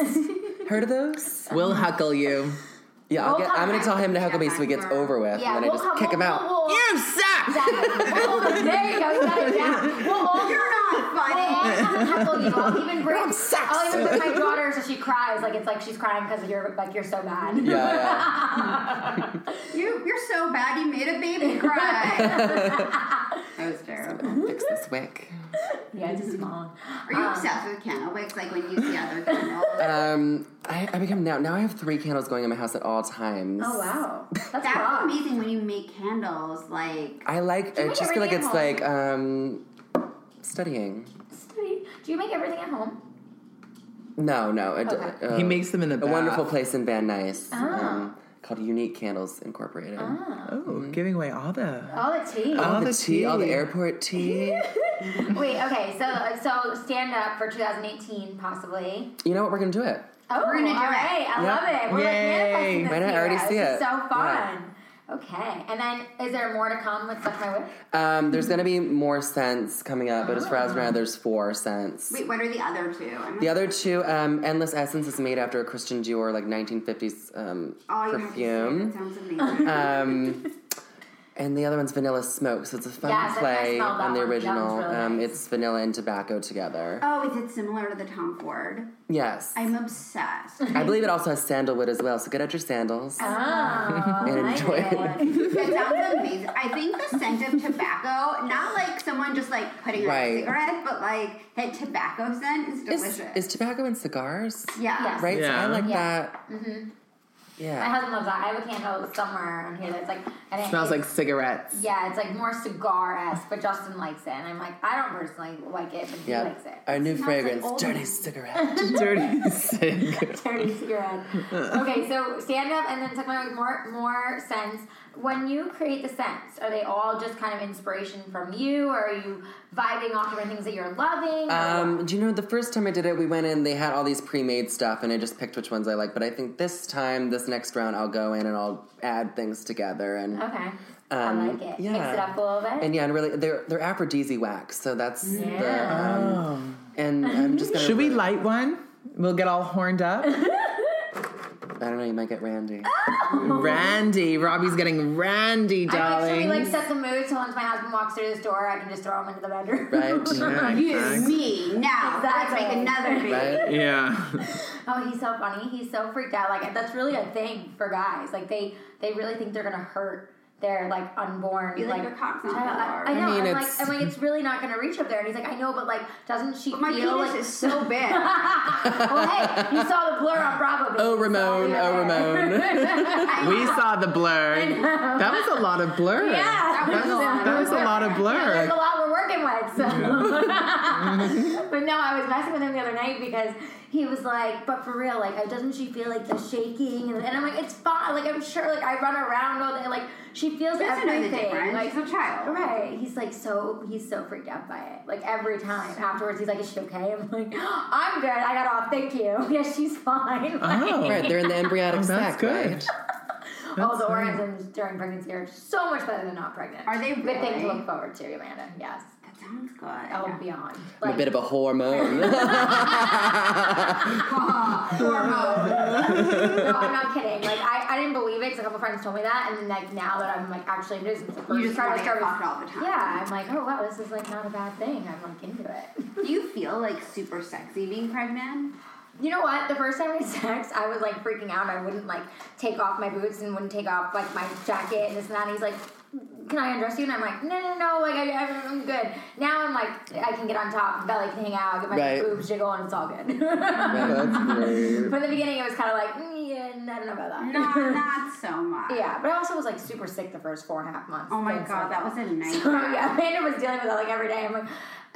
Speaker 3: Heard of those?
Speaker 5: We'll heckle you.
Speaker 3: Yeah, I'll
Speaker 2: We'll
Speaker 3: get,
Speaker 2: come
Speaker 3: I'm gonna
Speaker 2: back
Speaker 3: tell
Speaker 1: to
Speaker 3: him to
Speaker 1: that
Speaker 3: heckle me so he gets
Speaker 1: tomorrow.
Speaker 3: over with,
Speaker 2: yeah,
Speaker 3: and then
Speaker 2: we'll
Speaker 3: I just
Speaker 2: come,
Speaker 3: kick
Speaker 2: we'll,
Speaker 3: him out.
Speaker 2: We'll, we'll,
Speaker 5: You suck.
Speaker 2: exactly. We'll- there you go. You got it. Yeah. We'll all
Speaker 1: you're not
Speaker 2: I'll
Speaker 1: funny.
Speaker 2: heckle you. I'll even bring,
Speaker 3: sucks.
Speaker 2: I'll even bring my daughter so she cries like it's like she's crying because you're like you're so bad.
Speaker 3: Yeah, yeah.
Speaker 1: You, you're so bad. You made a baby cry. that was terrible.
Speaker 3: fix this wick.
Speaker 2: Yeah, it's just small.
Speaker 1: Are you obsessed with candle wicks? Like when you see other candles?
Speaker 3: Um, I, I become now. Now I have three candles going in my house at all times.
Speaker 2: Oh wow, that's
Speaker 1: That's
Speaker 2: rough.
Speaker 1: amazing when you make candles. Like
Speaker 3: I like.
Speaker 2: you
Speaker 3: I
Speaker 2: make
Speaker 3: just feel like it's
Speaker 2: everything at
Speaker 3: like um, studying.
Speaker 2: Sweet. Do you make everything at home?
Speaker 3: No, no. It,
Speaker 2: Okay.
Speaker 3: uh,
Speaker 5: He makes them in the
Speaker 3: a
Speaker 5: bath.
Speaker 3: wonderful place in Van Nuys
Speaker 2: Ah.
Speaker 3: um, called Unique Candles Incorporated.
Speaker 5: Oh, giving away all the.
Speaker 2: All the tea.
Speaker 5: All
Speaker 3: All the,
Speaker 5: the
Speaker 3: tea, all the
Speaker 5: tea.
Speaker 3: airport tea.
Speaker 2: Wait, okay, so uh, so stand up for 2018 possibly.
Speaker 3: you know what? We're gonna do it.
Speaker 2: Oh,
Speaker 1: We're gonna do
Speaker 2: all
Speaker 1: it.
Speaker 2: right. I
Speaker 3: Yeah.
Speaker 2: love it. We're
Speaker 5: Yay.
Speaker 2: like manifesting this
Speaker 3: Why not? I already
Speaker 2: year.
Speaker 3: see
Speaker 2: This is
Speaker 3: it.
Speaker 2: so
Speaker 3: Yeah.
Speaker 2: fun. Okay. And then, is there more to come with Suck My Whip?
Speaker 3: Um, there's gonna be more scents coming up, but as far as now, there's four scents.
Speaker 1: wait, what are the other two? I'm
Speaker 3: The other two, um, Endless Essence, is made after a Christian Dior like 1950s um,
Speaker 1: oh, you
Speaker 3: perfume.
Speaker 1: Have to say it. that sounds amazing.
Speaker 3: Um, and the other one's Vanilla Smoke, so it's a fun
Speaker 2: Yes, I think I
Speaker 3: play
Speaker 2: smelled that
Speaker 3: on the
Speaker 2: one. That one's
Speaker 3: original.
Speaker 2: really
Speaker 3: um,
Speaker 2: nice.
Speaker 3: It's vanilla and tobacco together.
Speaker 1: oh, is it similar to the Tom Ford?
Speaker 3: yes. i
Speaker 1: I'm obsessed.
Speaker 3: believe it also has sandalwood as well, so get out your sandals.
Speaker 2: Oh,
Speaker 3: And
Speaker 2: I like
Speaker 3: enjoy it.
Speaker 1: That sounds amazing. I think the scent of tobacco, not like someone just like putting on a
Speaker 3: Right.
Speaker 1: cigarette, but like that tobacco scent is
Speaker 3: Is,
Speaker 1: delicious.
Speaker 3: is tobacco in cigars?
Speaker 1: yeah.
Speaker 2: Yes.
Speaker 3: Right? So
Speaker 5: Yeah.
Speaker 3: I like
Speaker 2: Yeah. Mm-hmm.
Speaker 3: that.
Speaker 2: My
Speaker 3: Yeah.
Speaker 2: husband loves that. I have a candle somewhere on here that's like, and it
Speaker 5: Smells like
Speaker 2: it's-
Speaker 5: cigarettes.
Speaker 2: Yeah, it's like more cigar esque, but Justin likes it, and I'm like, I don't personally like it, but he
Speaker 3: Yeah.
Speaker 2: likes it.
Speaker 3: Our new
Speaker 1: like
Speaker 3: fragrance,
Speaker 1: old-
Speaker 3: Dirty Cigarette.
Speaker 5: Dirty cigarette.
Speaker 2: Dirty cigarette. okay, so stand up and then suck my Whip, more more scents. When you create the scents, are they all just kind of inspiration from you, or are you vibing off different things that you're loving? or what?
Speaker 3: Um, do you know the first time I did it, we went in. They had all these pre-made stuff, and I just picked which ones I like. But I think this time, this next round, I'll go in and I'll add things together. And
Speaker 2: Okay. I
Speaker 3: Um,
Speaker 2: like it.
Speaker 3: yeah.
Speaker 2: Mix it up a little bit.
Speaker 3: And yeah, and really, they're they're aphrodisiac wax, so that's the.
Speaker 2: Yeah.
Speaker 3: Um, and I'm just gonna.
Speaker 5: Oh. Should we
Speaker 3: really-
Speaker 5: light one? We'll get all horned up.
Speaker 3: I don't know. You might get Randy.
Speaker 5: Randy, Robbie's getting randy,
Speaker 2: I make sure we
Speaker 5: darling.
Speaker 2: like set the mood so once my husband walks through this door, I can just throw him into the bedroom.
Speaker 3: Right.
Speaker 1: You, me, now.
Speaker 2: Exactly.
Speaker 1: Let's make another baby.
Speaker 3: Right.
Speaker 5: Yeah.
Speaker 2: Oh, he's so funny. He's so freaked out. Like that's really a thing for guys. Like they they really think they're gonna hurt their like unborn.
Speaker 1: You think
Speaker 2: like
Speaker 1: your cock's not
Speaker 2: child.
Speaker 1: that
Speaker 2: I,
Speaker 1: large.
Speaker 2: I know.
Speaker 3: I mean,
Speaker 2: I'm
Speaker 3: it's-
Speaker 2: like I'm like it's really not gonna reach up there. And he's like, I know, but like doesn't she
Speaker 1: My
Speaker 2: feel
Speaker 1: penis
Speaker 2: like?
Speaker 1: is so big.
Speaker 2: well, hey, you saw the blur on Bravo. Baby.
Speaker 3: Oh Ramon.
Speaker 2: You saw it.
Speaker 3: Oh Ramon.
Speaker 5: We saw the blur. That was a lot of blur.
Speaker 2: Yeah,
Speaker 1: That was a lot of
Speaker 5: That was a lot of
Speaker 2: There's a
Speaker 5: blur.
Speaker 2: lot we're working with. So. but no, I was messing with him the other night because he was like, "But for real, like, doesn't she feel like the shaking?" And, and I'm like, "It's fine. Like, I'm sure. Like, I run around all day. Like, she feels
Speaker 1: She doesn't know the
Speaker 2: everything.
Speaker 1: difference.
Speaker 2: Like,
Speaker 1: She's a child.
Speaker 2: Right? He's like so. He's so freaked out by it. Like every time afterwards, he's like, "Is she okay?" I'm like, "Oh, "I'm good. I got off. Thank you. Yeah, she's fine." Like,
Speaker 5: Oh.
Speaker 3: right. They're in the embryonic
Speaker 5: Oh, that's
Speaker 3: sac.
Speaker 5: good.
Speaker 3: Right?
Speaker 2: all the
Speaker 5: That's nice.
Speaker 2: orgasms during pregnancy are so much better than not pregnant.
Speaker 1: Are they
Speaker 2: good thing to
Speaker 1: really?
Speaker 2: look forward to, Amanda? Yes.
Speaker 1: That sounds good.
Speaker 2: Oh, beyond.
Speaker 3: I'm a bit of a hormone.
Speaker 1: hormone.
Speaker 2: no, I'm not kidding. Like I, I didn't believe it because a couple friends told me that, and then like now that I'm like actually into it, since the first
Speaker 1: You just
Speaker 2: time
Speaker 1: want
Speaker 2: I
Speaker 1: to get
Speaker 2: started,
Speaker 1: fucked all the time.
Speaker 2: yeah, I'm like, oh wow, this is like not a bad thing. I'm like into it.
Speaker 1: Do you feel like super sexy being pregnant?
Speaker 2: You know what? The first time we had sex, I was like freaking out. I wouldn't like take off my boots and wouldn't take off like my jacket and this and that. And he's like, "Can I undress you?" And I'm like, "No, no, no! Like I, I, am good." Now I'm like, I can get on top, belly can hang out, get my
Speaker 3: Right.
Speaker 2: boobs jiggle, and it's all good.
Speaker 3: That's great.
Speaker 2: but in the beginning, it was kind of like, mm, yeah, I don't know about that.
Speaker 1: No, not so much.
Speaker 2: Yeah, but I also was like super sick the first four and a half months.
Speaker 1: Oh my
Speaker 2: Things
Speaker 1: god,
Speaker 2: like
Speaker 1: that was a
Speaker 2: So
Speaker 1: nightmare.
Speaker 2: yeah, Amanda was dealing with that like every day. I'm like,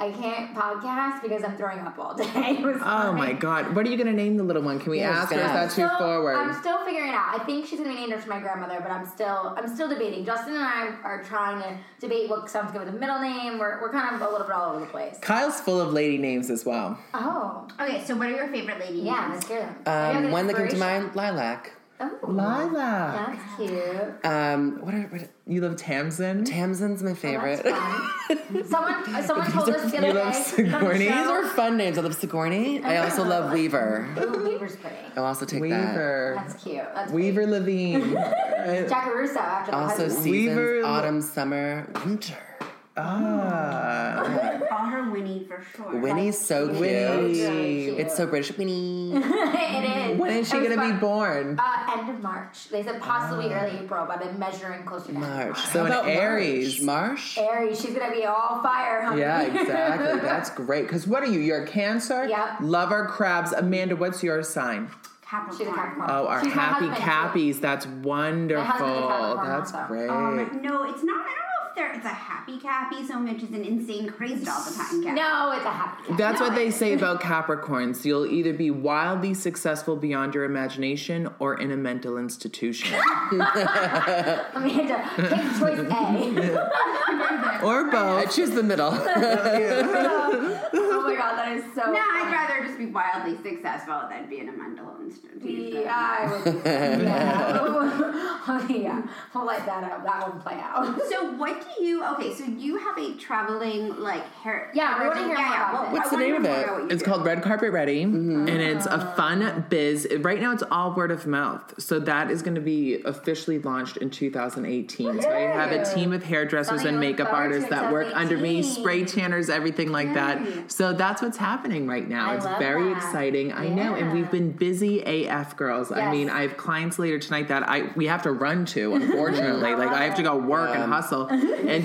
Speaker 2: I can't podcast because I'm throwing up all day. It was
Speaker 5: Oh my
Speaker 2: like-
Speaker 5: god. What are you gonna name the little one? Can we
Speaker 3: Yeah,
Speaker 5: ask or is
Speaker 3: Scout.
Speaker 5: that too
Speaker 2: Still-
Speaker 5: forward?
Speaker 2: I'm still figuring it out. I think she's gonna be named after my grandmother, but I'm still I'm still debating. Justin and I are trying to debate what sounds good with a middle name. We're, we're kind of a little bit all over the place.
Speaker 5: Kyle's full of lady names as well.
Speaker 2: Oh
Speaker 1: Okay, so what are your favorite lady
Speaker 2: yeah,
Speaker 1: names?
Speaker 2: let's hear them. Maybe
Speaker 3: Um,
Speaker 2: I'll
Speaker 3: one
Speaker 2: get
Speaker 3: that came to
Speaker 2: inspiration.
Speaker 3: mind, Lilac.
Speaker 2: Oh,
Speaker 5: Lila.
Speaker 2: That's cute.
Speaker 3: Um, what are, what are-
Speaker 5: You love Tamsin?
Speaker 3: Tamsin's my favorite.
Speaker 2: Oh, someone uh, someone told us the
Speaker 5: you
Speaker 2: other day.
Speaker 5: love
Speaker 2: on the
Speaker 5: Sigourney?
Speaker 2: show-
Speaker 3: These are fun names. I love Sigourney. I also love Weaver.
Speaker 2: Ooh, Weaver's pretty.
Speaker 3: I'll also take that.
Speaker 5: Weaver.
Speaker 2: That's cute. That's
Speaker 5: Weaver Levine. Uh,
Speaker 2: Jack Russo after the
Speaker 3: Also
Speaker 2: husband.
Speaker 3: seasons,
Speaker 5: Weaver-
Speaker 3: autumn, summer, winter.
Speaker 5: ah.
Speaker 1: Call her Winnie for sure.
Speaker 3: Winnie's so cute.
Speaker 5: Winnie.
Speaker 3: It's so British. Winnie.
Speaker 2: it is.
Speaker 5: When is she
Speaker 2: It was
Speaker 5: gonna be
Speaker 2: fun.
Speaker 5: born? Ah.
Speaker 2: Uh, end of March. They said possibly early April, but I've been measuring closer to end of
Speaker 3: March.
Speaker 5: So an
Speaker 3: about March?
Speaker 5: Aries.
Speaker 3: Marsh?
Speaker 2: Aries, she's gonna be all fire, honey.
Speaker 5: Yeah, exactly. That's great. Because what are you? You're a Cancer?
Speaker 2: Yep.
Speaker 5: Lover crabs. Amanda, what's your sign?
Speaker 1: Capricorn.
Speaker 2: She's a Capricorn.
Speaker 5: Oh, our
Speaker 2: She's my
Speaker 5: happy
Speaker 2: husband,
Speaker 5: Cappies. That's wonderful.
Speaker 2: Capricorn Oh,
Speaker 5: That's
Speaker 2: also.
Speaker 5: great.
Speaker 1: Um, no, it's not. I don't know if they're. It's a happy Cappy so much as an insane crazed all the time
Speaker 2: too.
Speaker 1: Cappy.
Speaker 2: No, it's a happy cat.
Speaker 5: That's what they say about Capricorns. You'll either be wildly successful beyond your imagination or in a mental institution.
Speaker 2: Amanda, take choice A.
Speaker 5: or
Speaker 3: I
Speaker 5: both.
Speaker 3: choose the middle.
Speaker 2: oh my god, that is so.
Speaker 1: No, I'd rather just be wildly successful than be in a mental institution.
Speaker 2: Yeah, I would be- yeah. oh, yeah. We'll let that out. That won't play out.
Speaker 1: So what do you? Okay, so you have a traveling like hair.
Speaker 2: Yeah, we wanna hear more about
Speaker 1: I
Speaker 2: this.
Speaker 3: What's the
Speaker 1: wanna
Speaker 3: name
Speaker 1: hear more
Speaker 3: of it?
Speaker 1: about what you
Speaker 5: It's
Speaker 1: do.
Speaker 5: called Red Carpet Ready,
Speaker 2: Mm-hmm.
Speaker 5: and it's a fun biz. Right now, it's all word of mouth. So that is going to be officially launched in 2018. So I have a team of hairdressers
Speaker 2: Something
Speaker 5: and
Speaker 2: to look
Speaker 5: makeup
Speaker 2: forward
Speaker 5: artists
Speaker 2: to in
Speaker 5: that work under me,
Speaker 2: 2018.
Speaker 5: spray tanners, everything like
Speaker 1: Yay.
Speaker 5: that. So that's what's happening right now.
Speaker 2: I
Speaker 5: it's
Speaker 2: love
Speaker 5: very
Speaker 2: that.
Speaker 5: exciting. I know, and
Speaker 2: Yeah.
Speaker 5: we've been busy AF girls. I
Speaker 2: Yes.
Speaker 5: mean, I have clients later tonight that I we have to run to. Unfortunately, like I have to go work and hustle and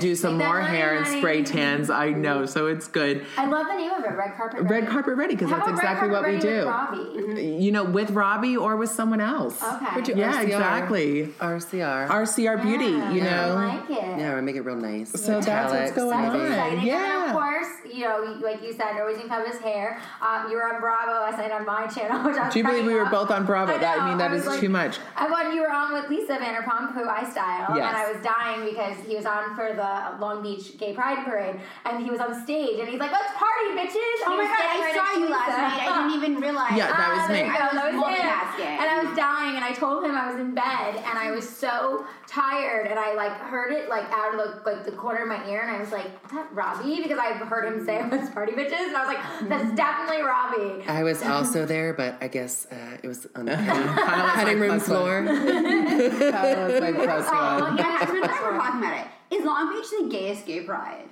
Speaker 5: do some
Speaker 2: Make that
Speaker 5: more hair and
Speaker 2: money,
Speaker 5: spray
Speaker 2: honey.
Speaker 5: tans. I know, so it's good.
Speaker 2: I love the name of it, red carpet.
Speaker 5: Red
Speaker 2: Ready.
Speaker 5: carpet ready because
Speaker 2: How
Speaker 5: that's
Speaker 2: about
Speaker 5: exactly
Speaker 2: red
Speaker 5: what
Speaker 2: carpet
Speaker 5: we do. Mm-hmm.
Speaker 2: ready with Robbie?
Speaker 5: You know, with Robbie or with someone else.
Speaker 2: Okay.
Speaker 3: We're doing
Speaker 5: Yeah,
Speaker 3: RCR.
Speaker 5: exactly.
Speaker 3: RCR.
Speaker 5: RCR Beauty, you
Speaker 2: I
Speaker 5: know.
Speaker 2: like it.
Speaker 3: yeah, we make it real nice.
Speaker 5: So that's what's
Speaker 3: Italics,
Speaker 5: going
Speaker 2: That's
Speaker 5: on.
Speaker 3: maybe.
Speaker 2: exciting. And
Speaker 5: Yeah.
Speaker 2: of course, you know, like you said, Norwegian Pub is hair. Um, you were on Bravo last night on my channel. Which I was
Speaker 5: Do you believe
Speaker 2: cracking
Speaker 5: we were
Speaker 2: up.
Speaker 5: both on Bravo?
Speaker 2: I,
Speaker 5: That- I
Speaker 2: know.
Speaker 5: mean, that
Speaker 2: was
Speaker 5: is
Speaker 2: like-
Speaker 5: too much.
Speaker 2: I won. You were on with Lisa Vanderpump, who I style,
Speaker 5: Yes.
Speaker 2: and I was dying because he was on for the Long Beach Gay Pride Parade, and he was on stage, and he's like, "Let's party, bitches!"
Speaker 1: Oh my god! I saw you last night. I didn't even realize.
Speaker 5: Yeah, that
Speaker 2: Ah,
Speaker 5: was me.
Speaker 2: there you go. That was him.
Speaker 1: multitasking.
Speaker 2: And I was dying, and I told him I was in bed, and I was so tired, and I like heard it like out of the, like the corner of my ear, and I was like, "Is that Robbie?" Because I heard him say, "Let's party, bitches," and I was like, "That's definitely Robbie."
Speaker 3: I was also there, but I guess uh, it was on the
Speaker 5: Kinda like
Speaker 3: cutting room
Speaker 5: plus one.
Speaker 3: floor.
Speaker 5: Kinda like
Speaker 2: Oh,
Speaker 5: plus
Speaker 1: Well,
Speaker 5: one.
Speaker 1: yeah, husband and I were talking about it. Is Long Beach the gayest gay pride?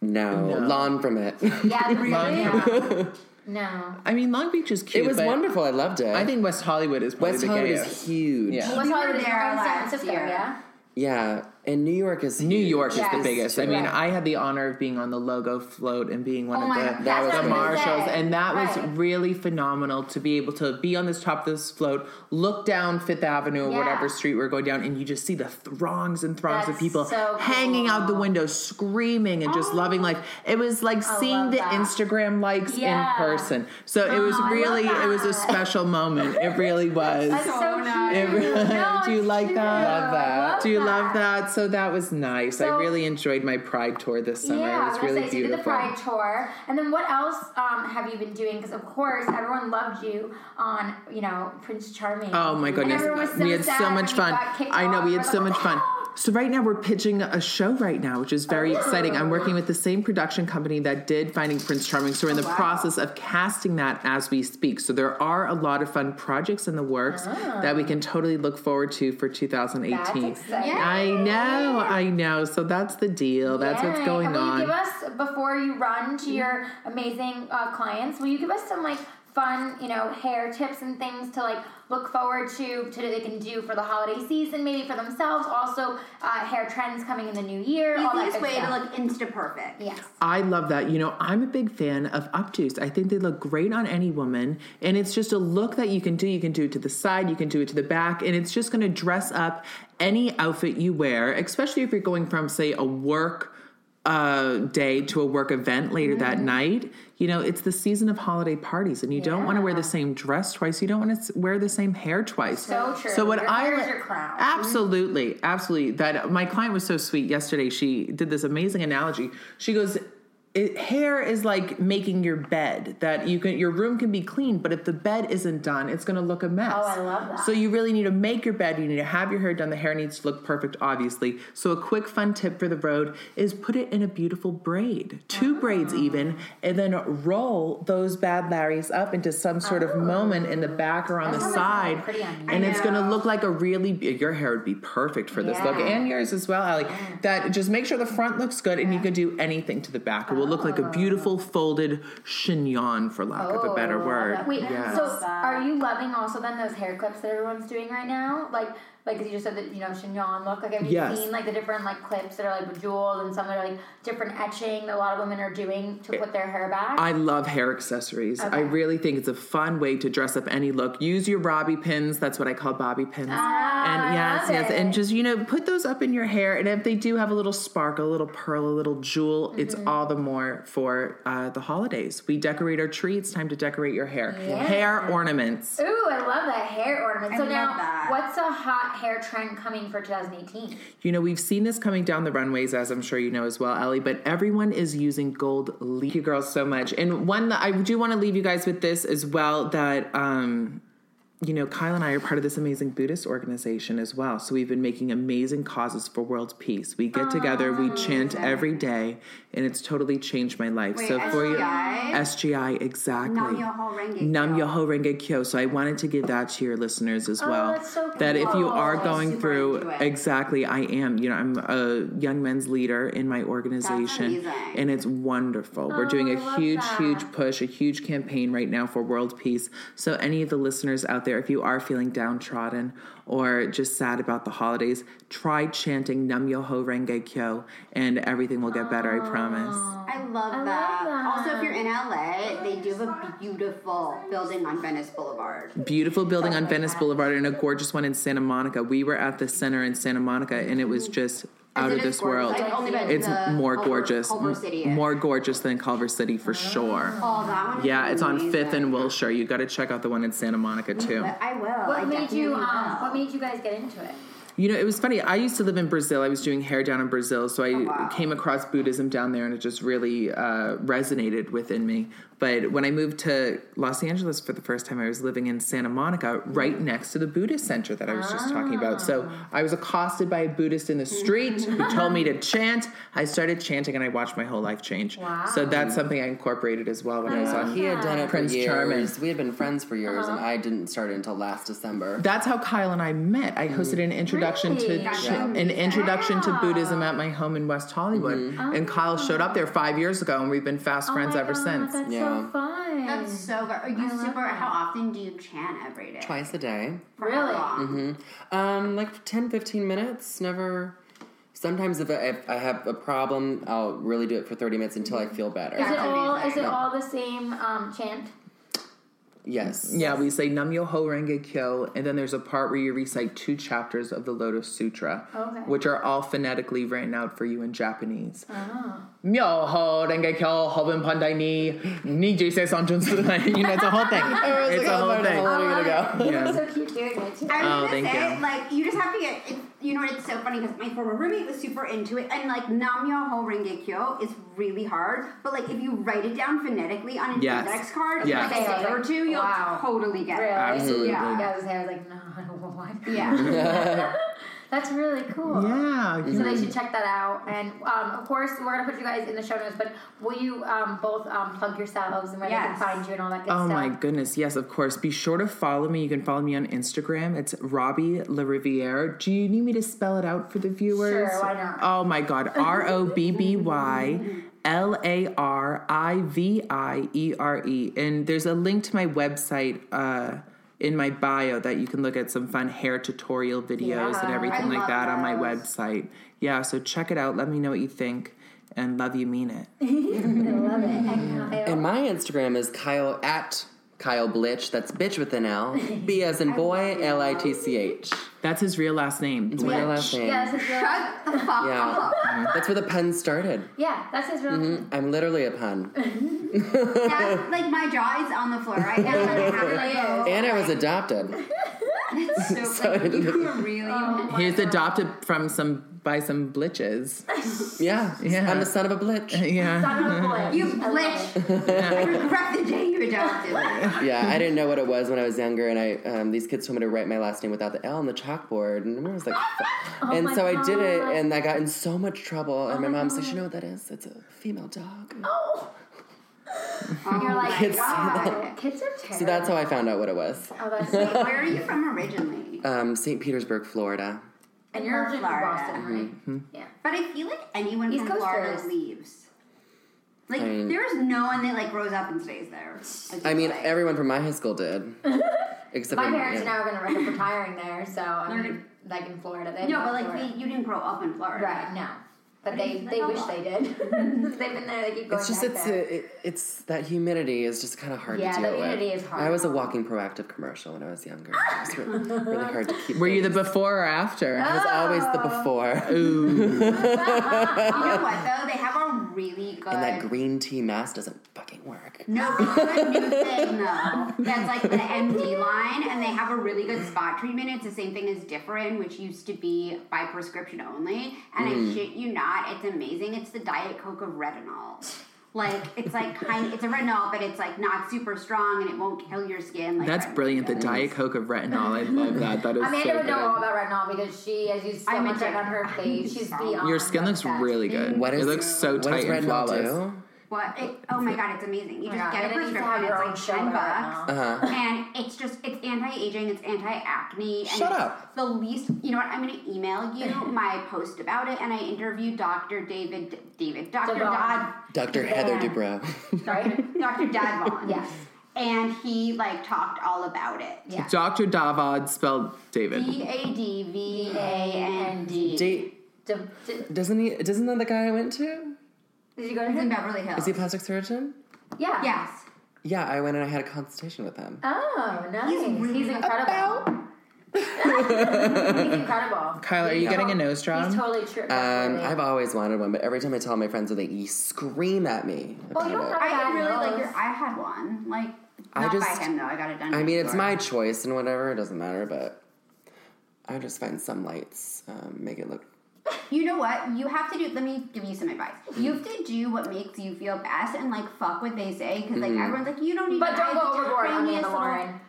Speaker 3: No, lawn from it.
Speaker 2: Yeah, really.
Speaker 5: Long-
Speaker 2: No.
Speaker 5: I mean, Long Beach is cute.
Speaker 3: It was
Speaker 5: but
Speaker 3: wonderful. I loved it.
Speaker 5: I think West Hollywood is probably
Speaker 3: West
Speaker 5: the
Speaker 3: Hollywood
Speaker 5: gayest.
Speaker 3: is huge.
Speaker 5: Yeah.
Speaker 2: What's
Speaker 1: We
Speaker 2: all
Speaker 1: were
Speaker 2: the
Speaker 1: there
Speaker 2: in San
Speaker 1: last
Speaker 2: Francisco?
Speaker 1: year.
Speaker 2: Yeah.
Speaker 3: Yeah, and New York is
Speaker 5: New
Speaker 3: huge.
Speaker 5: York is
Speaker 2: Yes.
Speaker 5: the biggest. I mean,
Speaker 2: Right.
Speaker 5: I had the honor of being on the logo float and being one
Speaker 2: Oh
Speaker 5: of
Speaker 2: my
Speaker 5: the,
Speaker 2: God, that's
Speaker 3: what I
Speaker 5: the
Speaker 3: was gonna
Speaker 5: marshals,
Speaker 2: say.
Speaker 5: and that was
Speaker 2: Right.
Speaker 5: really phenomenal to be able to be on this top of this float, look down Fifth Avenue or
Speaker 2: Yeah.
Speaker 5: whatever street we're going down, and you just see the throngs and throngs of
Speaker 2: That's
Speaker 5: people
Speaker 2: so
Speaker 5: hanging out the
Speaker 2: cool.
Speaker 5: window, screaming and just loving life. It was like seeing
Speaker 2: love
Speaker 5: the
Speaker 2: that.
Speaker 5: Instagram likes
Speaker 2: Yeah.
Speaker 5: in person. So it was
Speaker 2: Oh, I love
Speaker 5: really, it was a
Speaker 2: that.
Speaker 5: special moment. It really was.
Speaker 2: That's so,
Speaker 1: So nice.
Speaker 2: cute.
Speaker 5: It really-
Speaker 2: No,
Speaker 5: do you
Speaker 2: it's
Speaker 5: like
Speaker 2: cute.
Speaker 5: that?
Speaker 2: I love
Speaker 5: Do you
Speaker 2: that.
Speaker 5: love that? So that was nice.
Speaker 2: So-
Speaker 5: I really enjoyed my Pride tour this summer.
Speaker 2: Yeah,
Speaker 5: it was
Speaker 2: I was
Speaker 5: really
Speaker 2: gonna say,
Speaker 5: beautiful.
Speaker 2: So you did the Pride tour, and then what else um, have you been doing? Because of course, everyone loved you on you know Prince Charming.
Speaker 5: Oh my
Speaker 2: And
Speaker 5: goodness,
Speaker 2: everyone Mm. was so
Speaker 5: we had
Speaker 2: sad
Speaker 5: so
Speaker 2: when
Speaker 5: much
Speaker 2: you
Speaker 5: fun.
Speaker 2: got kicked
Speaker 5: I know
Speaker 2: off.
Speaker 5: we had
Speaker 2: We're
Speaker 5: so
Speaker 2: like, "Oh,
Speaker 5: much fun. So right now we're pitching a show right now, which is very exciting. I'm working with the same production company that did Finding Prince Charming, so we're in
Speaker 2: Oh,
Speaker 5: the process of casting that as we speak. So there are a lot of fun projects in the works that we can totally look forward to for 2018.
Speaker 2: Ah. That's exciting.
Speaker 5: I know, I know. So that's the deal. That's what's
Speaker 2: Yay.
Speaker 5: going
Speaker 2: and will
Speaker 5: on.
Speaker 2: You give us before you run to your amazing uh, clients. Will you give us some like fun, you know, hair tips and things to like look forward to to they can do for the holiday season, maybe for themselves. Also, uh, hair trends coming in the new year. all that
Speaker 1: Easiest
Speaker 2: good
Speaker 1: way
Speaker 2: stuff.
Speaker 1: to look insta perfect.
Speaker 2: Yes.
Speaker 5: I love that. You know, I'm a big fan of updos. I think they look great on any woman, and it's just a look that you can do. You can do it to the side, you can do it to the back, and it's just going to dress up any outfit you wear, especially if you're going from, say, a work uh, day to a work event later
Speaker 2: Mm-hmm.
Speaker 5: that night. You know, it's the season of holiday parties, and you don't want to wear the same dress twice. You don't want to wear the same hair twice.
Speaker 2: So true.
Speaker 5: So what
Speaker 2: Your
Speaker 5: I
Speaker 2: hair is your crown.
Speaker 5: Absolutely, absolutely. That my client was so sweet yesterday. She did this amazing analogy. She goes, it, "Hair is like making your bed. That you can your room can be clean, but if the bed isn't done, it's going to look a mess."
Speaker 2: Oh, I love that.
Speaker 5: So you really need to make your bed. You need to have your hair done. The hair needs to look perfect, obviously. So a quick fun tip for the road is put it in a beautiful braid, two
Speaker 2: Ah.
Speaker 5: braids even, and then roll those bad Larrys up into some sort
Speaker 2: Ah.
Speaker 5: of moment in the back or on the
Speaker 2: always
Speaker 5: side,
Speaker 2: pretty on you.
Speaker 5: and it's going to
Speaker 1: know.
Speaker 5: look like a really be- your hair would be perfect for this
Speaker 2: Yeah.
Speaker 5: look and yours as well Allie that just make sure the front looks good and you can do anything to the back it will look like a
Speaker 2: Oh.
Speaker 5: beautiful folded chignon for lack of a better word
Speaker 2: Wait,
Speaker 5: Yes.
Speaker 2: so are you loving also then those hair clips that everyone's doing right now? Like, like 'cause you just said that you know chignon look. Like, have you
Speaker 5: Yes.
Speaker 2: seen like the different like clips that are like bejeweled and some that are like different etching that a lot of women are doing to put their hair back?
Speaker 5: I love hair accessories. I really think it's a fun way to dress up any look. Use your bobby pins. That's what I call bobby pins.
Speaker 2: Ah,
Speaker 5: and
Speaker 2: I
Speaker 5: yes,
Speaker 2: love
Speaker 5: yes, and
Speaker 2: it.
Speaker 5: just you know, put those up in your hair. And if they do have a little sparkle, a little pearl, a little jewel, it's
Speaker 2: Mm-hmm.
Speaker 5: all the more for uh, the holidays. We decorate our tree. It's time to decorate your hair. Hair ornaments.
Speaker 2: Ooh, I love that hair ornament. So
Speaker 1: love
Speaker 2: now,
Speaker 1: that.
Speaker 2: what's a hot hair trend coming for 2018?
Speaker 5: You know, we've seen this coming down the runways, as I'm sure you know as well, Ellie, but everyone is using gold leaf. Thank you girls so much. And one that I do want to leave you guys with this as well that, um, you know, Kyle and I are part of this amazing Buddhist organization as well. So we've been making amazing causes for world peace. We get together, we chant every day, and it's totally changed my life.
Speaker 1: Wait,
Speaker 5: so for you,
Speaker 1: SGI?
Speaker 5: SGI, exactly.
Speaker 1: Nam Yoho Renge
Speaker 5: Nam
Speaker 1: Kyo.
Speaker 5: Yoho Renge Kyo. So I wanted to give that to your listeners as
Speaker 1: Oh,
Speaker 5: well.
Speaker 2: that's so
Speaker 5: That if you
Speaker 2: cool.
Speaker 5: are
Speaker 2: Oh,
Speaker 5: going
Speaker 1: super
Speaker 5: through
Speaker 1: into it.
Speaker 5: exactly, I am. You know, I'm a young men's leader in my organization,
Speaker 1: amazing. Oh,
Speaker 5: and it's wonderful. We're doing
Speaker 2: I
Speaker 5: a
Speaker 2: love
Speaker 5: huge,
Speaker 2: that.
Speaker 5: huge push, a huge campaign right now for world peace. So any of the listeners out there, if you are feeling downtrodden or just sad about the holidays, try chanting Nam Yoho Renge Kyo, and everything will get better.
Speaker 1: Oh.
Speaker 5: I promise.
Speaker 1: I love that. Also, if you're in LA, they do have a beautiful building on Venice Boulevard.
Speaker 5: beautiful building on Venice Boulevard and a gorgeous one in Santa Monica. We were at the center in Santa Monica and it was just out
Speaker 1: It
Speaker 5: of
Speaker 1: is
Speaker 5: this
Speaker 1: gorgeous.
Speaker 5: world.
Speaker 1: I've only been to
Speaker 5: It's
Speaker 1: the
Speaker 5: more
Speaker 1: Culver-
Speaker 5: gorgeous.
Speaker 1: Culver
Speaker 5: m-
Speaker 1: City is.
Speaker 5: More gorgeous than Culver City for sure.
Speaker 1: Oh, that one. is
Speaker 5: Yeah, it's on
Speaker 1: amazing.
Speaker 5: 5th and Wilshire. You got to check out the one in Santa Monica too.
Speaker 1: But I will.
Speaker 2: What
Speaker 1: I
Speaker 2: made you?
Speaker 1: definitely
Speaker 2: Um,
Speaker 1: will.
Speaker 2: what made you guys get into it?
Speaker 5: You know, it was funny. I used to live in Brazil. I was doing hair down in Brazil, so I
Speaker 1: wow.
Speaker 5: came across Buddhism down there, and it just really uh, resonated within me. But when I moved to Los Angeles for the first time, I was living in Santa Monica, right next to the Buddhist center that I was just talking about. So I was accosted by a Buddhist in the street who told me to chant. I started chanting, and I watched my whole life change.
Speaker 2: Wow.
Speaker 5: So that's something I incorporated as well when I was on
Speaker 3: He had done it
Speaker 5: Prince
Speaker 3: for years.
Speaker 5: Charming.
Speaker 3: We had been friends for years, and
Speaker 5: Uh-huh.
Speaker 3: I didn't start until last December.
Speaker 5: That's how Kyle and I met. I hosted an introduction
Speaker 2: Really?
Speaker 5: to
Speaker 1: That's
Speaker 5: an
Speaker 1: amazing.
Speaker 5: introduction to Buddhism at my home in West Hollywood, and Kyle showed up there five years ago, and we've been fast friends
Speaker 2: Oh my
Speaker 5: ever
Speaker 2: God,
Speaker 5: since.
Speaker 2: That's so
Speaker 3: Yeah.
Speaker 2: fun.
Speaker 1: That's so good. Are you
Speaker 2: love
Speaker 1: super?
Speaker 2: that.
Speaker 1: How often do you chant every day?
Speaker 3: Twice a day.
Speaker 1: For how
Speaker 2: Really?
Speaker 5: Mm-hmm.
Speaker 1: long?
Speaker 3: Um, like 10, 15 minutes. Never. Sometimes if I, if I have a problem, I'll really do it for 30 minutes until I feel better.
Speaker 2: Is it
Speaker 1: That's
Speaker 2: all?
Speaker 1: amazing.
Speaker 2: Is it all the same um, chant?
Speaker 3: Yes.
Speaker 5: Yeah, we say Nam Yo Ho Renge Kyo, and then there's a part where you recite two chapters of the Lotus Sutra,
Speaker 2: Okay.
Speaker 5: which are all phonetically written out for you in Japanese.
Speaker 1: Oh.
Speaker 5: Myo Ho Renge Kyo, Hoben Pandai Ni, Ni Jisei Sanjun Tsurai. You know, it's a whole thing. it's
Speaker 2: oh
Speaker 5: a whole thing. Yeah.
Speaker 2: It's so cute doing it. Too.
Speaker 1: I was
Speaker 5: Oh,
Speaker 1: gonna
Speaker 5: thank
Speaker 1: say,
Speaker 5: you.
Speaker 1: like, you just have to get. It, you know what? It's so funny because my former roommate was super into it, and like Nam Ho Renge Kyo is really hard. But like, if you write it down phonetically on an
Speaker 5: Yes.
Speaker 1: index card,
Speaker 5: Yes.
Speaker 1: like a day or two, you'll
Speaker 2: Wow.
Speaker 1: totally get
Speaker 2: Really?
Speaker 1: it.
Speaker 5: Absolutely.
Speaker 1: Yeah.
Speaker 2: Yeah, I was, I was like, no, I don't want one.
Speaker 1: Yeah.
Speaker 2: That's really cool.
Speaker 5: Yeah.
Speaker 2: So they should check that out. And um, of course, we're gonna put you guys in the show notes. But will you um, both um, plug yourselves and where
Speaker 1: Yes.
Speaker 2: they can find you and all that good
Speaker 5: Oh
Speaker 2: stuff?
Speaker 5: my goodness, yes, of course. Be sure to follow me. You can follow me on Instagram. It's Robbie LaRiviere. Do you need me to spell it out for the viewers?
Speaker 2: Sure, why not?
Speaker 5: Oh my god, R O B B Y L A R I V I E R E. And there's a link to my website uh, in my bio that you can look at some fun hair tutorial videos and everything
Speaker 1: I
Speaker 5: like
Speaker 1: love
Speaker 5: that on my
Speaker 1: those.
Speaker 5: website. Yeah, so check it out. Let me know what you think. And love you, mean it.
Speaker 2: I love it. And Kyle.
Speaker 3: And my Instagram is Kyle at Kyle Blitch. That's bitch with an L. B as in boy, L I T C H.
Speaker 5: That's his real last name.
Speaker 3: It's my last name.
Speaker 2: yeah, that's his real.
Speaker 1: Shut the fuck
Speaker 3: Yeah.
Speaker 1: up.
Speaker 3: That's where the pun started.
Speaker 2: Yeah, that's his real.
Speaker 3: I'm literally a pun.
Speaker 1: That's, like my jaw is on the floor right now. and I have to go.
Speaker 3: And I was adopted.
Speaker 1: It's so, Oh. like, you were really.
Speaker 2: Oh
Speaker 5: He was adopted from some by some blitches.
Speaker 3: Yeah.
Speaker 5: Yeah.
Speaker 3: I'm the son of a blitch.
Speaker 5: Yeah.
Speaker 2: Son of a boy.
Speaker 1: You glitch. I regret the day you adopted me.
Speaker 3: Yeah, I didn't know what it was when I was younger, and I um, these kids told me to write my last name without the L on the chalkboard, and I was like, "Fuck." and
Speaker 2: Oh my
Speaker 3: so I did it,
Speaker 2: God.
Speaker 3: and I got in so much trouble, and my mom's like, you know what that is? It's a female dog.
Speaker 2: Oh. You're like,
Speaker 3: Kids say
Speaker 2: wow. Kids are terrible.
Speaker 3: So that's how I found out what it was.
Speaker 2: oh, that's so
Speaker 1: Where are you from originally?
Speaker 3: Um, St. Petersburg, Florida.
Speaker 2: And you're
Speaker 1: From
Speaker 2: from
Speaker 1: Florida.
Speaker 2: Boston, right?
Speaker 3: Mm-hmm.
Speaker 2: Yeah.
Speaker 1: But I feel like anyone
Speaker 2: East
Speaker 1: from Florida
Speaker 2: Coasters.
Speaker 1: leaves. Like
Speaker 3: I mean-
Speaker 1: there's no one that like grows up and stays there. Like,
Speaker 3: I mean,
Speaker 1: like,
Speaker 3: everyone from my high school did, except
Speaker 2: My
Speaker 3: for-
Speaker 2: parents
Speaker 3: yeah.
Speaker 2: now are going to end up retiring there, so I
Speaker 1: They're-
Speaker 2: mean, like in Florida, they
Speaker 1: no, but like
Speaker 2: Florida.
Speaker 1: we, you didn't grow up in Florida,
Speaker 2: right? No, but they
Speaker 1: They
Speaker 2: they
Speaker 1: know
Speaker 2: wish
Speaker 1: that.
Speaker 2: they did. They've been there. They keep going.
Speaker 3: It's just
Speaker 2: back
Speaker 3: it's
Speaker 2: there.
Speaker 3: a, it, it's that humidity is just kind of hard
Speaker 2: Yeah,
Speaker 3: to
Speaker 2: the
Speaker 3: deal with.
Speaker 2: humidity is hard.
Speaker 3: I was a walking proactive commercial when I was younger. It was really, really hard to keep.
Speaker 5: Were you the
Speaker 3: things.
Speaker 5: before or
Speaker 2: Oh,
Speaker 5: after?
Speaker 3: It was always the before.
Speaker 1: You know what though? They have a really good.
Speaker 3: And that green tea mask doesn't fucking work.
Speaker 1: no, they have a new thing though. That's like the MD line, and they have a really good spot treatment. It's the same thing as Differin, which used to be by prescription only. And
Speaker 5: Mm.
Speaker 1: I shit you not, it's amazing. It's the Diet Coke of retinol. Like it's like kind, it's a retinol, but it's like not super strong, and it won't kill your skin. Like
Speaker 5: That's
Speaker 1: retinol
Speaker 5: brilliant. The
Speaker 1: does.
Speaker 5: Diet Coke of retinol. I love
Speaker 2: Hmm.
Speaker 5: that. That is
Speaker 2: Amanda
Speaker 5: so
Speaker 2: would
Speaker 5: good.
Speaker 2: know all about retinol because she has used so
Speaker 1: I'm
Speaker 2: much of it
Speaker 1: addicted.
Speaker 2: on her face. She's beyond.
Speaker 5: Your skin looks
Speaker 2: obsessed.
Speaker 5: really good.
Speaker 3: What is
Speaker 5: it looks so
Speaker 3: what
Speaker 5: tight
Speaker 3: does
Speaker 5: and
Speaker 3: retinol
Speaker 5: flawless.
Speaker 3: do?
Speaker 1: What? It, oh my god, it's amazing. You
Speaker 2: Oh my
Speaker 1: just
Speaker 2: God,
Speaker 1: get a
Speaker 2: Amanda needs to
Speaker 1: prescription.
Speaker 2: have
Speaker 1: It's
Speaker 2: your
Speaker 1: like ten
Speaker 2: own show
Speaker 1: bucks,
Speaker 2: right
Speaker 5: Uh,
Speaker 3: Uh-huh.
Speaker 1: and it's just it's anti-aging, it's anti-acne. And
Speaker 3: Shut
Speaker 1: it's
Speaker 3: up.
Speaker 1: The least. You know what? I'm going to email you my post about it, and I interviewed Dr. David David Dr. Dodd
Speaker 2: Dodd.
Speaker 3: Dr. Heather
Speaker 2: Yeah.
Speaker 3: Dubrow.
Speaker 2: Right?
Speaker 1: Dr. Dadvon.
Speaker 2: Yes.
Speaker 1: And he like talked all about it.
Speaker 2: Yeah.
Speaker 5: Dr. Davod spelled David.
Speaker 1: D A D V A N D.
Speaker 3: Date
Speaker 2: Did, did,
Speaker 3: doesn't he? Doesn't that the guy I went to?
Speaker 2: did you go to
Speaker 1: He's in
Speaker 2: him?
Speaker 1: Beverly Hills.
Speaker 3: Is he a plastic surgeon?
Speaker 2: Yeah.
Speaker 1: yes.
Speaker 3: Yeah, I went and I had a consultation with him.
Speaker 2: Oh, nice. He's,
Speaker 1: really
Speaker 2: incredible. He's incredible.
Speaker 5: Kyle, are
Speaker 2: He's
Speaker 5: you getting a nose job?
Speaker 2: He's totally true.
Speaker 3: Um, I've always wanted one, but every time I tell my friends, they scream at me.
Speaker 2: Well, you
Speaker 3: about
Speaker 2: don't have-
Speaker 3: it.
Speaker 1: I
Speaker 2: God
Speaker 1: didn't really like
Speaker 2: knows.
Speaker 1: your. I had one. Like
Speaker 3: I
Speaker 1: not
Speaker 3: just-
Speaker 1: by him though. I got it done.
Speaker 3: I
Speaker 1: by
Speaker 3: mean, it's
Speaker 1: Florida.
Speaker 3: my choice and whatever. It doesn't matter, but I just find some lights um, make it look.
Speaker 1: You know what? You have to do. Let me give you some advice. You have to do what makes you feel best and like fuck what they say because
Speaker 3: Mm-hmm.
Speaker 1: like everyone's like you don't need.
Speaker 2: But
Speaker 1: to hide
Speaker 2: don't go
Speaker 1: the
Speaker 2: overboard,
Speaker 1: tiniest
Speaker 2: Amanda
Speaker 1: little-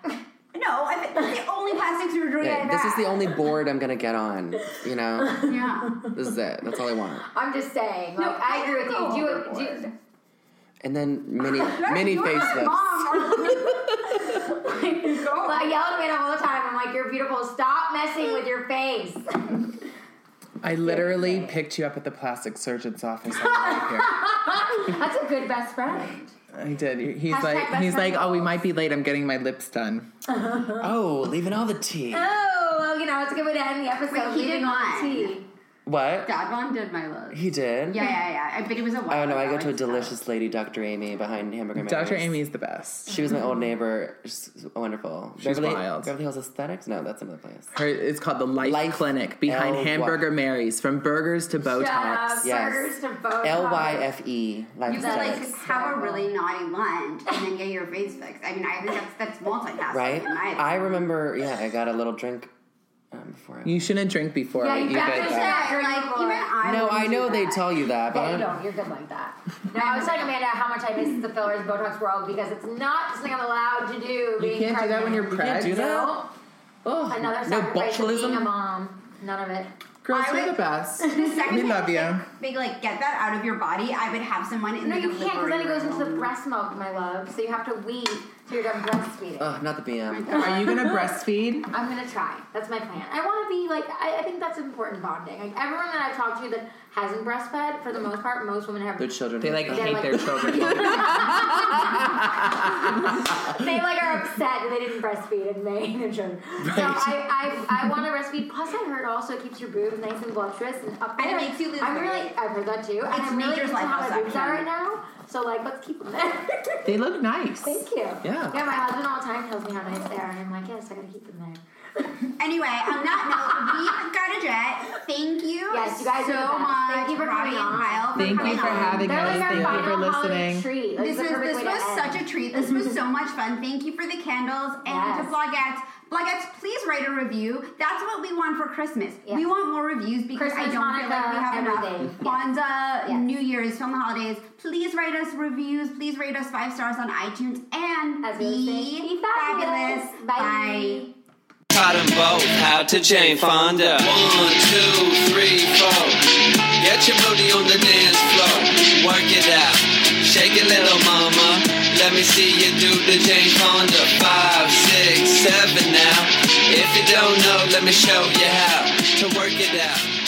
Speaker 2: Lauren.
Speaker 1: No, I think that's the only plastic surgery
Speaker 3: Hey,
Speaker 1: I've
Speaker 3: this is
Speaker 1: had.
Speaker 3: the only board I'm gonna get on. You know,
Speaker 1: Yeah.
Speaker 3: this is it. That's all I want.
Speaker 2: I'm just saying. Like,
Speaker 1: No,
Speaker 2: I agree with
Speaker 1: go
Speaker 2: you. Do you, do
Speaker 1: overboard.
Speaker 2: you,
Speaker 3: And then mini mini
Speaker 1: You're my
Speaker 3: facelifts.
Speaker 1: mom.
Speaker 2: Well, I yell at Amanda all the time. I'm like, you're beautiful. Stop messing with your face.
Speaker 5: I literally picked you up at the plastic surgeon's office. on the way here.
Speaker 2: That's a good best friend.
Speaker 5: I did. He's
Speaker 2: Hashtag
Speaker 5: like,
Speaker 2: best
Speaker 5: he's
Speaker 2: friend
Speaker 5: like, oh, we might be late. I'm getting my lips done.
Speaker 3: Oh, leaving all the tea.
Speaker 2: Oh, well, you know, it's a good way to end the episode.
Speaker 1: Wait, he
Speaker 2: Leaving
Speaker 1: did
Speaker 2: all the
Speaker 1: mine.
Speaker 2: tea.
Speaker 3: What?
Speaker 1: Dad Von did my love.
Speaker 3: He did.
Speaker 1: Yeah, yeah, yeah. I bet it was a while.
Speaker 3: Oh no, I
Speaker 1: ago.
Speaker 3: go to a
Speaker 1: It's tough.
Speaker 3: delicious lady, Dr. Amy, behind Hamburger Mary's.
Speaker 5: Dr. Amy is the best.
Speaker 3: She was my old neighbor. She's wonderful.
Speaker 5: She's
Speaker 3: Beverly,
Speaker 5: wild.
Speaker 3: Beverly Hills Aesthetics? No, that's another place.
Speaker 5: Her, it's called the Life,
Speaker 3: Life-
Speaker 5: Clinic behind
Speaker 3: Oh,
Speaker 5: Hamburger Mary's, from burgers to Botox.
Speaker 2: Shut up.
Speaker 3: Yes.
Speaker 2: Burgers to Botox.
Speaker 3: L Y F E. Life
Speaker 1: You could like
Speaker 3: Aesthetics.
Speaker 1: have a really naughty lunch and then get your face fixed. I mean, I think that's that's multitasking.
Speaker 3: Right?
Speaker 1: In my
Speaker 3: I remember, yeah, I got a little drink um, before I.
Speaker 5: You shouldn't drink before
Speaker 2: Yeah, you
Speaker 5: you
Speaker 2: got
Speaker 5: get
Speaker 2: this
Speaker 5: that.
Speaker 1: Yeah, like even I.
Speaker 3: no,
Speaker 1: wouldn't
Speaker 3: I
Speaker 1: do
Speaker 3: know they
Speaker 1: that.
Speaker 3: tell you that,
Speaker 2: Yeah, you
Speaker 3: but.
Speaker 2: don't. You're good like that. No, I was telling Amanda how much I miss the fillers, Botox, we're all because it's not something I'm allowed to do.
Speaker 5: You
Speaker 2: being
Speaker 5: can't do that when you're Oh,
Speaker 2: pregnant.
Speaker 5: pregnant.
Speaker 3: do that?
Speaker 2: No.
Speaker 5: Ugh.
Speaker 2: Another
Speaker 3: No
Speaker 2: sacrifice of being a
Speaker 3: botulism?
Speaker 2: mom. None of it.
Speaker 5: Girls,
Speaker 1: I
Speaker 5: you're
Speaker 1: would-
Speaker 5: the best.
Speaker 1: The second
Speaker 5: We
Speaker 1: time
Speaker 5: love
Speaker 1: they-
Speaker 5: you.
Speaker 1: They like get that out of your body. I would have someone in
Speaker 2: No,
Speaker 1: the
Speaker 2: you can't because then it
Speaker 1: delivery
Speaker 2: goes into the
Speaker 1: room.
Speaker 2: breast milk, my love. So you have to wait Dude, I'm breastfeeding.
Speaker 3: Ugh, not the BM.
Speaker 5: Are you gonna breastfeed?
Speaker 2: I'm gonna try. That's my plan. I want to be like. I, I think that's important bonding. Like everyone that I've talked to that hasn't breastfed, for the most part, most women have.
Speaker 3: Their children.
Speaker 5: They like
Speaker 3: hate
Speaker 5: hate
Speaker 2: like-
Speaker 5: their children.
Speaker 2: They like are upset that they didn't breastfeed and they their children. So I, I, I want to breastfeed. Plus, I heard also it keeps your boobs nice and voluptuous and up
Speaker 1: And it
Speaker 2: there.
Speaker 1: makes you lose
Speaker 2: I'm
Speaker 1: weight.
Speaker 2: really. I've heard that too. And
Speaker 1: It's
Speaker 2: I'm really
Speaker 1: nature's
Speaker 2: into how
Speaker 1: lighthouse
Speaker 2: my boobs are right
Speaker 1: action.
Speaker 2: now. So like, let's keep them there.
Speaker 5: they look nice.
Speaker 2: Thank you.
Speaker 3: Yeah.
Speaker 2: Yeah, my husband all the time tells me how nice they are, and I'm like, yes, I gotta keep them there.
Speaker 1: Anyway, on that note, we've got a jet. Thank you.
Speaker 2: Yes, you guys
Speaker 1: so
Speaker 2: are the best.
Speaker 1: much,
Speaker 2: Thank you for
Speaker 1: Robbie
Speaker 2: coming
Speaker 1: and
Speaker 2: on.
Speaker 1: Kyle, for
Speaker 5: Thank you
Speaker 1: coming
Speaker 5: for
Speaker 1: on.
Speaker 5: having
Speaker 2: They're like
Speaker 5: guys,
Speaker 2: our
Speaker 5: thank you
Speaker 2: final
Speaker 5: for
Speaker 2: holiday
Speaker 5: listening.
Speaker 2: treat. Like,
Speaker 1: This
Speaker 2: the
Speaker 1: was
Speaker 2: perfect
Speaker 1: this
Speaker 2: way to
Speaker 1: was
Speaker 2: end.
Speaker 1: such a treat. This was so much fun. Thank you for the candles and to
Speaker 2: Yes.
Speaker 1: blogettes. Blogettes, please write a review. That's what we want for Christmas.
Speaker 2: Yes.
Speaker 1: We want more reviews because I
Speaker 2: Christmas,
Speaker 1: don't feel like we
Speaker 2: Hanukkah,
Speaker 1: have
Speaker 2: everything.
Speaker 1: enough. Kwanzaa,
Speaker 2: Yes.
Speaker 1: New Year's, film holidays. Please write us reviews. Please rate us five stars on iTunes and
Speaker 2: As we
Speaker 1: be,
Speaker 2: say, be fabulous.
Speaker 1: Bye.
Speaker 2: Bye.
Speaker 6: Caught 'em both, how to Jane Fonda. One, two, three, four. Get your booty on the dance floor. Work it out. Shake it, little mama. Let me see you do the Jane Fonda. Five, six, seven now. If you don't know, let me show you how to work it out.